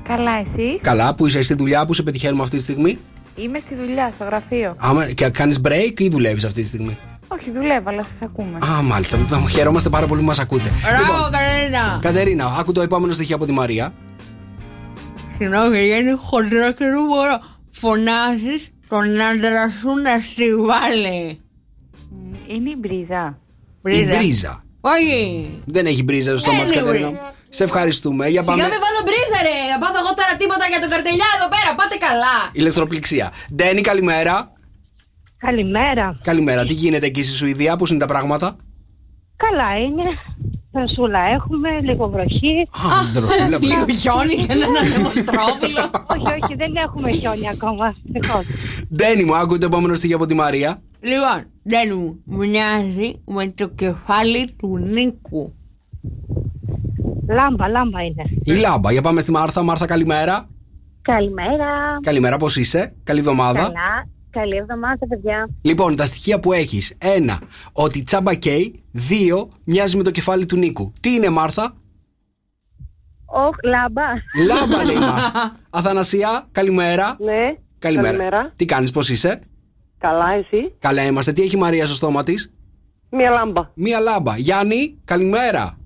Speaker 12: Καλά, εσύ.
Speaker 4: Καλά, που είσαι στη δουλειά, που σε πετυχαίνουμε αυτή τη στιγμή.
Speaker 12: Είμαι στη δουλειά, στο γραφείο.
Speaker 4: Άμα και κάνεις break ή δουλεύεις αυτή τη στιγμή.
Speaker 12: Όχι, δουλεύω, αλλά σας ακούμε.
Speaker 4: Α, μάλιστα. Χαιρόμαστε πάρα πολύ που μας ακούτε.
Speaker 5: Μπράβο, Καρένα.
Speaker 4: Κατερίνα, άκου το επόμενο στοιχείο από τη Μαρία.
Speaker 5: Συγγνώμη, είναι χοντρό και δεν μπορώ. Φωνάζεις τον άντρα σου να στη βάλει.
Speaker 12: Είναι η μπρίζα.
Speaker 4: Η μπρίζα.
Speaker 5: Όχι.
Speaker 4: Δεν έχει μπρίζα στο στόμα της,
Speaker 5: Anyway.
Speaker 4: Κατερίνα. Σε ευχαριστούμε. Για πάμε.
Speaker 5: Σιγά με βάλω μπρίζα, ρε. Πάθω εγώ τώρα τίποτα για τον καρτελιά εδώ πέρα. Πάτε καλά.
Speaker 4: Ηλεκτροπληξία. Ντένι, καλημέρα.
Speaker 11: Καλημέρα.
Speaker 4: Καλημέρα. Τι γίνεται εκεί στη Σουηδία, πώς είναι τα πράγματα.
Speaker 11: Καλά είναι. Φρασούλα έχουμε, λίγο βροχή.
Speaker 4: Ανδροσούλα,
Speaker 5: Λίγο χιόνι, κανένα δημοστρόβιλο.
Speaker 11: όχι, όχι, δεν έχουμε χιόνι ακόμα. ευτυχώς.
Speaker 4: Ντένι μου, άκου το επόμενο στοιχείο από τη Μαρία.
Speaker 5: Λοιπόν, δεν μου μοιάζει με το κεφάλι του Νίκου.
Speaker 11: Λάμπα, λάμπα είναι.
Speaker 4: Η λάμπα. Για πάμε στη Μάρθα. Μάρθα, καλημέρα.
Speaker 11: Καλημέρα.
Speaker 4: Καλημέρα, πώς είσαι. Καλή εβδομάδα.
Speaker 11: Καλά. Καλή εβδομάδα, παιδιά.
Speaker 4: Λοιπόν, τα στοιχεία που έχεις. Ένα, ότι η τσάμπα καίει. Δύο, μοιάζει με το κεφάλι του Νίκου. Τι είναι, Μάρθα?
Speaker 11: Οχ, λάμπα.
Speaker 4: Λάμπα, λέει η Μάρθα. Αθανασία, καλημέρα.
Speaker 11: Ναι.
Speaker 4: Καλημέρα. Τι κάνεις, πώς είσαι.
Speaker 11: Καλά, εσύ.
Speaker 4: Καλά είμαστε. Τι έχει η Μαρία στο στόμα της.
Speaker 11: Μία λάμπα.
Speaker 4: Μία λάμπα. Γιάννη, καλημέρα.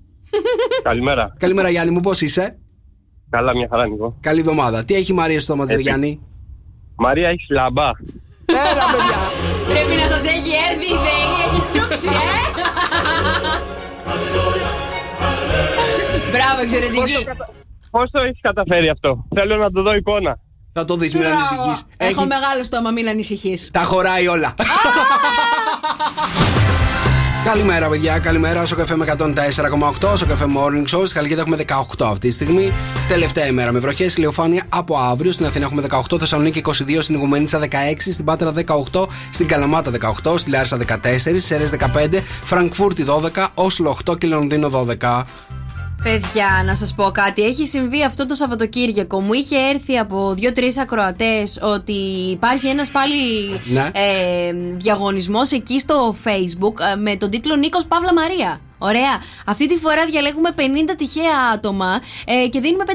Speaker 7: Καλημέρα.
Speaker 4: Καλημέρα, Γιάννη μου, πώς είσαι.
Speaker 7: Καλά, μια χαρά, Νικό.
Speaker 4: Καλή εβδομάδα. Τι έχει η Μαρία στο στόμα της,
Speaker 7: Έτσι.
Speaker 4: Γιάννη.
Speaker 7: Μαρία, έχεις λαμπά.
Speaker 4: Έλα, παιδιά.
Speaker 5: Πρέπει να σας έχει έρθει η ΔΕΗ, έχει τσούξει, ε! Μπράβο, εξαιρετική.
Speaker 7: Πώ το έχεις καταφέρει αυτό, Θέλω να το δω εικόνα.
Speaker 4: Θα το δεις, μην ανησυχείς.
Speaker 5: Έχω μεγάλο στόμα, μην ανησυχείς.
Speaker 4: Τα χωράει όλα. Καλημέρα, παιδιά. Καλημέρα. Στο καφέ με 104,8. Στο καφέ Morning Show. Στη Χαλκίδα έχουμε 18 αυτή τη στιγμή. Τελευταία ημέρα με βροχές. Ηλιοφάνεια από αύριο. Στην Αθήνα έχουμε 18. Θεσσαλονίκη 22. Στην Ιγουμενίτσα 16. Στην Πάτρα 18. Στην Καλαμάτα 18. Στη Λάρισα 14. Σέρες 15. Φραγκφούρτη 12. Όσλο 8 και Λονδίνο 12.
Speaker 5: Παιδιά, να σας πω κάτι. Έχει συμβεί αυτό το Σαββατοκύριακο. Μου είχε έρθει από δύο-τρει ακροατές ότι υπάρχει ένας πάλι
Speaker 4: Ναι.
Speaker 5: ε, διαγωνισμός εκεί στο Facebook ε, με τον τίτλο Νίκος Παύλα Μαρία. Ωραία. Αυτή τη φορά διαλέγουμε 50 τυχαία άτομα ε, και δίνουμε 5.000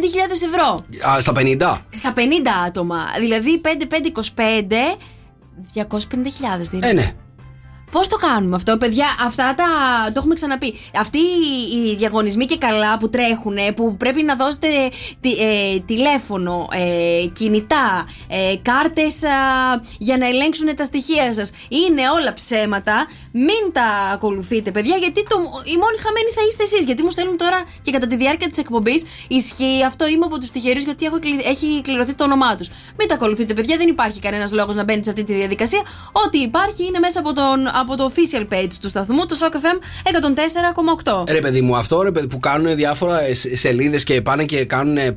Speaker 5: ευρώ.
Speaker 4: Α, στα 50.
Speaker 5: Στα 50 άτομα. Δηλαδή 5-5-25. 250.000 δίνουμε.
Speaker 4: Ε, ναι.
Speaker 5: Πώς το κάνουμε αυτό, παιδιά, αυτά τα. Το έχουμε ξαναπεί. Αυτοί οι- οι διαγωνισμοί και καλά που τρέχουν, που πρέπει να δώσετε τι- ε, τηλέφωνο, ε, κινητά, ε, κάρτες για να ελέγξουν τα στοιχεία σας. Είναι όλα ψέματα. Μην τα ακολουθείτε, παιδιά, γιατί το, η μόνη χαμένη θα είστε εσείς. Γιατί μου στέλνουν τώρα και κατά τη διάρκεια της εκπομπής ισχύει αυτό. Είμαι από τους τυχερούς γιατί έχω, κλει- έχει κληρωθεί το όνομά τους. Μην τα ακολουθείτε, παιδιά, δεν υπάρχει κανένας λόγος να μπαίνει σε αυτή τη διαδικασία. Ό,τι υπάρχει είναι μέσα από, τον, από το official page του σταθμού, το Shock FM 104,8.
Speaker 4: Ρε παιδί μου, αυτό ρε, παιδί, που κάνουν διάφορα σελίδες και πάνε και κάνουν ε,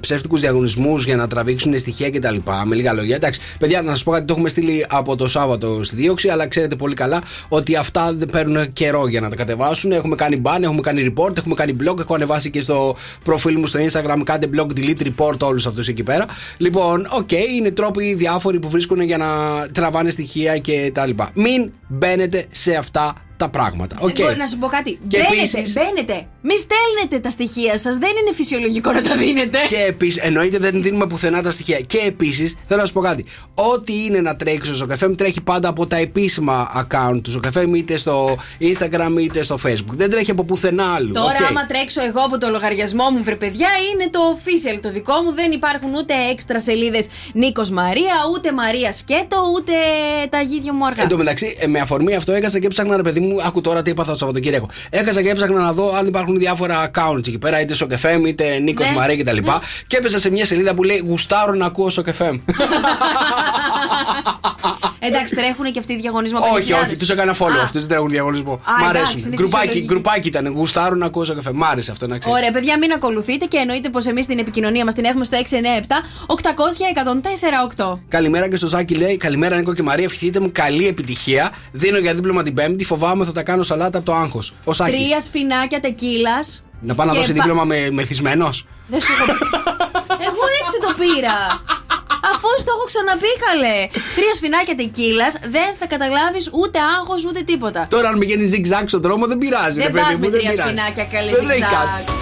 Speaker 4: ψεύτικους διαγωνισμούς για να τραβήξουν στοιχεία κτλ. Με λίγα λόγια. Εντάξει, παιδιά, να σας πω κάτι, το έχουμε στείλει από το Σάββατο στη δίωξη, αλλά ξέρετε πολύ καλά ότι αυτά δεν παίρνουν καιρό για να τα κατεβάσουν. Έχουμε κάνει μπαν, έχουμε κάνει report, έχουμε κάνει blog, έχω ανεβάσει και στο προφίλ μου στο Instagram. Κάντε blog, delete report όλους αυτούς εκεί πέρα. Λοιπόν, οκ, είναι τρόποι διάφοροι που βρίσκουν για να τραβάνε στοιχεία κτλ. Μην μπαίνετε σε αυτά τα πράγματα. Οκ.
Speaker 5: Εγώ Ε, να σου πω κάτι.
Speaker 4: Και
Speaker 5: μπαίνετε,
Speaker 4: επίσης-
Speaker 5: μπαίνετε. Μην στέλνετε τα στοιχεία σας. Δεν είναι φυσιολογικό να τα δίνετε.
Speaker 4: Και επίσης, εννοείται δεν δίνουμε πουθενά τα στοιχεία. Και επίσης, θέλω να σου πω κάτι. Ό,τι είναι να τρέξει στο καφέ μου τρέχει πάντα από τα επίσημα account του καφέ μου, είτε στο Instagram είτε στο Facebook. Δεν τρέχει από πουθενά άλλου.
Speaker 5: Τώρα,
Speaker 4: Οκ.
Speaker 5: άμα τρέξω εγώ από το λογαριασμό μου, βρε παιδιά, είναι το official το δικό μου. Δεν υπάρχουν ούτε έξτρα σελίδες Νίκος Μαρία, ούτε Μαρία Σκέτο, ούτε τα γίδια μου αργά.
Speaker 4: Εν τω μεταξύ, ε, με αφορμή αυτό έκασα και έψαχνα, ρε παιδί μου, άκου τώρα τι έπαθα το Σαββατοκύριακο. Έκασα και έψαχνα να δω αν υπάρχουν διάφορα accounts εκεί πέρα, είτε στο κεφέμ, είτε Νίκος
Speaker 5: Ναι. Ε,
Speaker 4: Μαρία κτλ. Και έπεσα σε μια σελίδα που λέει Γουστάρω να ακούω στο κεφέμ.
Speaker 5: Εντάξει, τρέχουν και αυτοί οι διαγωνισμοί. από
Speaker 4: Όχι,
Speaker 5: 50.000.
Speaker 4: όχι, τους έκανα follow.
Speaker 5: Α,
Speaker 4: Αυτούς δεν τρέχουν διαγωνισμό.
Speaker 5: Α,
Speaker 4: Μ'
Speaker 5: εντάξει,
Speaker 4: αρέσουν.
Speaker 5: είναι
Speaker 4: Γκρουπάκι,
Speaker 5: φυσιολογική.
Speaker 4: γκρουπάκι ήταν. Γουστάρουν να ακούω καφέ. Μ' άρεσε αυτό να ξέρεις.
Speaker 5: Ωραία, παιδιά, μην ακολουθείτε και εννοείται πως εμείς την επικοινωνία μας την έχουμε στο 697 800 1048.
Speaker 4: Καλημέρα και στο Ζάκη λέει: Καλημέρα Νίκο και Μαρία, ευχηθείτε μου καλή επιτυχία. Δίνω για δίπλωμα την Πέμπτη, φοβάμαι θα τα κάνω σαλάτα από το άγχος. Ο Σάκης.
Speaker 5: Τρία σφινάκια τεκίλας.
Speaker 4: Να πάω να
Speaker 5: και
Speaker 4: δώσει
Speaker 5: πα-
Speaker 4: δίπλωμα με μεθυσμένος.
Speaker 5: Δεν σου έχω πει. Εγώ έτσι το πήρα. Αφού σου το έχω ξαναπεί, καλέ. Τρία σφινάκια τεκίλας, δεν θα καταλάβεις ούτε άγχος ούτε τίποτα.
Speaker 4: Τώρα, αν πηγαίνεις zigzag στον δρόμο, δεν πειράζει.
Speaker 5: Δεν
Speaker 4: ρε παιδί
Speaker 5: πας
Speaker 4: μου,
Speaker 5: με
Speaker 4: δεν
Speaker 5: τρία
Speaker 4: πειράζει.
Speaker 5: σφινάκια, καλέ.
Speaker 4: Δεν λέει κάτι.
Speaker 5: zigzag.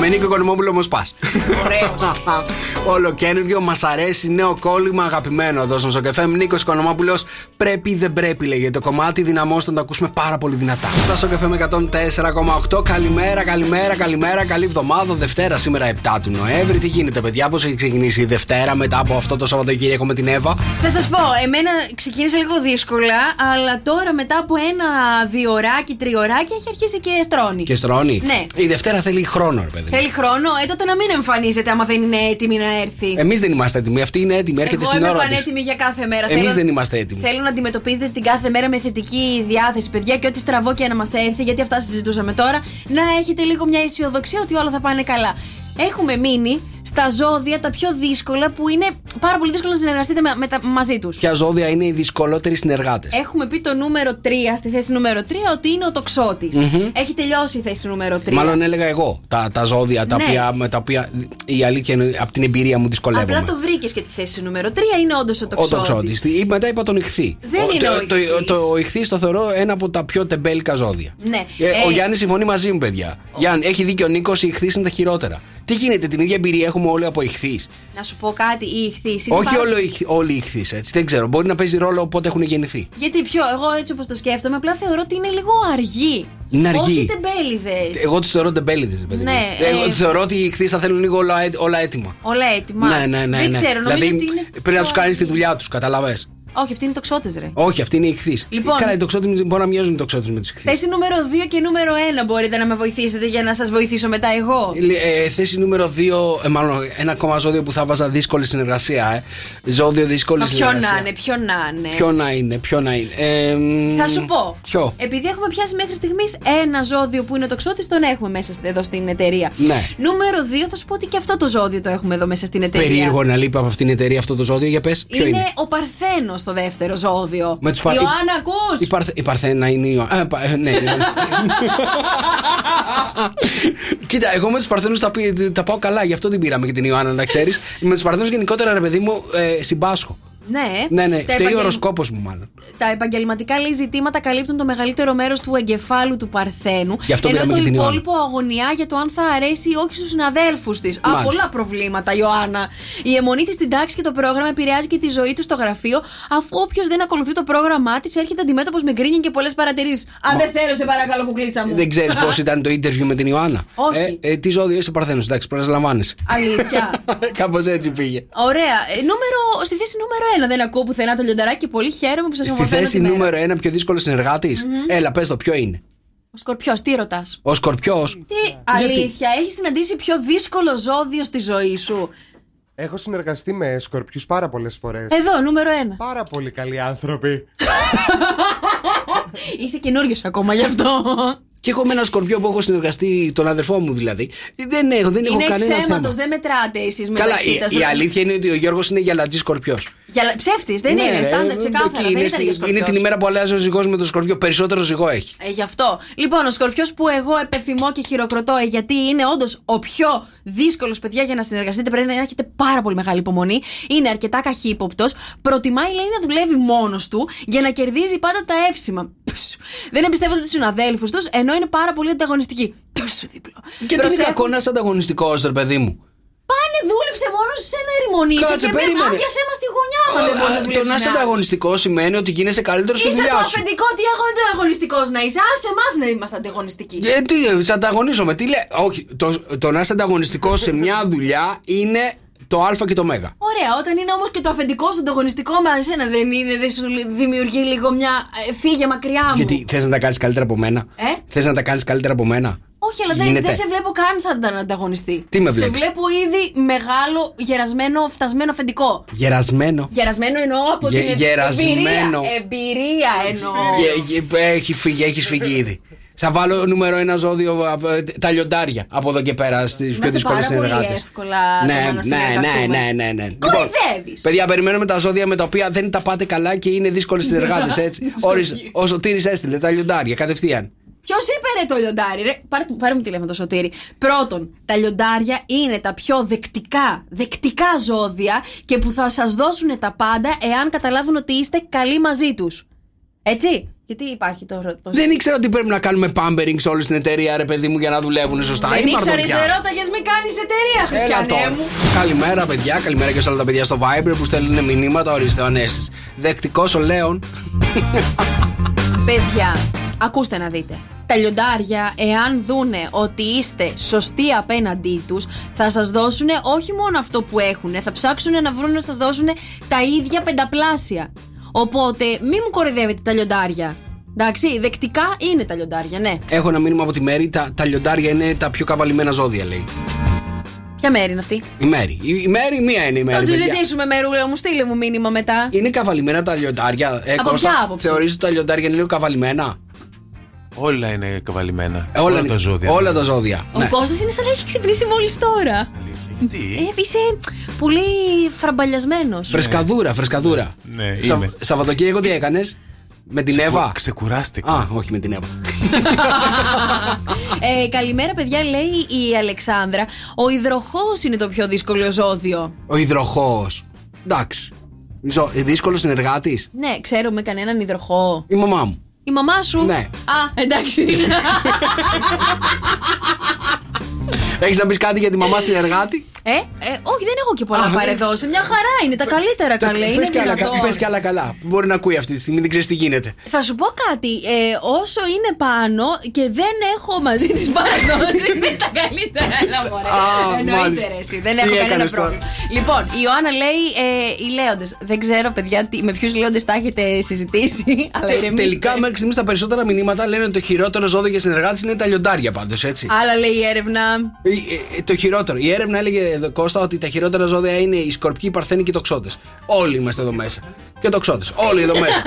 Speaker 4: Με Νίκο Οικονομόπουλο όμως πας.
Speaker 5: Ωραίος.
Speaker 4: Όλο καινούριο, μας αρέσει, νέο κόλλημα αγαπημένο εδώ στον Σοκεφέμ. Νίκο Οικονομόπουλο, πρέπει δεν πρέπει λέγεται. Το κομμάτι δυναμώστε να το ακούσουμε πάρα πολύ δυνατά. Στα Σοκεφέμ 104,8. Καλημέρα, καλημέρα, καλημέρα, καλή εβδομάδα. Δευτέρα σήμερα 7 του Νοέμβρη. Τι γίνεται, παιδιά, πώς έχει ξεκινήσει η Δευτέρα μετά από αυτό το Σαββατοκύριακο με την Εύα.
Speaker 5: Θα σας πω, εμένα ξεκίνησε λίγο δύσκολα, αλλά τώρα μετά από ένα διωράκι, τριωράκι έχει αρχίσει και στρώνει.
Speaker 4: Και στρώνει.
Speaker 5: Ναι.
Speaker 4: Η Δευτέρα θέλει χρόνο, ρε παιδί.
Speaker 5: Θέλει χρόνο, ε, τότε να μην εμφανίζεται άμα δεν είναι έτοιμη να έρθει.
Speaker 4: Εμείς δεν είμαστε έτοιμοι. Αυτή είναι έτοιμη. Έρχεται
Speaker 5: Εγώ
Speaker 4: στην
Speaker 5: είμαι
Speaker 4: ώρα της.
Speaker 5: πανέτοιμη για κάθε μέρα.
Speaker 4: Εμείς
Speaker 5: Θέλω-
Speaker 4: δεν είμαστε έτοιμοι.
Speaker 5: Θέλω να αντιμετωπίζετε την κάθε μέρα με θετική διάθεση, παιδιά, και ό,τι στραβό και να μας έρθει, γιατί αυτά συζητούσαμε τώρα, να έχετε λίγο μια αισιοδοξία ότι όλα θα πάνε καλά. Έχουμε μείνει στα ζώδια τα πιο δύσκολα που είναι πάρα πολύ δύσκολο να συνεργαστείτε με, με τα- μαζί τους.
Speaker 4: Ποια ζώδια είναι οι δυσκολότεροι συνεργάτες.
Speaker 5: Έχουμε πει το νούμερο 3, στη θέση νούμερο 3, ότι είναι ο τοξότης.
Speaker 4: Μμμ.
Speaker 5: Έχει τελειώσει η θέση νούμερο 3.
Speaker 4: Μάλλον έλεγα εγώ τα, τα ζώδια τα
Speaker 5: Ναι.
Speaker 4: οποία, με τα οποία η αλήθεια είναι από την εμπειρία μου δυσκολεύομαι.
Speaker 5: Απλά το βρήκες και τη θέση νούμερο 3 είναι όντως ο
Speaker 4: Ο
Speaker 5: τοξότης.
Speaker 4: τοξότης. Ή μετά είπα τον ηχθή.
Speaker 5: Δεν
Speaker 4: ο,
Speaker 5: είναι
Speaker 4: το,
Speaker 5: ο
Speaker 4: το,
Speaker 5: ιχθύς.
Speaker 4: το, ο ηχθής το θεωρώ ένα από τα πιο τεμπέλικα ζώδια.
Speaker 5: Ναι.
Speaker 4: Ε,
Speaker 5: Ε,
Speaker 4: ο Γιάννης συμφωνεί μαζί μου, παιδιά. Γιάννη, έχει δίκιο ο Νίκος, οι ηχθείς είναι τα χειρότερα. Τι γίνεται, την ίδια εμπειρία έχουμε όλοι από ηχθείς.
Speaker 5: Να σου πω κάτι, η ηχθή.
Speaker 4: Όχι όλο, οι- όλοι οι ηχθείς, έτσι. Δεν ξέρω. Μπορεί να παίζει ρόλο όποτε έχουν γεννηθεί.
Speaker 5: Γιατί πιο, εγώ έτσι όπως το σκέφτομαι, απλά θεωρώ ότι είναι λίγο αργή.
Speaker 4: Είναι αργή. Ε,
Speaker 5: Όχι τεμπέληδες.
Speaker 4: Εγώ τους θεωρώ τεμπέληδες, παιδί. μου.
Speaker 5: Ναι,
Speaker 4: Εγώ
Speaker 5: ε,
Speaker 4: τους θεωρώ ότι οι ηχθείς θα θέλουν λίγο όλα, έ- όλα έτοιμα.
Speaker 5: Όλα έτοιμα.
Speaker 4: Ναι, ναι, ναι.
Speaker 5: Δεν
Speaker 4: ναι.
Speaker 5: ξέρω, νομίζω
Speaker 4: δηλαδή,
Speaker 5: ότι είναι.
Speaker 4: Πρέπει να τους
Speaker 5: πιο
Speaker 4: κάνεις τη
Speaker 5: αργή.
Speaker 4: δουλειά τους, καταλαβέ.
Speaker 5: Όχι, αυτή είναι τοξότες, ρε.
Speaker 4: Όχι, αυτή είναι η χθή.
Speaker 5: Λοιπόν.
Speaker 4: Καλά, οι τοξότες μπορεί να μοιάζουν οι τοξότες με του χθείς.
Speaker 5: Θέση νούμερο 2 και νούμερο 1 μπορείτε να με βοηθήσετε για να σας βοηθήσω μετά εγώ.
Speaker 4: Ε, ε, θέση νούμερο 2, ε, μάλλον ένα ακόμα ζώδιο που θα βάζα δύσκολη συνεργασία. Ε. Ζώδιο δύσκολη
Speaker 5: Μα ποιο
Speaker 4: συνεργασία.
Speaker 5: να είναι, ποιο να είναι.
Speaker 4: Ποιο να είναι, ποιο να είναι. Ε, μ,
Speaker 5: Θα σου πω. Ε,
Speaker 4: Ποιο.
Speaker 5: Επειδή έχουμε πιάσει μέχρι στιγμής ένα ζώδιο που είναι τοξότης, τον έχουμε μέσα στη- εδώ στην εταιρεία.
Speaker 4: Ναι.
Speaker 5: Νούμερο 2, θα σου πω ότι και αυτό το ζώδιο το έχουμε εδώ μέσα στην εταιρεία.
Speaker 4: Περίεργο να λείπει από αυτήν την εταιρεία αυτό το ζώδιο. Για πες,
Speaker 5: Είναι,
Speaker 4: ποιο είναι.
Speaker 5: ο Παρθένος το δεύτερο ζώδιο.
Speaker 4: Με τους πα-
Speaker 5: Ιωάννα, ακούς!
Speaker 4: Η, Παρθε... η Παρθένα είναι η Ιωάννα. Α, πα- ε, ναι, ναι. Κοίτα, εγώ με τους Παρθένους τα, πη- τα πάω καλά, γι' αυτό την πήραμε και την Ιωάννα, να ξέρεις. με τους Παρθένους γενικότερα, ρε παιδί μου, ε, συμπάσχω.
Speaker 5: Ναι,
Speaker 4: Ναι, ναι, φταίει ο
Speaker 5: επαγγελ-
Speaker 4: οροσκόπος μου, μάλλον.
Speaker 5: τα επαγγελματικά λέει ζητήματα καλύπτουν το μεγαλύτερο μέρος του εγκεφάλου του Παρθένου.
Speaker 4: Γι' αυτό
Speaker 5: ενώ
Speaker 4: πήραμε
Speaker 5: το
Speaker 4: και την Ιωάννα.
Speaker 5: υπόλοιπο αγωνιά για το αν θα αρέσει ή όχι στους συναδέλφους της. Α,
Speaker 4: Μάλιστα.
Speaker 5: πολλά προβλήματα, Ιωάννα. Η αιμονή της στην τάξη και το πρόγραμμα επηρεάζει και τη ζωή του στο γραφείο, αφού όποιος δεν ακολουθεί το πρόγραμμά της έρχεται αντιμέτωπος με γκρίνια και πολλές παρατηρήσεις. Αν δεν θέλω, σε παρακαλώ, κουκλίτσα μου.
Speaker 4: Δεν ξέρεις πώς ήταν το interview με την Ιωάννα.
Speaker 5: Όχι.
Speaker 4: Ε, ε, τι ζώδιο είσαι Παρθένος, εντάξει, προσλαμβάνεσαι.
Speaker 5: Αλήθεια.
Speaker 4: Κάπως έτσι πήγε.
Speaker 5: Ωραία. Ε, νούμερο, στη θέση νούμερο 1. Δεν ακούω πουθενά το λιονταράκι και πολύ χαίρομαι που σας
Speaker 4: Στη
Speaker 5: ομορφαίνω
Speaker 4: θέση
Speaker 5: τη μέρα.
Speaker 4: νούμερο ένα πιο δύσκολος συνεργάτης.
Speaker 5: Mm-hmm.
Speaker 4: Έλα, πες το, ποιο είναι.
Speaker 5: Ο Σκορπιός, τι ρωτάς.
Speaker 4: Ο Σκορπιός.
Speaker 5: Τι αλήθεια, έχεις συναντήσει πιο δύσκολο ζώδιο στη ζωή σου.
Speaker 13: Έχω συνεργαστεί με σκορπιούς πάρα πολλές φορές.
Speaker 5: Εδώ, νούμερο ένα.
Speaker 13: Πάρα πολύ καλοί άνθρωποι.
Speaker 5: Είσαι καινούριος ακόμα γι' αυτό.
Speaker 4: Και εγώ με ένα σκορπιό που έχω συνεργαστεί, τον αδερφό μου δηλαδή. Δεν έχω, δεν έχω
Speaker 5: Είναι
Speaker 4: κανένα θέμα.
Speaker 5: εξαίματος, δεν μετράτε εσείς
Speaker 4: Καλά,
Speaker 5: μεταξύ σας.
Speaker 4: η, η αλήθεια είναι ότι ο Γιώργος είναι γυαλατζής σκορπιός.
Speaker 5: Ψεύτη,
Speaker 4: Ναι,
Speaker 5: δεν είναι. Στάντα, ξεκάθαρα.
Speaker 4: ε, είναι,
Speaker 5: Δεν
Speaker 4: στη-
Speaker 5: ήταν για
Speaker 4: είναι την
Speaker 5: σκορπιός.
Speaker 4: ημέρα που αλλάζει ο ζυγός με τον σκορπιό. Περισσότερο ζυγό έχει.
Speaker 5: Ε, γι' αυτό. Λοιπόν, ο Σκορπιός που εγώ επεφημώ και χειροκροτώ, ε, γιατί είναι όντως ο πιο δύσκολος παιδιά για να συνεργαστείτε, πρέπει να έχετε πάρα πολύ μεγάλη υπομονή. Είναι αρκετά καχύποπτος. Προτιμάει, λέει, να δουλεύει μόνος του για να κερδίζει πάντα τα εύσημα. Πσου. Δεν εμπιστεύονται τους συναδέλφους τους, ενώ είναι πάρα πολύ ανταγωνιστικοί. Πσου, δίπλο.
Speaker 4: Και δεν είναι
Speaker 5: Προσέχουν.
Speaker 4: κακό να είσαι ανταγωνιστικός, ρε παιδί μου.
Speaker 5: Πάνε, δούλεψε μόνος σου σε ένα ερημονή.
Speaker 4: Κάτσε,
Speaker 5: και
Speaker 4: περίμενε.
Speaker 5: με άδειασέ μας τη γωνιά, μα δεν μπορεί
Speaker 4: Α,
Speaker 5: να
Speaker 4: Το να είσαι
Speaker 5: δουλέψει. ναι.
Speaker 4: ανταγωνιστικός σημαίνει ότι γίνεσαι καλύτερος στη
Speaker 5: Είσαι το
Speaker 4: δουλειά σου.
Speaker 5: αφεντικό, τι αγωνιστικός να είσαι. Α, σε εμά να είμαστε ανταγωνιστικοί.
Speaker 4: Ε, τι, ε, σε ανταγωνίζομαι. Τι λέει. Όχι, το, το να είσαι ανταγωνιστικός σε μια δουλειά είναι το Α και το Μ.
Speaker 5: Ωραία, όταν είναι όμως και το αφεντικό σου ανταγωνιστικό με εσένα, δεν είναι, δεν σου δημιουργεί λίγο μια. ε, φύγε μακριά μου.
Speaker 4: Γιατί θες να τα κάνεις καλύτερα από μένα.
Speaker 5: Ε?
Speaker 4: Θες να τα κάνεις καλύτερα από μένα.
Speaker 5: Όχι, αλλά δεν,
Speaker 4: Γίνεται.
Speaker 5: δεν σε βλέπω καν σαν τον ανταγωνιστή.
Speaker 4: Τι με
Speaker 5: σε
Speaker 4: βλέπεις?
Speaker 5: βλέπω ήδη μεγάλο, γερασμένο, φτασμένο αφεντικό.
Speaker 4: Γερασμένο.
Speaker 5: Γερασμένο εννοώ από
Speaker 4: Γε-
Speaker 5: την ευ-
Speaker 4: γερασμένο.
Speaker 5: εμπειρία. Εμπειρία εννοώ.
Speaker 4: Γε- γε- Έχει φύγει, έχεις φύγει ήδη. Θα βάλω νούμερο ένα ζώδιο ε, τα λιοντάρια από εδώ και πέρα στις πιο
Speaker 5: Είμαστε
Speaker 4: δύσκολες
Speaker 5: πάρα πολύ
Speaker 4: συνεργάτες.
Speaker 5: εύκολα
Speaker 4: Ναι,
Speaker 5: ναι, να
Speaker 4: ναι, ναι, ναι, ναι, ναι. Λοιπόν,
Speaker 5: Κορυδεύεις.
Speaker 4: παιδιά, περιμένουμε τα ζώδια με τα οποία δεν τα πάτε καλά και είναι δύσκολες συνεργάτες, έτσι. Όρισε, ο Σωτήρης έστειλε τα λιοντάρια κατευθείαν.
Speaker 5: Ποιος είπε ρε το λιοντάρι, ρε. Πάρε, πάρε μου τηλέφωνο το σωτήρι. Πρώτον, τα λιοντάρια είναι τα πιο δεκτικά, δεκτικά ζώδια και που θα σας δώσουν τα πάντα εάν καταλάβουν ότι είστε καλοί μαζί τους. Έτσι. Γιατί υπάρχει το. το...
Speaker 4: Δεν ήξερα ότι πρέπει να κάνουμε pampering σε όλη την εταιρεία, ρε παιδί μου, για να δουλεύουν σωστά.
Speaker 5: Δεν
Speaker 4: Είναι
Speaker 5: ήξερε,
Speaker 4: μαρδοπιά.
Speaker 5: δεν ρώταγες, μην κάνεις εταιρεία, Χριστιανέ μου.
Speaker 4: Καλημέρα, παιδιά. Καλημέρα και σε όλα τα παιδιά στο Viber που στέλνουν μηνύματα. Ορίστε, ο Ανέστη. Δεκτικός ο Λέων.
Speaker 5: Παιδιά, ακούστε να δείτε. Τα λιοντάρια, εάν δούνε ότι είστε σωστοί απέναντί τους, θα σας δώσουν όχι μόνο αυτό που έχουν, θα ψάξουν να βρουν να σας δώσουν τα ίδια πενταπλάσια. Οπότε, μη μου κοροϊδεύετε τα λιοντάρια. Εντάξει, δεκτικά είναι τα λιοντάρια, ναι.
Speaker 4: Έχω ένα μήνυμα από τη Μέρη. Τα, τα λιοντάρια είναι τα πιο καβαλημένα ζώδια, λέει.
Speaker 5: Ποια μέρη είναι αυτή.
Speaker 4: Η Μέρη. Η, η Μέρη, μία είναι η Μέρη.
Speaker 5: Το
Speaker 4: παιδιά. Ναι.
Speaker 5: συζητήσουμε με ρούλα μου, στείλε μου μήνυμα μετά.
Speaker 4: Είναι καβαλημένα τα λιοντάρια. Ε,
Speaker 5: Από
Speaker 4: Κώστα,
Speaker 5: ποια άποψη?
Speaker 4: Θεωρείς ότι τα λιοντάρια είναι λίγο καβαλημένα.
Speaker 14: Όλα είναι καβαλημένα.
Speaker 4: Ε, όλα είναι-
Speaker 14: τα ζώδια. ναι.
Speaker 4: όλα τα ζώδια. Ναι.
Speaker 5: Ο Κώστας είναι σαν να έχει ξυπνήσει μόλις τώρα. Ε, είσαι πολύ φραμπαλιασμένος.
Speaker 4: Φρεσκαδούρα, φρεσκαδούρα.
Speaker 14: Ναι,
Speaker 4: Σα-
Speaker 14: είμαι.
Speaker 4: Σαββατοκύριακο τι έκανες. Με την
Speaker 14: Ξεκου-
Speaker 4: Εύα.
Speaker 14: Ξεκουράστηκα.
Speaker 4: Α, όχι με την Εύα.
Speaker 5: ε, καλημέρα, παιδιά, λέει η Αλεξάνδρα. Ο υδροχός είναι το πιο δύσκολο ζώδιο.
Speaker 4: Ο υδροχός. Εντάξει. Ζω- Δύσκολος συνεργάτης.
Speaker 5: Ναι, ξέρουμε κανέναν υδροχό.
Speaker 4: Η μαμά μου.
Speaker 5: Η μαμά σου.
Speaker 4: Ναι.
Speaker 5: Α, εντάξει.
Speaker 4: Έχεις να πεις κάτι για τη μαμά συνεργάτη.
Speaker 5: ε, ε, όχι, δεν έχω και πολλά
Speaker 4: Α,
Speaker 5: να παρεδώσει. Μια χαρά είναι. ε, Τα καλύτερα καλέ. Είναι
Speaker 4: Πες και, άλλα,
Speaker 5: δυνατόν.
Speaker 4: πες και άλλα καλά. Μπορεί να ακούει αυτή τη στιγμή, δεν ξέρεις τι γίνεται.
Speaker 5: Θα σου πω κάτι. Ε, όσο είναι πάνω και δεν έχω μαζί της παραδόση, είναι τα καλύτερα. Έλα, μωρέ.
Speaker 3: Α,
Speaker 5: Εννοείται,
Speaker 3: μάλιστα.
Speaker 5: ρε, εσύ. Δεν
Speaker 3: Τι
Speaker 5: έχω κανένα
Speaker 3: έκανες τώρα?
Speaker 5: πρόβλημα. Λοιπόν, η Ιωάννα λέει ε, οι λέοντες. Δεν ξέρω, παιδιά, τι- με ποιους λέοντες τα έχετε συζητήσει, αλλά
Speaker 4: Τε-
Speaker 5: ηρεμήστε.
Speaker 4: τελικά μέχρι στιγμής τα περισσότερα μηνύματα λένε ότι το χειρότερο ζώδιο για συνεργάτη είναι τα λιοντάρια πάντως, έτσι.
Speaker 5: Άλλα λέει η έρευνα.
Speaker 4: Ε, ε, το χειρότερο. Η έρευνα έλεγε εδώ, Κώστα ότι τα χειρότερα ζώδια είναι οι σκορπιοί, οι παρθένοι και οι τοξότες. Όλοι είμαστε εδώ μέσα. Και τοξότες. Όλοι εδώ μέσα.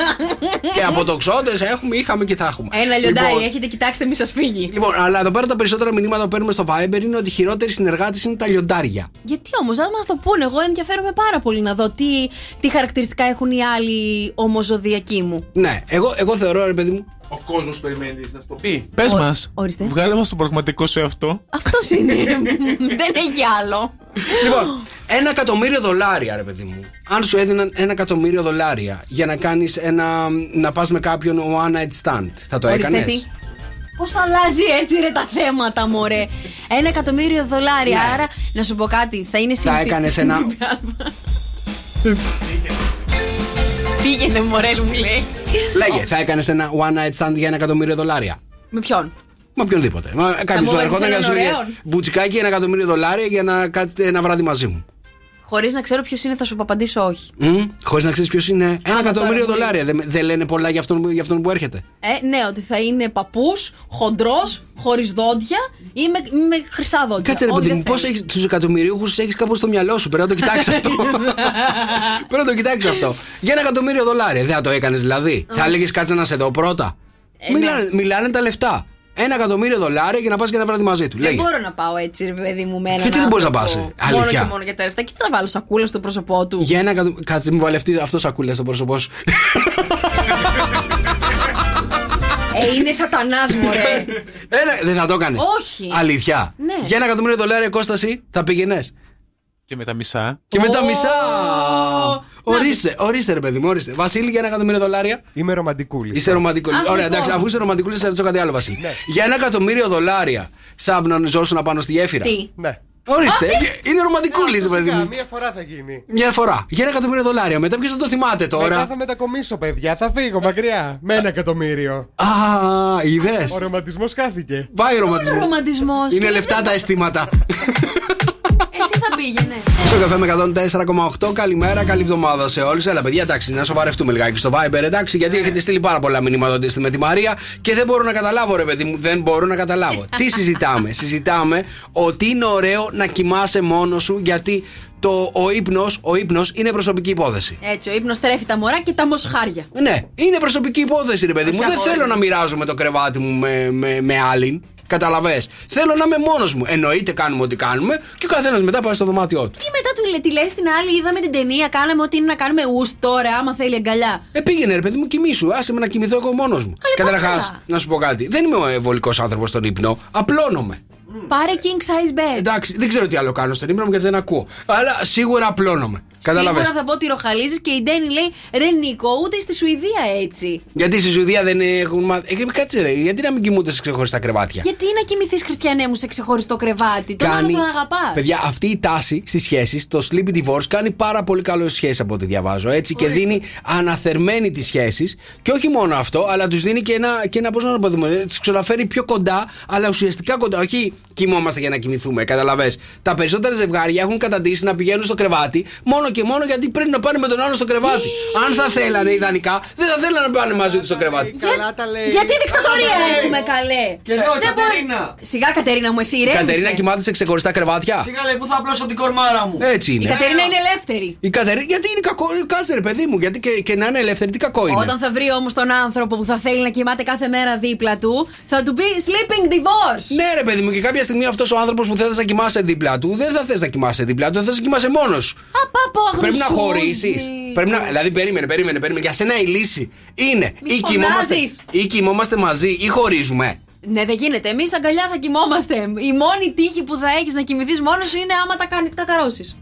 Speaker 4: και από τοξότες έχουμε, είχαμε και θα έχουμε.
Speaker 5: Ένα λιοντάρι,
Speaker 4: Λοιπόν,
Speaker 5: έχετε κοιτάξτε, μη σας φύγει.
Speaker 4: Λοιπόν, αλλά εδώ πέρα τα περισσότερα μηνύματα που παίρνουμε στο Viber είναι ότι οι χειρότεροι συνεργάτες είναι τα λιοντάρια.
Speaker 5: Γιατί όμως, αν μας το πούνε, εγώ ενδιαφέρομαι πάρα πολύ να δω τι, τι χαρακτηριστικά έχουν οι άλλοι ομοζωδιακοί μου.
Speaker 4: Ναι, εγώ, εγώ θεωρώ, ρε παιδί μου.
Speaker 14: Ο κόσμος περιμένει να στο πει. Πες μας.
Speaker 5: ορίστε.
Speaker 14: Βγάλε μας τον πραγματικό σου εαυτό.
Speaker 5: Αυτός είναι. δεν έχει άλλο.
Speaker 4: Λοιπόν, ένα εκατομμύριο δολάρια, ρε παιδί μου. Αν σου έδιναν ένα εκατομμύριο δολάρια για να κάνεις ένα. να πας με κάποιον one night stand, θα το
Speaker 5: Ορίστε
Speaker 4: έκανες.
Speaker 5: τι. Πώς αλλάζει έτσι ρε τα θέματα, μωρέ. Ένα εκατομμύριο δολάρια.
Speaker 14: Ναι.
Speaker 5: Άρα, να σου πω κάτι, θα είναι συνθήκη.
Speaker 4: έκανες ένα-
Speaker 5: Πήγαινε, μωρέ, μου λέει.
Speaker 4: Λέγε, θα έκανες ένα one night stand για ένα εκατομμύριο δολάρια.
Speaker 5: Με ποιον.
Speaker 4: Με οποιονδήποτε. Μα Κάποιο
Speaker 5: μου
Speaker 4: που ερχόταν
Speaker 5: βάζεις
Speaker 4: και να σου
Speaker 5: έναν
Speaker 4: λέει
Speaker 5: ωραίον.
Speaker 4: μπουτσικάκι ένα εκατομμύριο δολάρια για να κάτι ένα βράδυ μαζί μου.
Speaker 5: Χωρίς να ξέρω ποιος είναι, θα σου απαντήσω όχι.
Speaker 4: Χωρίς να ξέρεις ποιος είναι. Ένα εκατομμύριο δολάρια. Δεν δεν λένε πολλά για αυτόν, για αυτόν που έρχεται.
Speaker 5: Ε, ναι, ότι θα είναι παππούς, χοντρός, χωρίς δόντια ή με, με χρυσά δόντια.
Speaker 4: Κάτσε ρε
Speaker 5: Ό,τι
Speaker 4: παιδί μου,
Speaker 5: δεν
Speaker 4: πώ
Speaker 5: θέλει.
Speaker 4: έχεις τους εκατομμυριούχου έχεις κάπου στο μυαλό σου. Πρέπει να το κοιτάξεις αυτό. Πρέπει να το κοιτάξεις αυτό. Για ένα εκατομμύριο δολάρια. Δεν θα το έκανες δηλαδή. Θα έλεγες κάτσε να σε δω πρώτα.
Speaker 5: Ε, ναι.
Speaker 4: μιλάνε, μιλάνε τα λεφτά. Ένα εκατομμύριο δολάρια για να πας και ένα βράδυ μαζί του.
Speaker 5: Δεν
Speaker 4: Λέγε.
Speaker 5: μπορώ να πάω έτσι, ρε παιδί μου, με έναν.
Speaker 4: Γιατί δεν μπορείς να
Speaker 5: άνθρωπο.
Speaker 4: πας, ε, αλήθεια.
Speaker 5: Μόνο και μόνο για τα λεφτά. Και τι θα βάλω σακούλα στο πρόσωπό του.
Speaker 4: Για ένα εκατομμύριο. Κάτσε, μην βάλει αυτή- αυτό σακούλα στο πρόσωπό σου.
Speaker 5: Ε, είναι σατανάς, μωρέ.
Speaker 4: Ένα, δεν θα το έκανε.
Speaker 5: Όχι.
Speaker 4: Αλήθεια.
Speaker 5: Ναι.
Speaker 4: Για ένα εκατομμύριο δολάρια κόσταση θα πήγαινες.
Speaker 14: Και με τα μισά.
Speaker 4: Και μετά
Speaker 14: Ω.
Speaker 4: μισά. Ορίστε, ορίστε ρε παιδί μου, ορίστε. Βασίλη για ένα εκατομμύριο δολάρια.
Speaker 13: Είμαι ρομαντικούλης.
Speaker 4: Είσαι ρομαντικό.
Speaker 13: Αχ,
Speaker 4: Ωραία,
Speaker 13: λοιπόν.
Speaker 4: εντάξει, αφού είσαι ρομαντικό, θα ρωτήσω κάτι άλλο, Βασίλη. Για ένα εκατομμύριο δολάρια θα αυνανιζόσουν πάνω στη γέφυρα.
Speaker 5: Τι.
Speaker 13: Ναι.
Speaker 4: Ορίστε, είναι ρομαντικούλης, παιδί μου.
Speaker 13: Μία φορά θα γίνει.
Speaker 4: Μια φορά. Για ένα εκατομμύριο δολάρια. Μετά ποιος θα το θυμάται
Speaker 13: Μετά
Speaker 4: τώρα.
Speaker 13: θα μετακομίσω, παιδιά. Θα φύγω μακριά. Με ένα εκατομμύριο.
Speaker 4: Α, είδες.
Speaker 13: Ο ρομαντισμός χάθηκε.
Speaker 4: Πάει ο
Speaker 5: είναι ο
Speaker 4: ρομαντισμός.
Speaker 5: ρομαντισμός.
Speaker 4: Είναι λεφτά τα αισθήματα.
Speaker 5: Εσύ θα πήγαινε.
Speaker 4: Στο καφέ με 104,8. Καλημέρα, καλή εβδομάδα σε όλους. Έλα, παιδιά, εντάξει, να σοβαρευτούμε λιγάκι στο Viber, εντάξει, γιατί έχετε στείλει πάρα πολλά μηνύματα ότι είστε με τη Μαρία και δεν μπορώ να καταλάβω, ρε παιδί μου, δεν μπορώ να καταλάβω. Τι συζητάμε, συζητάμε ότι είναι ωραίο να κοιμάσαι μόνος σου γιατί το, ο ύπνος ο ύπνος είναι προσωπική υπόθεση.
Speaker 5: Έτσι, ο ύπνος τρέφει τα μωρά και τα μοσχάρια.
Speaker 4: Ναι, είναι προσωπική υπόθεση, ρε παιδί μου. Δεν
Speaker 5: αγόρι
Speaker 4: θέλω να μοιράζομαι το κρεβάτι μου με, με, με άλλην. Καταλαβέ. Θέλω να είμαι μόνος μου. Εννοείται κάνουμε ό,τι κάνουμε και ο καθένας μετά πάει στο δωμάτιό του.
Speaker 5: Και μετά του λέ- τη λέει στην άλλη, είδαμε την ταινία, κάναμε ό,τι είναι να κάνουμε ου τώρα, άμα θέλει αγκαλιά.
Speaker 4: Ε, πήγαινε, ρε παιδί μου, κοιμήσου. Άσε με να κοιμηθώ εγώ μόνος μου. Καταρχά, να σου πω κάτι. Δεν είμαι ο ευολικό άνθρωπος στον ύπνο. Απλώνομαι.
Speaker 5: Πάρε king size bed.
Speaker 4: Εντάξει, δεν ξέρω τι άλλο κάνω στον ύπνο μου γιατί δεν ακούω. Αλλά σίγουρα απλώνομαι. Καταλαβέ.
Speaker 5: Σίγουρα θα πω ότι ροχαλίζεις και η Ντένι λέει Ρε Νίκο, ούτε στη Σουηδία έτσι.
Speaker 4: Γιατί στη Σουηδία δεν έχουν μάθει. Ε, κάτσε ρε, γιατί να μην κοιμούνται σε ξεχωριστά κρεβάτια.
Speaker 5: Γιατί να κοιμηθείς, Χριστιανέ μου, σε ξεχωριστό κρεβάτι. Τον άλλο τον αγαπάς.
Speaker 4: Παιδιά, αυτή η τάση στις σχέσεις, το sleepy divorce, κάνει πάρα πολύ καλό στι σχέσεις από ό,τι διαβάζω. Έτσι, και δίνει αναθερμένη τις σχέσεις. Και όχι μόνο αυτό, αλλά τους δίνει και ένα, και ένα πώς να το πω, τι ξαναφέρει πιο κοντά, αλλά ουσιαστικά κοντά. Όχι κοιμόμαστε για να κοιμηθούμε, καταλαβέ. Τα περισσότερα ζευγάρια έχουν καταντήσει να πηγαίνουν στο κρεβάτι μόνο και μόνο γιατί πρέπει να πάνε με τον άλλο στο κρεβάτι. Αν θα θέλανε ιδανικά, δεν θα θέλανε να πάνε μαζί τους στο κρεβάτι.
Speaker 5: Καλά τα λέει. Γιατί δικτατορία
Speaker 13: Καλά τα λέει.
Speaker 5: έχουμε καλέ.
Speaker 13: Και εδώ,
Speaker 5: Δεν
Speaker 13: Κατερίνα.
Speaker 5: μπορεί- Σιγά, Κατερίνα μου, εσύ
Speaker 4: Η
Speaker 5: ηρέμησε.
Speaker 4: Κατερίνα κοιμάται σε ξεχωριστά κρεβάτια.
Speaker 2: Σιγά λέει, πού θα απλώσω την κορμάρα μου.
Speaker 4: Έτσι
Speaker 5: Η
Speaker 4: είναι.
Speaker 5: Κατερίνα είναι ελεύθερη.
Speaker 4: Η Κατερίνα, γιατί είναι κακό, κάτσε ρε παιδί μου, γιατί και, και να είναι ελεύθερη, τι κακό είναι.
Speaker 5: Όταν θα βρει όμως τον άνθρωπο που θα θέλει να κοιμάται κάθε μέρα δίπλα του, θα του πει sleeping divorce.
Speaker 4: Ναι, ρε παιδί μου, και κάποια στιγμή αυτός ο άνθρωπος που θέλει να κοιμάσαι δίπλα του, δεν θα θες να κοιμάσαι δίπλα του, θα θες να κοιμάσαι μόνος.
Speaker 5: Απάπο,
Speaker 4: Πρέπει να χωρίσεις. Πρέπει να... Δηλαδή, περίμενε, περίμενε, περίμενε. Για σένα η λύση είναι
Speaker 5: Μη
Speaker 4: ή κοιμόμαστε,
Speaker 5: φωνάζεις.
Speaker 4: ή κοιμόμαστε μαζί ή χωρίζουμε.
Speaker 5: Ναι, δεν γίνεται. Εμείς αγκαλιά θα κοιμόμαστε. Η μόνη τύχη που θα έχεις να κοιμηθείς μόνος σου είναι άμα τα, κάνει- τα καρώσεις.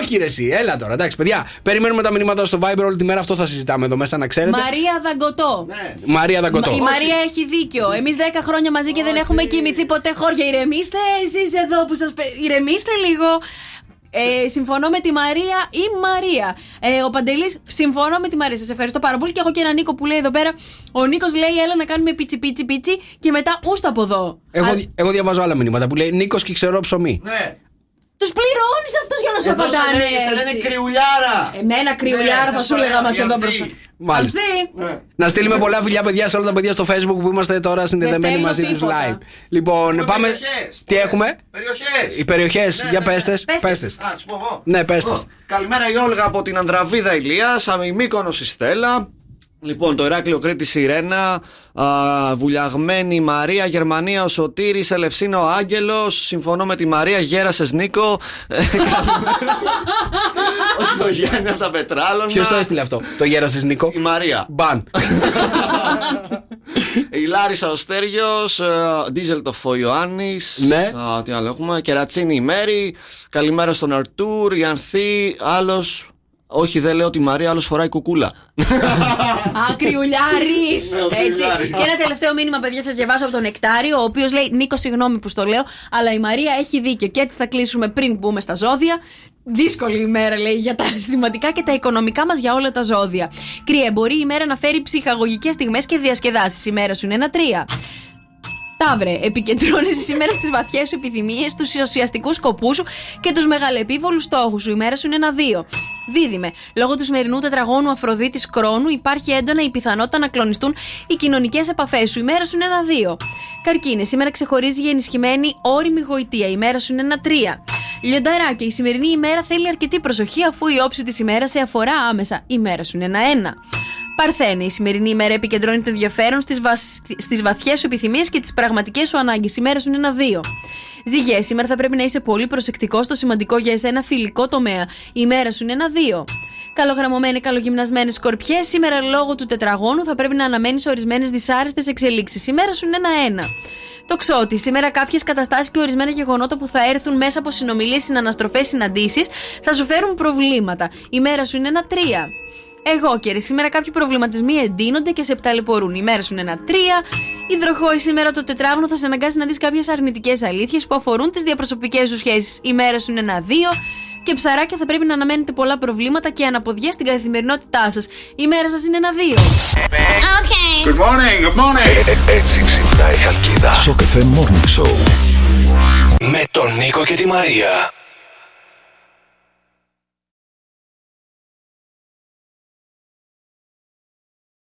Speaker 4: Όχι, ρε, εσύ, έλα τώρα, εντάξει, παιδιά. Περιμένουμε τα μηνύματα στο Viber όλη τη μέρα, αυτό θα συζητάμε εδώ μέσα, να ξέρετε.
Speaker 5: Μαρία Δαγκωτό.
Speaker 13: Ναι.
Speaker 2: Ε,
Speaker 4: Μαρία Δαγκωτό.
Speaker 5: Η Μαρία έχει δίκιο. Εμεί 10 χρόνια μαζί και δεν έχουμε κοιμηθεί ποτέ χώρια. Ηρεμήστε εσείς εδώ που σας. Ηρεμήστε λίγο. Ε, συμφωνώ με τη Μαρία ή Μαρία. Ε, ο Παντελής, συμφωνώ με τη Μαρία. Σας ευχαριστώ πάρα πολύ. Και έχω και έναν Νίκο που λέει εδώ πέρα. Ο Νίκος λέει: Έλα να κάνουμε πίτσι πίτσι πίτσι και μετά ούστα από εδώ.
Speaker 4: Εγώ, εγώ διαβάζω άλλα μηνύματα που λέει Νίκος και ξερό ψωμί.
Speaker 5: Τους πληρώνεις αυτούς για να σου
Speaker 2: Εδώ σε
Speaker 5: απαντάνε.
Speaker 2: λέει, σε λένε
Speaker 5: έτσι.
Speaker 2: κρυουλιάρα.
Speaker 5: Εμένα κρυουλιάρα
Speaker 2: Ναι,
Speaker 5: θα
Speaker 2: θα
Speaker 5: σου
Speaker 2: σου
Speaker 5: λέγαμε
Speaker 2: λέγαμε,
Speaker 5: εδώ
Speaker 2: Ανθή.
Speaker 5: μπροστά.
Speaker 4: Μάλιστα. Ναι.
Speaker 5: Ανθή.
Speaker 2: Ε,
Speaker 4: Να στείλουμε πολλά φιλιά, παιδιά, σε όλα τα παιδιά στο Facebook που είμαστε τώρα συνδεδεμένοι
Speaker 5: στέλνω
Speaker 4: μαζί τους
Speaker 5: τίποτα.
Speaker 4: live. Λοιπόν, πάμε.
Speaker 2: περιοχές.
Speaker 4: Τι έχουμε,
Speaker 2: Περιοχές.
Speaker 4: Οι περιοχές, για πέστες. Πέστες.
Speaker 2: Α, τους πω εγώ.
Speaker 4: Ναι, πέστες.
Speaker 2: Λοιπόν, Καλημέρα η Όλγα από την Ανδραβίδα Ηλίας, Αμημίκονο η Στέλλα. Λοιπόν, το Ηράκλειο Κρήτη η Ρένα, α, Βουλιαγμένη η Μαρία, Γερμανία ο Σωτήρης, Ελευσίνα ο Άγγελος. Συμφωνώ με τη Μαρία, γέρασες Νίκο. Ε, Ω το Γιάννη τα πετράλωνα.
Speaker 4: Ποιος το έστειλε αυτό, το γέρασες Νίκο.
Speaker 2: Η Μαρία.
Speaker 4: Μπαν.
Speaker 2: Η Λάρισα ο Στέργιο, Ντίζελ το Φοϊωάννη.
Speaker 4: Ναι.
Speaker 2: Τι άλλο έχουμε. Κερατσίνη η Μέρη. Καλημέρα στον Αρτούρ. Η Ανθή. Άλλος. Όχι, δεν λέω τη Μαρία, άλλος φοράει κουκούλα.
Speaker 5: Ακριουλιάρης!
Speaker 2: Ναι, ο
Speaker 5: Έτσι.
Speaker 2: Κρυουλιάρης.
Speaker 5: Και ένα τελευταίο μήνυμα, παιδιά, θα διαβάσω από τον Εκτάριο, ο οποίος λέει: Νίκο, συγγνώμη που στο λέω, αλλά η Μαρία έχει δίκιο. Και έτσι θα κλείσουμε πριν μπούμε στα ζώδια. Δύσκολη ημέρα, λέει, για τα αισθηματικά και τα οικονομικά μας για όλα τα ζώδια. Κρύε, μπορεί η μέρα να φέρει ψυχαγωγικές στιγμές και διασκεδάσεις. Η μέρα σου είναι ένα τρία. Ταύρε, επικεντρώνεσαι σήμερα στις βαθιές σου επιθυμίες, τους ουσιαστικούς σκοπούς σου και τους μεγαλεπίβολους στόχους σου. Η μέρα σου είναι ένα δύο. Δίδυμε, λόγω του σημερινού τετραγώνου Αφροδίτης Κρόνου υπάρχει έντονα η πιθανότητα να κλονιστούν οι κοινωνικές επαφές σου. Η μέρα σου είναι ένα δύο. Καρκίνε, σήμερα ξεχωρίζει η ενισχυμένη όρημη γοητεία. Η μέρα σου είναι ένα τρία. Λιονταράκια, η σημερινή ημέρα θέλει αρκετή προσοχή αφού η όψη της ημέρας σε αφορά άμεσα. Η μέρα σου είναι ένα ένα. Παρθένη, η σημερινή ημέρα επικεντρώνει το ενδιαφέρον στις βασ... στις βαθιές σου επιθυμίες και τις πραγματικές σου ανάγκες. Η μέρα σου είναι ένα δύο. Ζυγέ, σήμερα θα πρέπει να είσαι πολύ προσεκτικός στο σημαντικό για εσένα φιλικό τομέα. Η μέρα σου είναι ένα δύο. Καλογραμμωμένοι, καλογυμνασμένοι σκορπιέ, σήμερα λόγω του τετραγώνου θα πρέπει να αναμένεις ορισμένες δυσάρεστες εξελίξεις. Η μέρα σου είναι ένα ένα. Το ξότι. Σήμερα κάποιες καταστάσεις και ορισμένα γεγονότα που θα έρθουν μέσα από συνομιλίες, συναναστροφές, συναντήσεις θα σου φέρουν προβλήματα. Η μέρα σου είναι ένα τρία. Εγώ κύριε, σήμερα κάποιοι προβληματισμοί εντείνονται και σε πταλαιπωρούν. Η μέρα σου είναι ένα τρία. Υδροχόη, σήμερα το τετράγωνο θα σε αναγκάσει να δεις κάποιες αρνητικές αλήθειες που αφορούν τις διαπροσωπικές σου σχέσεις. Η μέρα σου είναι ένα δύο. Και ψαράκια θα πρέπει να αναμένετε πολλά προβλήματα και αναποδιές στην καθημερινότητά σας. Η μέρα σας είναι ένα δύο.
Speaker 1: Good morning, good morning. Έτσι ξυπνάει η Χαλκίδα. Στο καφέ Morning Show. Με τον Νίκο και τη Μαρία.